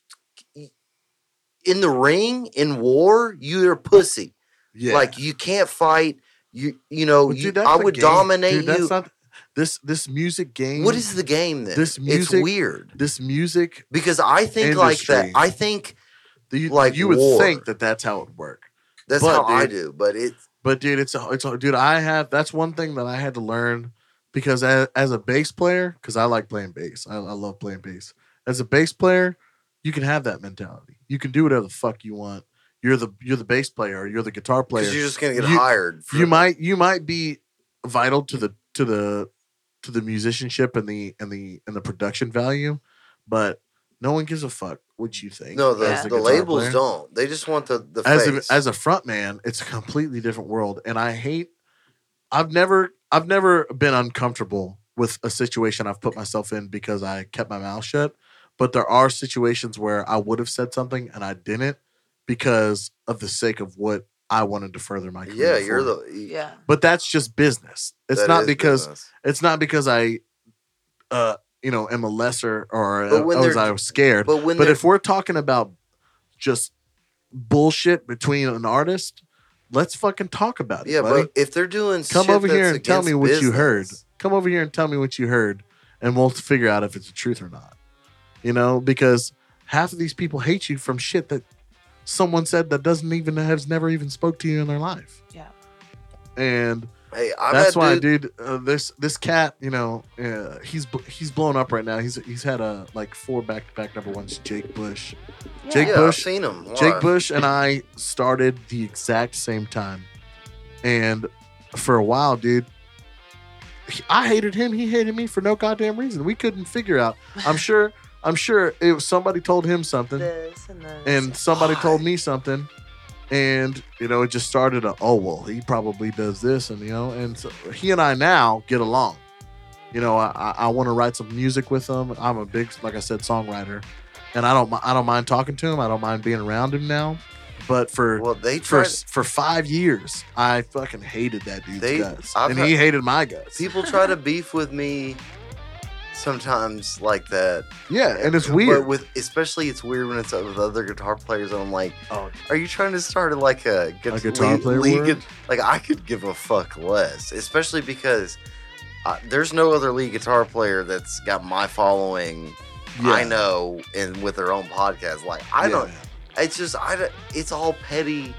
B: In the ring, in war, you're a pussy.
D: yeah.
B: Like you can't fight. You you know
D: But
B: you,
D: dude, that's
B: I
D: a
B: would
D: game.
B: dominate
D: Dude, that's
B: you.
D: not- this this music game.
B: what is the game then?
D: this music-
B: it's weird.
D: this music?
B: because I think like
D: Industry.
B: that. I think
D: that you-
B: Like
D: you would
B: war.
D: think that that's how it would work.
B: that's
D: But,
B: how I
D: dude-
B: do. But it
D: But dude, it's a, it's a, dude. I have that's one thing that I had to learn because as, as a bass player, because I like playing bass, I, I love playing bass. As a bass player, you can have that mentality. You can do whatever the fuck you want. You're the you're the bass player. Or you're the guitar player.
B: because you're just gonna get
D: You-
B: hired. for-
D: you might you might be vital to the to the to the musicianship and the and the and the production value, but no one gives a fuck what you think.
B: no the,
E: as a
B: the
D: guitar
B: labels
D: player
B: don't. They just want the the
D: as
B: face.
D: a, as a front man, it's a completely different world, and I hate. I've never I've never been uncomfortable with a situation I've put myself in because I kept my mouth shut. But there are situations where I would have said something and I didn't because of the sake of what I wanted to further my career.
B: yeah, you're
D: for.
B: the
E: [LAUGHS] Yeah.
D: But that's just business. It's
B: that
D: not
B: is
D: because
B: business.
D: it's not because I, uh, you know, am a lesser or
B: But when
D: uh, was
B: they're-
D: I was scared
B: But when
D: but
B: they're-
D: if we're talking about just bullshit between an artist, let's fucking talk about it.
B: yeah,
D: buddy.
B: but if they're doing
D: come
B: shit
D: over here
B: that's
D: and tell me
B: against
D: what you heard.
B: business,
D: Come over here and tell me what you heard, and we'll figure out if it's the truth or not. You know, because half of these people hate you from shit that someone said that doesn't even has never even spoke to you in their life.
E: Yeah.
D: and
B: Hey, I've
D: that's
B: had
D: why,
B: dude-
D: dude. uh, this this cat, you know, uh, he's bl- he's blown up right now. He's he's had a like four back to back number ones. Jake Bush, Jake
B: yeah,
D: Bush-
B: I've seen him.
D: Jake
B: live.
D: Bush and I started the exact same time. And for a while, dude, he- I hated him. He hated me for no goddamn reason. We couldn't figure out. I'm sure, I'm sure it was somebody told him something
E: This and this.
D: and somebody told me something. And, you know, it just started a, oh, well, he probably does this. And, you know, and so he and I now get along. You know, I, I, I want to write some music with him. I'm a big, like I said, songwriter. And I don't, mi- I don't mind talking to him. I don't mind being around him now. But for
B: Well, they
D: for
B: tried.
D: s- for five years, I fucking hated that dude's
B: They-
D: guts,
B: I've
D: and
B: had-
D: he hated my guts.
B: People try to beef with me sometimes like that.
D: yeah, and it's
B: But
D: weird.
B: with especially it's weird when it's with other guitar players. and I'm like,
D: Oh.
B: are you trying to start like a, gu-
D: A guitar
B: lead-
D: player
B: lead
D: war?
B: gu- like I could give a fuck less, especially because I, there's no other lead guitar player that's got my following.
D: Yeah.
B: I know, and with their own podcast. Like I
D: Yeah.
B: don't. It's just I. don't- It's all petty.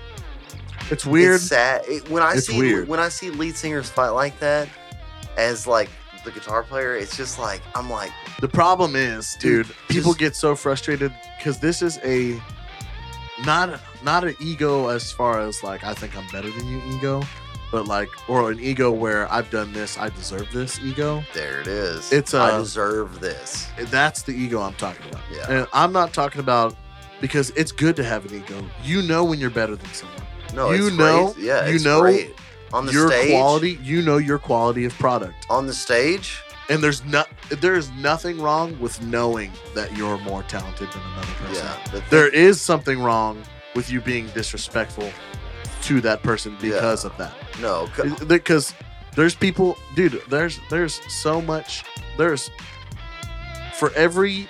D: It's weird.
B: It's sad. It- when I
D: It's
B: see
D: weird.
B: when I see lead singers fight like that, as like the guitar player. It's just like I'm like
D: The problem is, dude,
B: Dude,
D: people
B: just-
D: get so frustrated because this is a not not an ego as far as like I think I'm better than you ego, but like or an ego where I've done this, I deserve this ego.
B: there it is.
D: It's,
B: I
D: uh,
B: deserve this.
D: That's the ego I'm talking about.
B: Yeah.
D: And I'm not talking about because it's good to have an ego. You know when you're better than someone.
B: No,
D: you
B: it's
D: know-
B: great. yeah,
D: you
B: it's
D: know
B: great. on the
D: your
B: stage.
D: quality, you know your quality of product.
B: on the stage.
D: And there's not there is nothing wrong with knowing that you're more talented than another person.
B: Yeah, but
D: there is something wrong with you being disrespectful to that person because of that.
B: no. c-
D: Because there's people, dude. There's there's so much. There's for every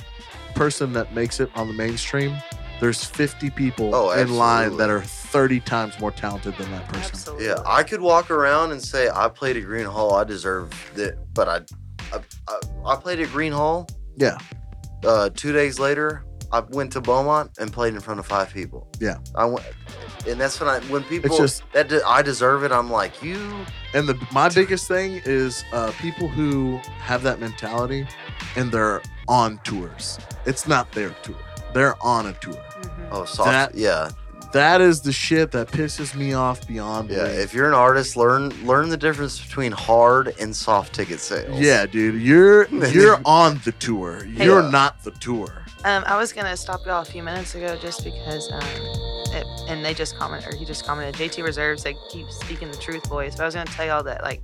D: person that makes it on the mainstream, there's 50 people
B: Oh,
D: in line
B: absolutely.
D: that are 30 times more talented than that person.
E: Absolutely.
B: Yeah, I could walk around and say I played at Green Hall. I deserve that, but I, I, I, I played at Green Hall.
D: Yeah.
B: Uh, two days later, I went to Beaumont and played in front of five people.
D: Yeah.
B: I went, and that's when I when people
D: just-
B: that de- I deserve it. I'm like you.
D: And the my biggest thing is uh, people who have that mentality and they're on tours. It's not their tour. They're on a tour.
E: Mhm.
B: Oh, soft.
D: That-
B: yeah,
D: That is the shit that pisses me off beyond
B: yeah.
D: belief.
B: If you're an artist, learn learn the difference between hard and soft ticket sales.
D: Yeah,
B: [LAUGHS]
D: dude, you're you're on the tour. You're
B: Yeah.
D: not the tour.
E: Um, I was gonna stop y'all a few minutes ago just because, um, it, and they just commented, or he just commented, JT Reserves that keeps speaking the truth voice. But I was gonna tell y'all that like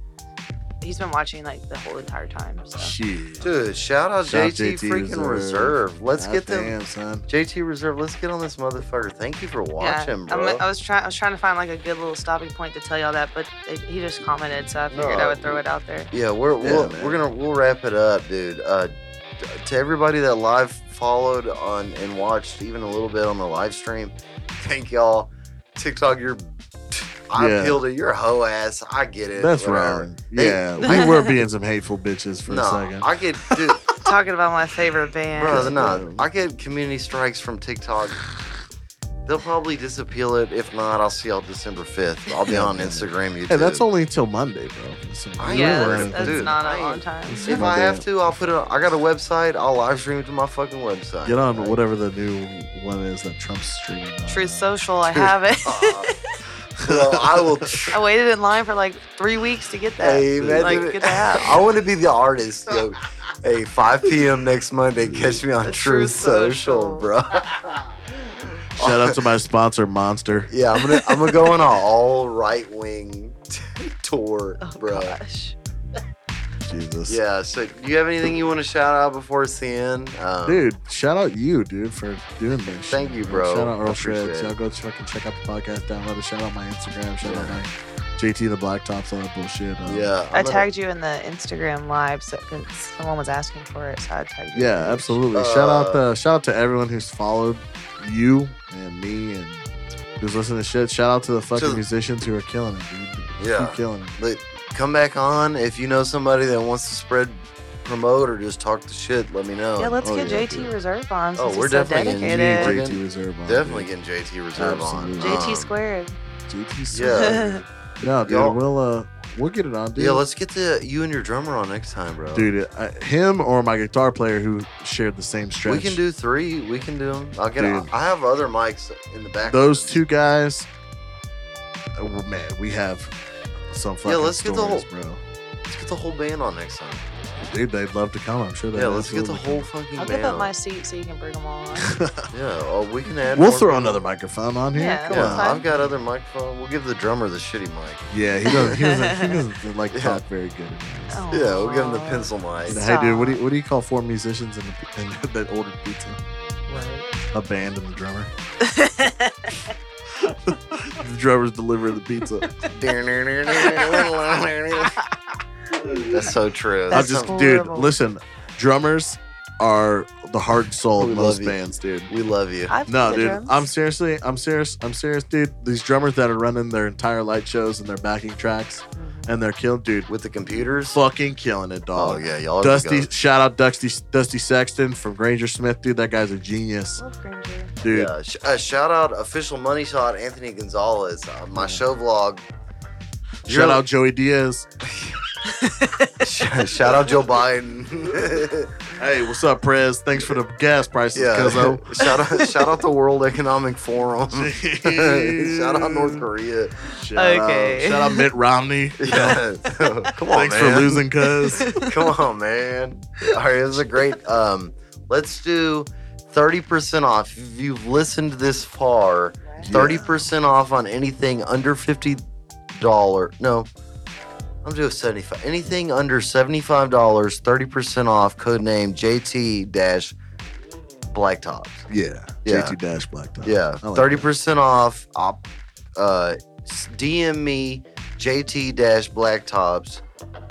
E: he's been watching like the whole entire time. So
D: Shit.
B: uh, Dude, shout out
D: Shout out
B: JT,
D: JT
B: freaking
D: Reserve.
B: reserve. Let's
D: God
B: get them.
D: damn, son.
B: JT Reserve, let's get on this motherfucker. Thank you for
E: yeah,
B: watching, bro.
E: I'm, I was trying. I was trying to find like a good little stopping point to tell y'all that, but it, he just commented, so I figured I
B: No.
E: would throw it out there.
B: yeah, we're
D: Yeah,
B: we'll,
D: man.
B: we're gonna we'll wrap it up, dude. Uh, t- to everybody that live followed on and watched even a little bit on the live stream, thank y'all. TikTok, you're [LAUGHS] I
D: Yeah.
B: appeal to your hoe ass. I get it.
D: That's
B: whatever.
D: wrong.
B: They-
D: Yeah, we
B: [LAUGHS]
D: were being some hateful bitches for
B: No,
D: a second.
B: I get, dude,
E: Talking about my favorite band.
B: brother. No,
D: Damn.
B: I get community strikes from TikTok. They'll probably disappeal it. If not, I'll see y'all December fifth. I'll be
D: Yeah,
B: on [LAUGHS]
D: man.
B: Instagram, YouTube.
D: Hey, that's only until Monday, bro. Listen,
B: I
D: you
E: yeah,
D: ain't
E: that's,
D: learning
E: that's
B: dude,
D: anything.
E: not
B: I
E: a long
B: ain't-
E: time.
D: It's
B: If
D: My
B: I have
D: bad.
B: to, I'll put it. On, I got a website. I'll live stream it to my fucking website.
D: Get on
B: Like, [LAUGHS]
D: whatever the new one is that Trump's streaming. on.
E: Truth Social, I have it.
B: uh, well, I [LAUGHS] will.
E: [LAUGHS] I waited in line for like three weeks to get that.
B: Hey, man,
E: like,
B: dude,
E: get
B: [LAUGHS]
E: the app.
B: I want to be the artist. Yo. Hey, 5 p.m. next Monday. Catch me on
E: The
B: True
E: Truth
B: Social,
E: Social.
B: [LAUGHS] bro.
D: Shout out to my sponsor, Monster.
B: Yeah, I'm gonna I'm gonna go on an all right wing [LAUGHS] tour,
E: Oh
B: bro.
E: gosh.
D: Jesus.
B: Yeah. So, do you have anything you want to shout out before it's the end? Um,
D: Dude, shout out you, dude, for doing this.
B: Thank
D: shit,
B: you, bro.
D: Shout out
B: I
D: Earl
B: appreciate
D: Shreds.
B: it.
D: Y'all go fucking check out the podcast, download it. Shout out my Instagram. Shout out
B: Yeah.
D: my JT the Blacktops, all that bullshit. Um,
B: Yeah.
E: I
B: I'm gonna-
E: tagged you in the Instagram live so 'cause someone was asking for it, so I tagged you.
D: Yeah, absolutely. shout out
B: Uh,
D: the shout out to everyone who's followed you and me and who's listening to shit. Shout out to the fucking
B: the-
D: musicians who are killing it, dude.
B: Yeah.
D: Keep killing it.
B: But come back on if you know somebody that wants to spread, promote, or just talk the shit. Let me know.
E: Yeah, let's
D: Oh,
E: get
D: yeah,
E: JT
D: dude.
E: Reserve on.
B: Oh,
E: Since
B: we're
E: he's so
B: definitely getting
E: dedicated.
B: JT.
D: JT Reserve on.
B: definitely
D: dude.
B: getting JT Reserve on.
D: Absolutely.
E: JT
B: Um,
E: squared. [LAUGHS]
D: JT
B: Yeah.
D: Squared. No, dude,
B: Y'all-
D: we'll uh we'll get it on, dude.
B: Yeah, let's get the you and your drummer on next time, bro.
D: Dude, uh, him or my guitar player who shared the same stretch.
B: we can do three. We can do them. I'll get.
D: Dude.
B: I have other mics in the back.
D: those two guys. Oh, man, we have some fucking
B: Yeah, let's get the
D: stories, bro.
B: Let's get the whole band on next time.
D: Dude, they'd love to come. I'm sure they.
B: Yeah, let's get the whole fucking
E: I'll
B: band.
E: give up
B: on.
E: my seat so you can bring them all on.
B: Yeah, oh, we can add.
D: We'll
B: more
D: throw
B: people.
D: another microphone on here.
E: Yeah, that's
D: Come
B: Yeah,
D: on.
E: fine.
B: I've got other microphone. We'll give the drummer the shitty mic.
D: Yeah, he doesn't. He doesn't,
B: [LAUGHS]
D: he doesn't like
B: Yeah.
D: talk very good. at this.
E: Oh.
B: Yeah, we'll give him the
E: Aw.
B: pencil mic.
D: And
E: Stop.
D: Hey, dude, what do you what do you call four musicians and, the, and [LAUGHS] that ordered pizza?
E: [LAUGHS]
D: A band and the drummer. the drummer's delivering
E: [LAUGHS]
D: the pizza.
B: [LAUGHS]
D: [LAUGHS]
B: That's so true.
E: That's
D: I just,
E: horrible.
D: dude, listen, drummers are the heart soul
B: We
D: of most
B: love you.
D: bands, dude.
B: [LAUGHS] we love you.
E: I've
D: No,
E: played
D: dude,
E: the drums.
D: I'm seriously, I'm serious, I'm serious, dude. These drummers that are running their entire light shows and their backing tracks
E: Mhm.
D: and they're killing, dude,
B: With the computers.
D: fucking killing it, dog.
B: Oh yeah, y'all. are the
D: Dusty,
B: goats.
D: shout out Dusty, Dusty Sexton from Granger Smith, dude. That guy's a genius,
E: Love Granger.
D: dude.
B: Yeah. Sh- uh, shout out official money shot Anthony Gonzalez. Uh, my show vlog. [LAUGHS]
D: Shout out Joey Diaz.
B: Shout out Joe Biden. [LAUGHS]
D: Hey, what's up, Prez? Thanks for the gas prices,
B: yeah.
D: [LAUGHS] Cuzzo.
B: [LAUGHS] Shout out, shout out the World Economic Forum. [LAUGHS] shout out North Korea.
D: Shout out-
E: Okay.
D: shout out Mitt Romney.
B: Yeah. [LAUGHS] Come on,
D: Thanks
B: man.
D: for
B: [LAUGHS]
D: losing, Cuz.
B: Come on, man. All right, this is a great. Um, let's do thirty percent off. If you've listened this far, thirty percent off on anything under fifty dollar. No, I'm doing seventy five. Anything under seventy five dollars, thirty percent off. Code name JT dash Blacktops.
D: Yeah.
B: Yeah.
D: JT Dash Blacktop.
B: Yeah,
D: I like
B: thirty percent off. Op, uh, s- DM me JT Dash Blacktops,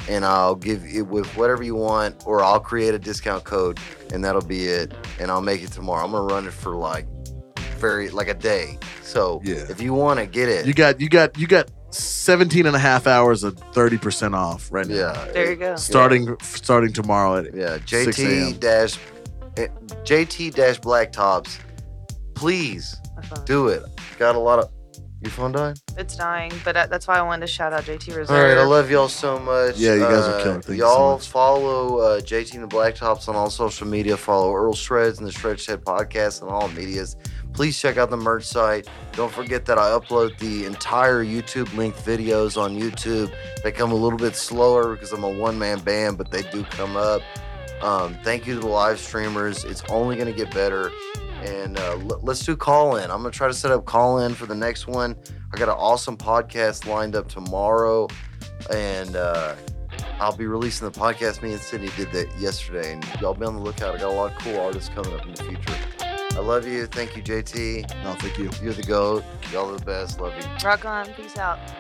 B: and I'll give it with whatever you want, or I'll create a discount code, and that'll be it. And I'll make it tomorrow. I'm gonna run it for like very like a day. So
D: Yeah.
B: if you want to get it,
D: You got you got you got 17 and a half hours of 30% off right now.
B: yeah,
E: There you go.
D: Starting starting tomorrow at
B: yeah.
D: 6 a.m.
B: JT Dash, eh, JT Dash Blacktops. Please
E: My phone.
B: do it. Got a lot of. Your phone died.
E: It's dying, but uh, that's why I wanted to shout out JT Reserve.
B: All right, I love y'all so much.
D: Yeah, you guys are
B: Uh,
D: killing. Thank you so
B: y'all
D: much.
B: follow uh, JT and the Blacktops on all social media. Follow Earl Shreds and the Shred Shed podcast on all medias. Please check out the merch site. Don't forget that I upload the entire YouTube link videos on YouTube. They come a little bit slower because I'm a one man band, but they do come up. Um, thank you to the live streamers. It's only going to get better. And uh, l- let's do call in. I'm going to try to set up call in for the next one. I got an awesome podcast lined up tomorrow. And uh, I'll be releasing the podcast. Me and Sydney did that yesterday. And y'all be on the lookout. I got a lot of cool artists coming up in the future. I love you. Thank you, JT.
D: No, thank you.
B: You're the GOAT. Y'all are the best. Love you.
E: Rock on. Peace out.